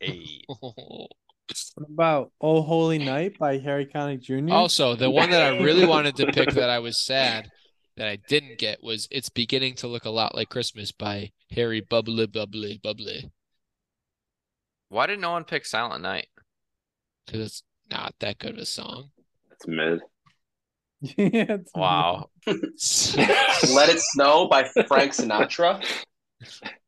Chris. Hey. What about Oh Holy Night by Harry Connick Jr.? <laughs> <laughs> Also, the one that I really wanted to pick that I was sad that I didn't get was "It's Beginning to Look a Lot Like Christmas" by Harry Bubbly Bubbly Bubbly Why did no one pick Silent Night? because it's not that good of a song. <laughs> That's mid. yeah, it's- <laughs> Wow. <laughs> Let It Snow by Frank Sinatra.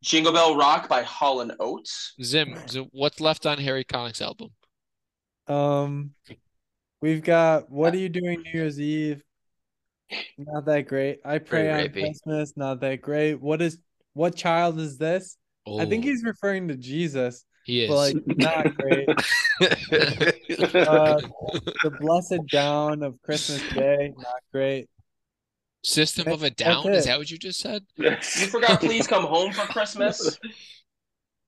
Jingle Bell Rock by Hall and Oates. Zim, Zim, what's left on Harry Connick's album? Um, we've got What Are You Doing New Year's Eve? Not that great. I pray on rapey. Christmas. Not that great. What is what child is this? I think Oh, he's referring to Jesus, he is. but like not great. Uh, the Blessed Down of Christmas Day. Not great. System of a that's Down. Is it. that what you just said? <laughs> You forgot Please Come Home for <laughs> Christmas.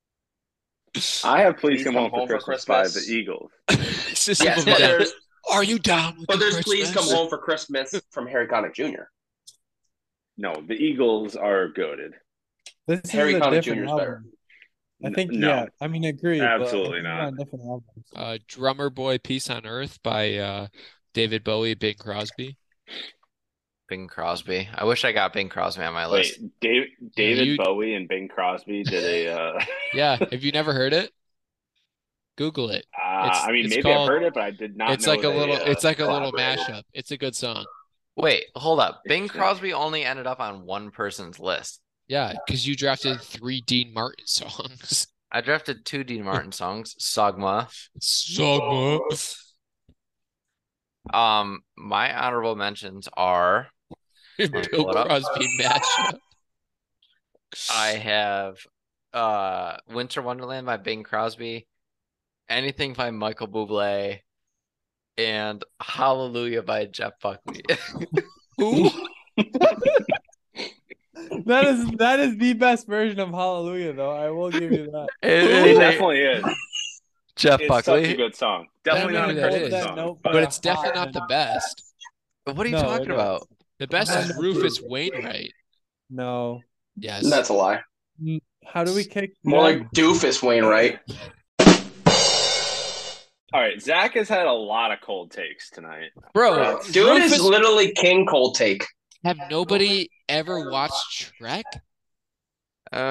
<laughs> I have Please Please Come, Home, for Christmas, by Christmas. the Eagles. System Yes, of a but Down. there's, Are you down with but the there's Please Come Christmas? Home for Christmas from Harry Connick Jr. No, the Eagles are goaded. This is Harry a Connick different Jr. is album. better. I think no, yeah. I mean, agree. but I Absolutely think they're not. on different albums. Uh, Drummer Boy, Peace on Earth by uh, David Bowie, Bing Crosby. Bing Crosby. I wish I got Bing Crosby on my Wait, list. Dave, David you- Bowie and Bing Crosby did a. Uh, <laughs> Yeah, have you never heard it? Google it. uh, It's- I mean, it's maybe I've called- heard it, but I did not. It's know like a they, little. uh, It's like a little collaborated. mashup. It's a good song. Wait, <laughs> hold up. Bing Interesting. Crosby only ended up on one person's list. Yeah, because you drafted three Dean Martin songs. <laughs> I drafted two Dean Martin songs, Sogma. Sogma. Um, my honorable mentions are Bill What up? Crosby mashup. I have uh Winter Wonderland by Bing Crosby, Anything by Michael Bublé, and Hallelujah by Jeff Buckley. <laughs> Ooh, That is that is the best version of Hallelujah, though. I will give you that. It It is a- definitely is. Jeff It's such a Buckley. good song. Definitely know not a who that Christmas is. song. but it's definitely not the best. What are you No, it talking is. about? The best is No. Rufus Wainwright. No. Yes. That's a lie. How do we kick? More Doug? like doofus Wainwright. All right, Zach has had a lot of cold takes tonight. Bro, Uh, Dude is Rufus- literally King Cold Take. have nobody ever watched Shrek? You're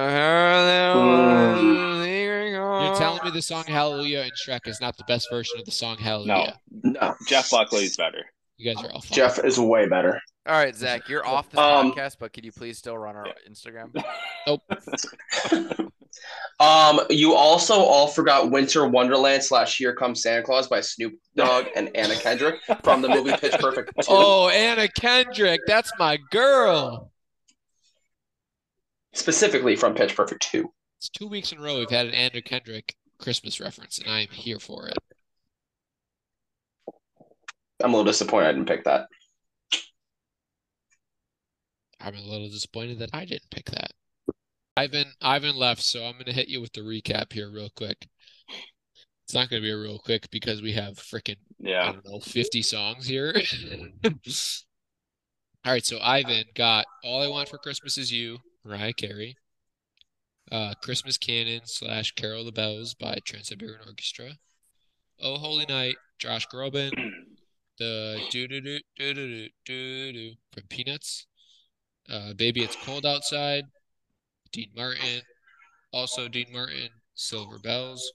telling me the song Hallelujah and Shrek is not the best version of the song Hallelujah. No, No. Jeff Buckley's better. You guys are all fucked. Jeff is way better. All right, Zach, you're off this Um, podcast, but could you please still run our <laughs> Instagram? Um, you also all forgot Winter Wonderland slash Here Comes Santa Claus by Snoop Dogg and Anna Kendrick from the movie Pitch Perfect 2. Oh, Anna Kendrick, that's my girl. Specifically from Pitch Perfect 2. It's two weeks in a row we've had an Anna Kendrick Christmas reference, and I am here for it. I'm a little disappointed I didn't pick that. I'm a little disappointed that I didn't pick that. Ivan, Ivan left, so I'm gonna hit you with the recap here real quick. It's not gonna be a real quick because we have freaking I <laughs> Yeah. don't know, 50 songs here. <laughs> All right, so Ivan got All I Want for Christmas Is You, Mariah Carey. Uh, Christmas Canon slash Carol of the Bells by Trans Siberian Orchestra. Oh Holy Night, Josh Groban. The do do do do do do do from Peanuts. Uh, Baby It's Cold Outside, Dean Martin. Also Dean Martin, Silver Bells.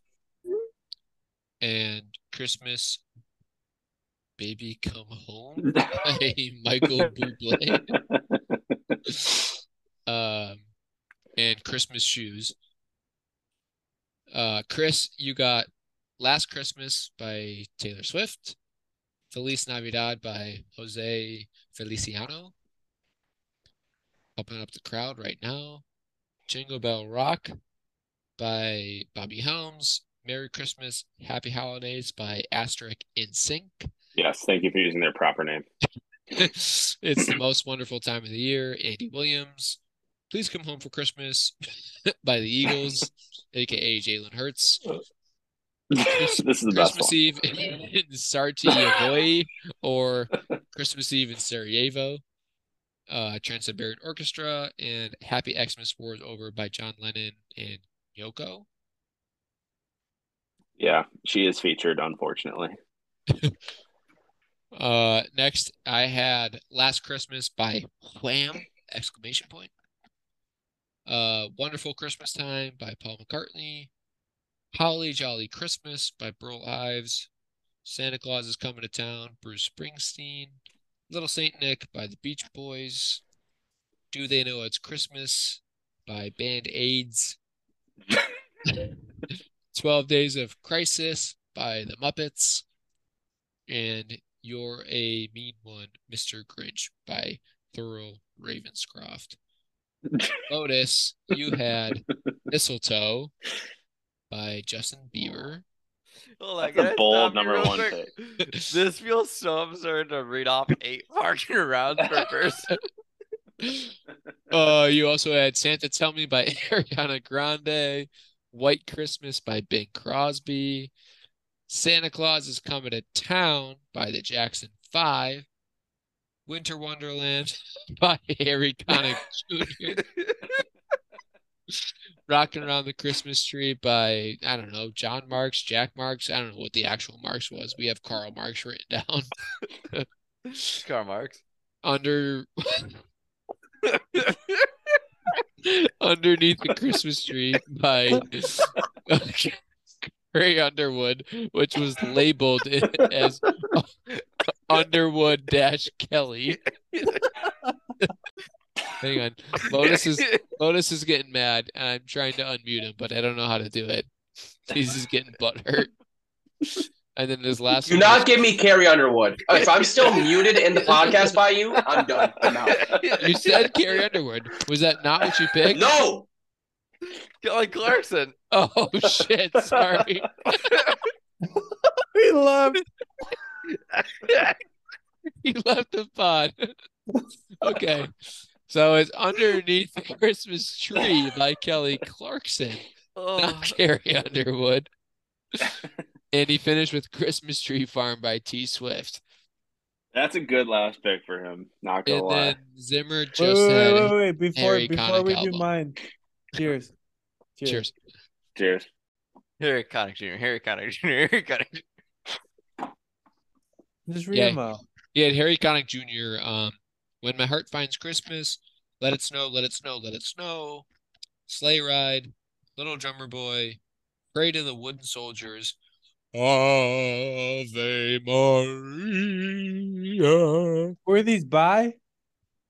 And Christmas Baby Come Home <laughs> by Michael Bublé. Um, and Christmas shoes. Uh, Chris, you got Last Christmas by Taylor Swift, Feliz Navidad by Jose Feliciano. Pumping up the crowd right now. Jingle Bell Rock by Bobby Helms. Merry Christmas, Happy Holidays by Asterisk in Sync. yes, thank you for using their proper name. It's the most wonderful time of the year. Andy Williams. Please come home for Christmas <laughs> by the Eagles, aka Jalen Hurts. <laughs> this is the best Christmas one. Eve in Sarajevo or Christmas Eve in Sarajevo. Uh, Trans Siberian Orchestra and Happy Xmas War is Over by John Lennon and Yoko. Yeah, she is featured, unfortunately. Uh, next, I had Last Christmas by Wham! Exclamation point. Uh, Wonderful Christmas Time by Paul McCartney. Holly Jolly Christmas by Burl Ives. Santa Claus is Coming to Town, Bruce Springsteen. Little Saint Nick by the Beach Boys. Do They Know It's Christmas by Band Aids. <laughs> 12 Days of Crisis by the Muppets and You're a Mean One, Mr. Grinch by Thurl Ravenscroft. Lotus, you had Mistletoe by Justin Bieber. Hold That's a bold number one pick. <laughs> This feels so absurd to read off eight <laughs> marking rounds per <laughs> person. <laughs> Uh, you also had Santa Tell Me by <laughs> Ariana Grande, White Christmas by Bing Crosby, Santa Claus is Coming to Town by the Jackson Five, Winter Wonderland <laughs> by Harry Connick Jr. Rocking Around the Christmas Tree by, I don't know, John Marks, Jack Marks. I don't know what the actual Marks was. We have Karl Marx written down. Car marks. Under <laughs> Underneath the Christmas Tree by <laughs> Gray Underwood, which was labeled <laughs> as Underwood Dash Kelly. <laughs> Hang on. Oh, Lotus is Lotus is getting mad, and I'm trying to unmute him, but I don't know how to do it. He's just getting butthurt. And then this last Do one was- not give me Carrie Underwood. If I'm still muted in the podcast by you, I'm done. I'm out. you said Carrie Underwood. Was that not what you picked? No! <laughs> Kelly Clarkson. Oh <laughs> shit! Sorry. <laughs> We love he left the pod. <laughs> okay. So it's underneath the Christmas tree by Kelly Clarkson, <laughs> Oh, not Carrie Underwood. and he finished with Christmas Tree Farm by T Swift. That's a good last pick for him. Not gonna And lie. then Zimmer just wait, had wait, a- wait, wait, before Harry before Connick we do album. mine. Cheers. Cheers. cheers. Cheers. <laughs> Harry Connick Jr., Harry Connick Jr., <laughs> Harry Connick Jr. Just read Yeah. them out. He had Harry Connick Jr. Um, when my heart finds Christmas, let it snow, let it snow, let it snow, sleigh ride, little drummer boy, pray to the wooden soldiers, Ave Maria. Where are these by?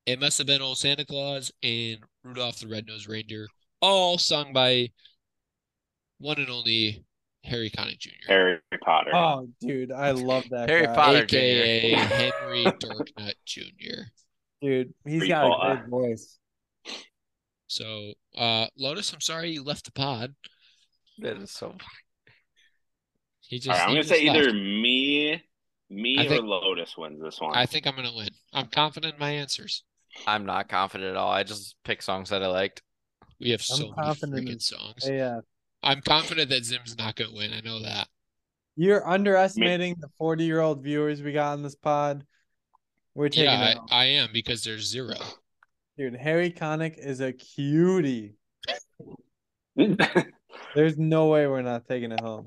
It must have been old Santa Claus and Rudolph the Red-Nosed Reindeer, all sung by one and only Harry Connick Jr. Harry Potter. Oh, dude, I love that. Harry guy. Potter Jr. AKA Henry Darknut Jr. dude. He's Free got fall. a good voice. So, uh, Lotus, I'm sorry you left the pod. That is so. He just. All right, I'm he gonna just say either left. me, me I or think- Lotus wins this one. <laughs> I think I'm gonna win. I'm confident in my answers. I'm not confident at all. I just pick songs that I liked. We have so many confident in- freaking songs. Yeah. I'm confident that Zim's not gonna win. I know that. You're underestimating the 40 year old viewers we got on this pod. We're taking Yeah, it. out. I, I am because there's zero. Dude, Harry Connick is a cutie. I There's no way we're not taking it home.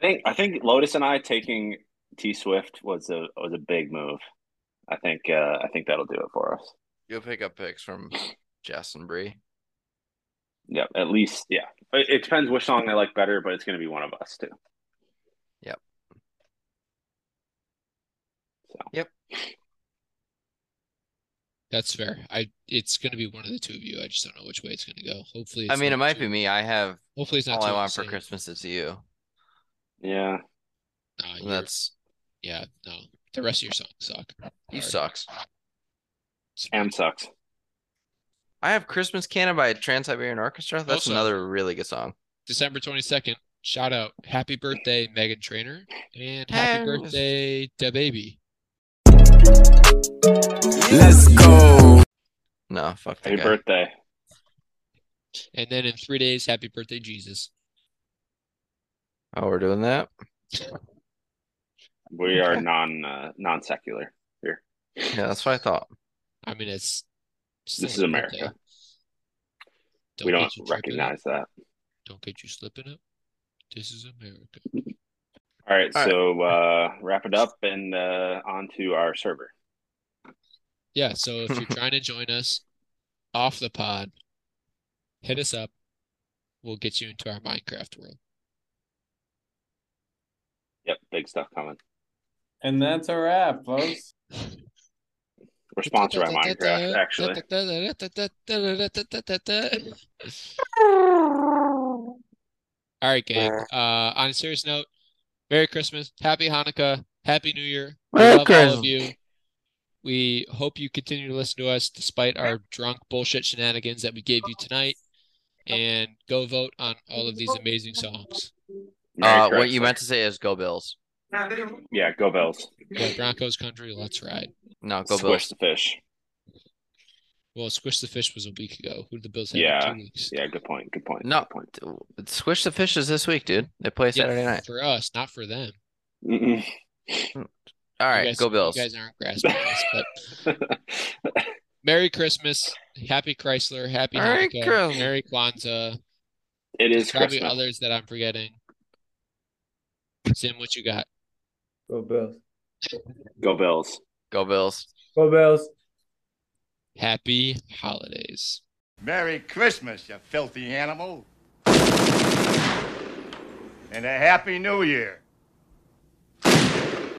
think I think Lotus and I taking T Swift was a was a big move. I think uh, I think that'll do it for us. You'll pick up picks from Justin Bree. Yeah, at least yeah. It, it depends which song I like better, but it's gonna be one of us too. Yep. So Yep. That's fair. I it's gonna be one of the two of you. I just don't know which way it's gonna go. Hopefully, I it's mean, not it might too- be me. I have Hopefully, it's not all I too want for insane. Christmas is you. yeah. Nah, And you're- That's yeah, no. The rest of your songs suck. you Sorry. sucks. It's fine. Am sucks. I have Christmas Canon by Trans Siberian Orchestra. That's Also- another really good song. December 22nd. Shout out. Happy birthday, Megan Trainer. And happy Hey. birthday, Da Baby. Let's go. No, fuck that Happy guy. birthday. And then in three days, happy birthday, Jesus. Oh, we're doing that. We are non uh, non secular. Yeah, that's what I thought. I mean, it's. still This his is America. birthday. we get don't you tripping up. recognize that. Don't get you slipping up. This is America. All right, All right. so uh, wrap it up and uh, on to our server. Yeah. So if you're trying to join us off the pod, hit us up. We'll get you into our Minecraft world. Yep, big stuff coming. And that's a wrap, folks. We're sponsored by Minecraft, actually. <laughs> All right, gang. Uh, on a serious note, Merry Christmas, Happy Hanukkah, Happy New Year. We Merry love all of Christmas. you. We hope you continue to listen to us despite our drunk bullshit shenanigans that we gave you tonight. And go vote on all of these amazing songs. Merry uh, what Christmas. you meant to say is go Bills. Yeah, go Bills. Yeah, Broncos country, let's ride. No, go Squish Bills. the fish. Well, Squish the Fish was a week ago. Who did the Bills have Yeah. in two weeks? Yeah, good point. Good point. No. Good point. Squish the fishes this week, dude. They play Yeah, Saturday night. For us, not for them. Mm-mm. All You right, guys- go Bills. You guys aren't grasping this, but Merry Christmas, Happy Chrysler, Happy Merry Hanukkah, Christmas. Merry Kwanzaa. it is Probably Christmas. others that I'm forgetting. Sim, what you got? Go Bills. Go Bills. Go Bills. Go Bills. Happy holidays. Merry Christmas, you filthy animal. And a Happy New Year.